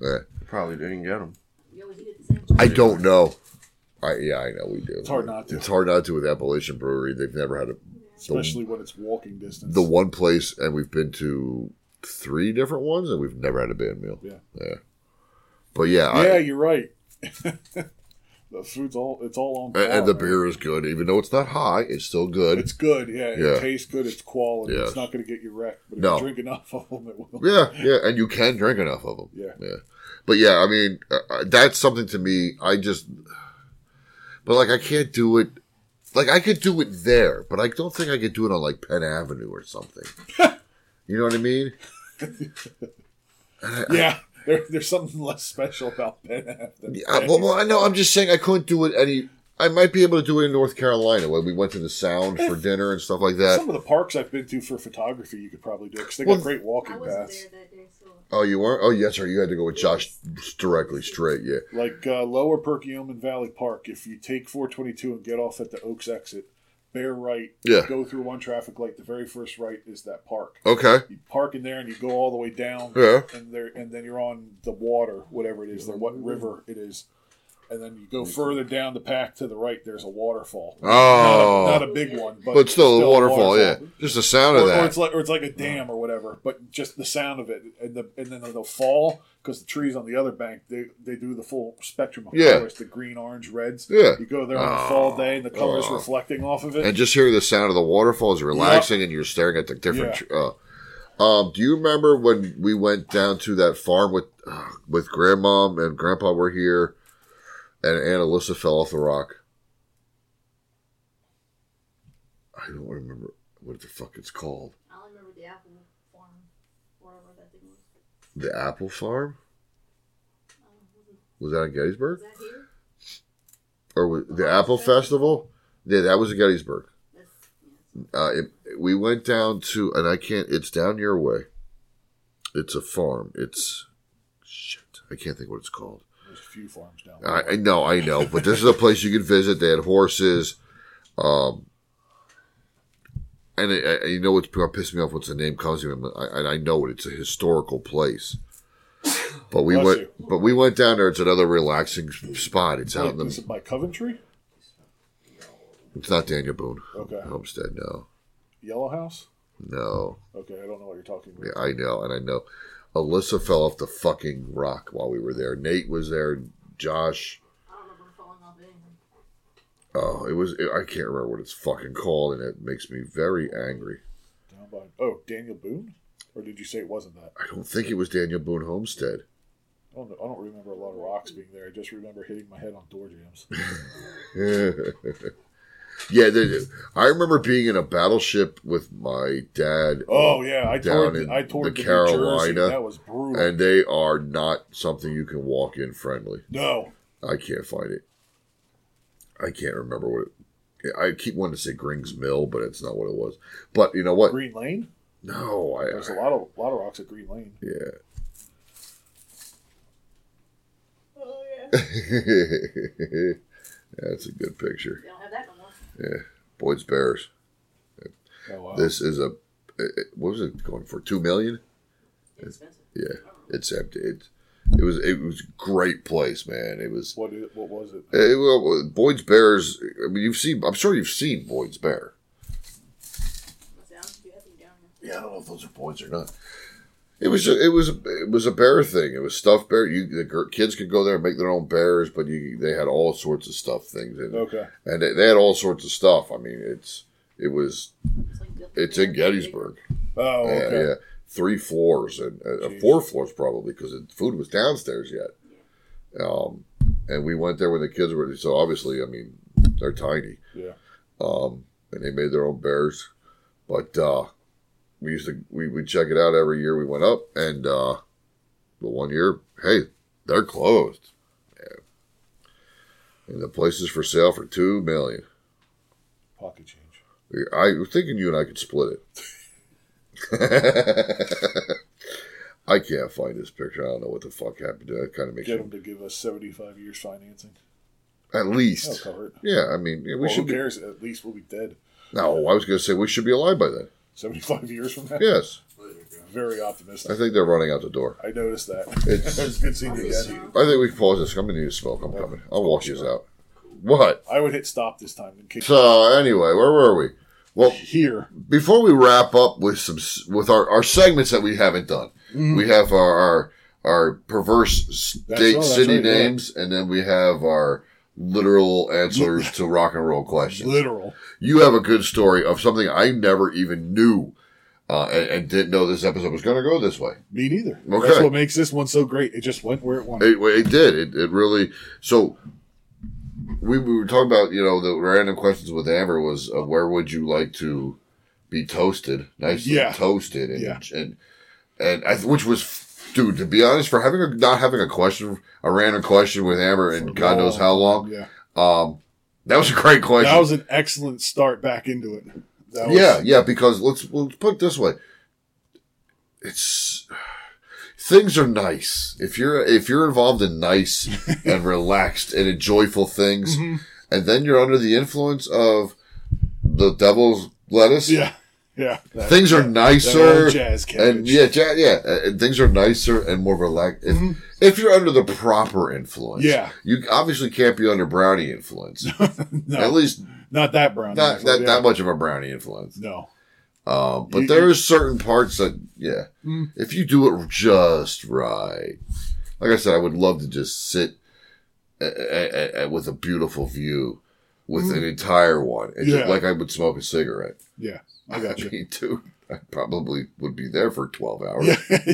Yeah. Probably didn't get them. I don't know. I yeah, I know we do. It's hard not to. It's hard not to with Appalachian Brewery. They've never had a Especially the, when it's walking distance. the one place, and we've been to three different ones, and we've never had a band meal. Yeah. yeah. But yeah, I- yeah, you're right. [laughs] the food's all it's all on. and, and the par. beer is good, even though it's not high. It's still good. It's good. Yeah, it Yeah. tastes good. It's quality. Yes. It's not going to get you wrecked. But if No. you drink enough of them, it will. Yeah, yeah, and you can drink enough of them. Yeah. yeah. But yeah, I mean, uh, uh, that's something to me. I just, but like, I can't do it. Like, I could do it there, but I don't think I could do it on like Penn Avenue [laughs] or something. you know what I mean? [laughs] yeah. There, there's something less special about Ben Affleck. I, well, well, I know. I'm just saying I couldn't do it any. I might be able to do it in North Carolina when we went to the Sound for dinner and stuff like that. Eh. Some of the parks I've been to for photography, you could probably do because they Well, got great walking paths. Oh, you weren't? Oh, yes, sir. You had to go with Josh directly straight. Yeah. Like uh, Lower Perkiomen Valley Park, if you take 422 and get off at the Oaks exit, bear right, Yeah. go through one traffic light. The very first right is that park. Okay. You park in there and you go all the way down. Yeah. And there, and then you're on the water, whatever it is, there, what river it is. And then you go further down the path to the right. There's a waterfall. Oh. not a, not a big one, but, But still a waterfall, yeah. Just the sound of Or- that. Or it's like, or it's like a dam or whatever, but just the sound of it, and the and then they'll fall because the trees on the other bank they, they do the full spectrum of Yeah. colors, the green, orange, reds. Yeah. you go there on Oh, a fall day, and the colors oh. reflecting off of it. and just hearing the sound of the waterfall is relaxing, and you're staring at the different. Uh, um, do you remember when we went down to that farm with uh, with Grandma and Grandpa were here, and Aunt Alyssa fell off the rock? I don't remember what the fuck it's called. I don't remember the apple farm, wherever that thing was. The Apple Farm. Was that in Gettysburg? Or was the Apple Festival? Yeah, that was in Gettysburg. Uh, it, we went down to, and I can't. It's down your way. It's a farm. It's shit. I can't think what it's called. There's a few farms down. I, I know, I know, but this is a place you could visit. They had horses, um, and I, I, you know what's gonna piss me off once the name comes to me, I, and I know it. It's a historical place, but we Bless went, you. but we went down there. It's another relaxing spot. It's out Wait, in the this is by Coventry, It's not Daniel Boone. Okay. Homestead, no. Yellow House. No. Okay, I don't know what you're talking about. Yeah, I know, and I know. Alyssa fell off the fucking rock while we were there. Nate was there. Josh. Oh, it was. I can't remember what it's fucking called, and it makes me very angry. Down by oh Daniel Boone, or did you say it wasn't that? I don't think it was Daniel Boone Homestead. I don't, know, I don't remember a lot of rocks being there. I just remember hitting my head on door [laughs] jams. yeah, they, I remember being in a battleship with my dad. Oh, yeah, I down toured- in I toured the the New Jersey. Carolina. That was brutal. And they are not something you can walk in friendly. No. I can't find it. I can't remember what. It, I keep wanting to say Gring's Mill, but it's not what it was. But you know what? Green Lane. No, I. There's a lot of lot of rocks at Green Lane. Yeah. [laughs] That's a good picture. They don't have that no more. Yeah, Boyd's Bears. Oh, wow. This is a it- it- what was it going for? Two million. Yeah, it's empty. It, it was it was a great place, man. It was. What is, what was it? Eh, well, Boyd's Bears. I mean, you've seen. I'm sure you've seen Boyd's Bear. Yeah, I don't know if those are Boyd's or not. It was a, it was it was a bear thing. It was stuffed bear. You the gir- kids could go there and make their own bears, but you they had all sorts of stuff things in. it. Okay. and they, they had all sorts of stuff. I mean, it's it was it's in Gettysburg. Oh, okay. yeah, yeah. Three floors and uh, four floors probably because the food was downstairs yet. Um, and we went there when the kids were so obviously I mean they're tiny. Yeah. Um, and they made their own bears, but uh, we used to we would check it out every year. We went up and uh, the one year, hey, they're closed. Yeah. And the place is for sale for two million. Pocket change. I was thinking you and I could split it. [laughs] I can't find this picture. I don't know what the fuck happened. to it. It kind of makes Get me- them to give us 75 years financing. at least. That'll cover it. Yeah, I mean, yeah, we Oh, Well, should. Who Be, cares? At least we'll be dead no, I was going to say we should be alive by [laughs] then. 75 years from now. Yes. Very optimistic. I think they're running out the door. I noticed that. [laughs] It's- good seeing you again. I think we can pause this. I'm going to need a smoke. I'm coming. I'll wash this out. What? I would hit stop this time in case. So anyway, where were we? Well, here before we wrap up with some s- with our, our segments that we haven't done, Mm. we have our our, our perverse That's state right, that's city right, yeah. names, and then we have our literal answers to rock and roll questions. Literal. You have a good story of something I never even knew, uh, and, and didn't know this episode was going to go this way. Me neither. Okay. That's what makes this one so great. It just went where it wanted. It, it did. It, it really. So we, we were talking about you know the random questions with Amber was uh, where would you like to be toasted, nicely Yeah. toasted, and Yeah. and and I, which was dude to be honest for having a not having a question a random question with Amber and God knows how long. Yeah. Um, that was a great question. That was an excellent start back into it. That was, yeah, yeah. Because let's let's put it this way: it's things are nice if you're if you're involved in nice [laughs] and relaxed and in joyful things, Mhm. and then you're under the influence of the devil's lettuce. Yeah, yeah. Things are That- that nicer, old jazz and cabbage. yeah, ja- yeah, uh, and things are nicer and more relaxed. If, Mhm. if you're under the proper influence, Yeah. you obviously can't be under brownie influence. [laughs] No. At least not that brown. not actually, that, yeah. that much of a brownie influence. No. Uh, but You- there you- is certain parts that, yeah, Mm. if you do it just right, like I said, I would love to just sit a, a, a- with a beautiful view, with Mm. an entire one, and Yeah. just, like I would smoke a cigarette. Yeah, [laughs] I got you. mean, dude, I probably would be there for twelve hours.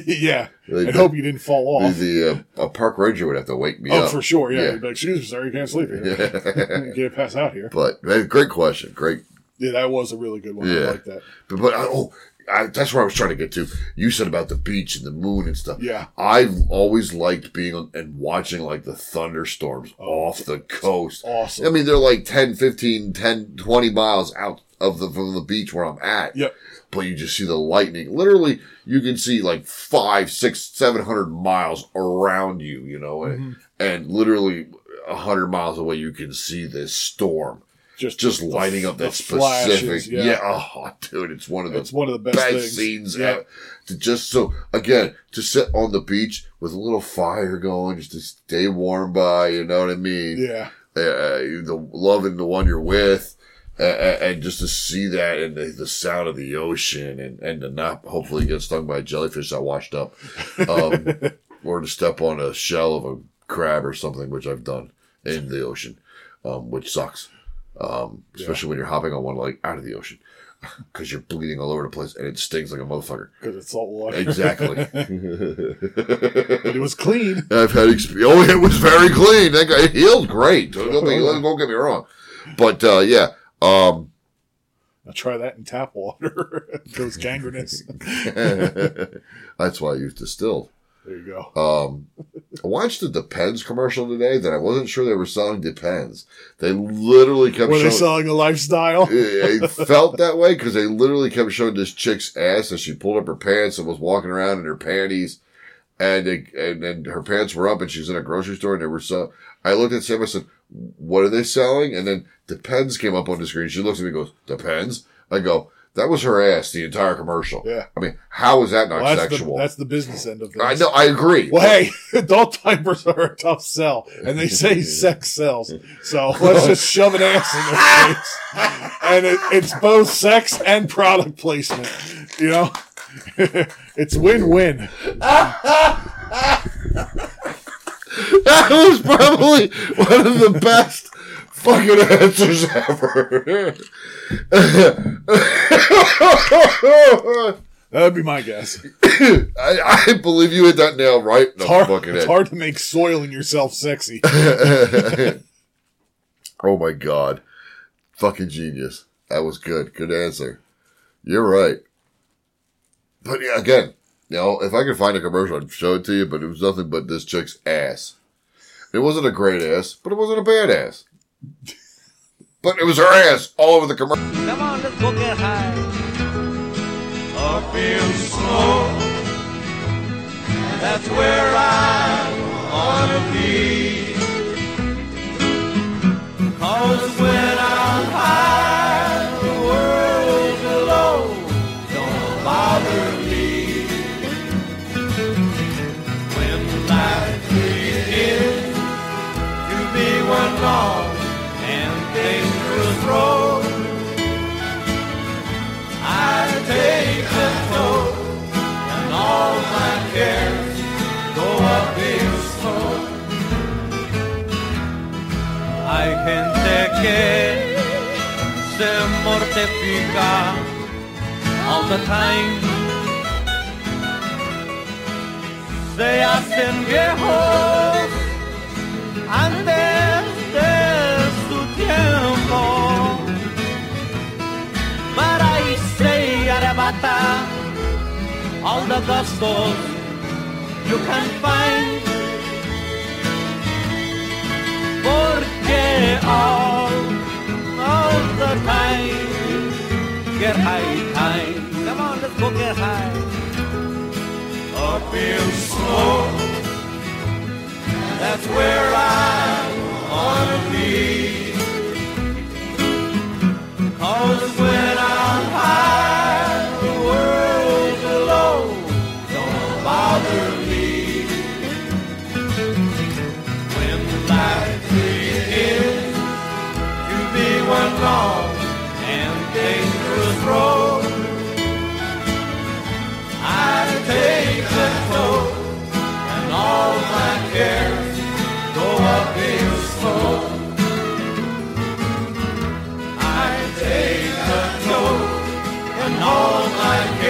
yeah. [laughs] Like and the- hope you didn't fall off. The, the uh, a park ranger would have to wake me oh, up for sure. Yeah. You'd be like, "Shoes, sorry, you can't sleep [laughs] here. Get a pass out here. But man, great question, great Yeah, that was a really good one. I Yeah. like that. But, but I, oh, I, that's where I was trying to get to. You said about the beach and the moon and stuff. Yeah. I've always liked being on, and watching like the thunderstorms off the coast. Oh, awesome. I mean, they're like 10, 15, 10, 20 miles out of the, from the beach where I'm at. Yep. But you just see the lightning. Literally, you can see like five, six, seven hundred miles around you, you know, and, Mhm. and literally a hundred miles away, you can see this storm. Just, just the lighting f- up that the flashes, specific, yeah. yeah, [laughs] oh, dude, it's one of the, It's one of the best things. scenes Yeah. ever. To just so again to sit on the beach with a little fire going, just to stay warm by. You know what I mean? Yeah. Uh, the loving the one you're with, uh, uh, and just to see that and the, the sound of the ocean, and and to not hopefully get stung by a jellyfish that [laughs] washed up, um, or to step on a shell of a crab or something, which I've done in the ocean, um, which sucks. Um, especially when you're hopping on one leg out of the ocean [laughs] because you're bleeding all over the place and it stings like a motherfucker. Because it's salt water. [laughs] Exactly. [laughs] But it was clean. I've had experience. Oh, it was very clean. That guy it healed great. Don't, don't, be- don't get me wrong. But uh, yeah, um, [laughs] I'll try that in tap water. [laughs] it goes [laughs] gangrenous. [laughs] that's why I use distilled. There you go. Um, I watched the Depends commercial today that I wasn't sure they were selling Depends. They literally kept Were they [laughs] showing. selling a lifestyle? [laughs] it it felt that way because they literally kept showing this chick's ass as she pulled up her pants and was walking around in her panties, and it, and then her pants were up and she's in a grocery store and they were so. I looked at Sam. I said, "What are they selling?" And then depends came up on the screen. She looks at me, and goes, "Depends." I go, "That was her ass the entire commercial." Yeah. I mean, how is that not Well, that's, sexual? The, that's the business end of things. I know. I agree. Well, hey, [laughs] adult diapers are a tough sell, and they say sex sells. [laughs] So let's just shove an ass in their face, and it, it's both sex and product placement. You know, [laughs] it's win-win. that was probably one of the best fucking answers [laughs] ever. That'd be my guess. I, I believe you hit that nail right in the It's hard, fucking it's head. hard to make soiling yourself [laughs] sexy. oh my god. Fucking genius. That was good. Good answer. You're right. But yeah, again, you know, if I could find a commercial, I'd show it to you, but it was nothing but this chick's ass. It wasn't a great ass, but it wasn't a bad ass. But it was her ass all over the commercial. Come on, let's go get high. Up in smoke, that's where I wanna be. Cause when I'm high, the world below don't bother me. When life begins to be one long and dangerous road. I take a toll, and all my cares go up in smoke. Hay gente que se mortifica all the time. Se hacen viejos antes de su tiempo. Para y se arrebata all the gospels you can find. Porque all, all the time, get high, high. Come on, let's go get high. Up in smoke, that's where I wanna be. Cause when I'm high, the world below don't bother me. When life begins to be one long and dangerous road, I take the toll and all my cares go up in smoke. I take the toll and all my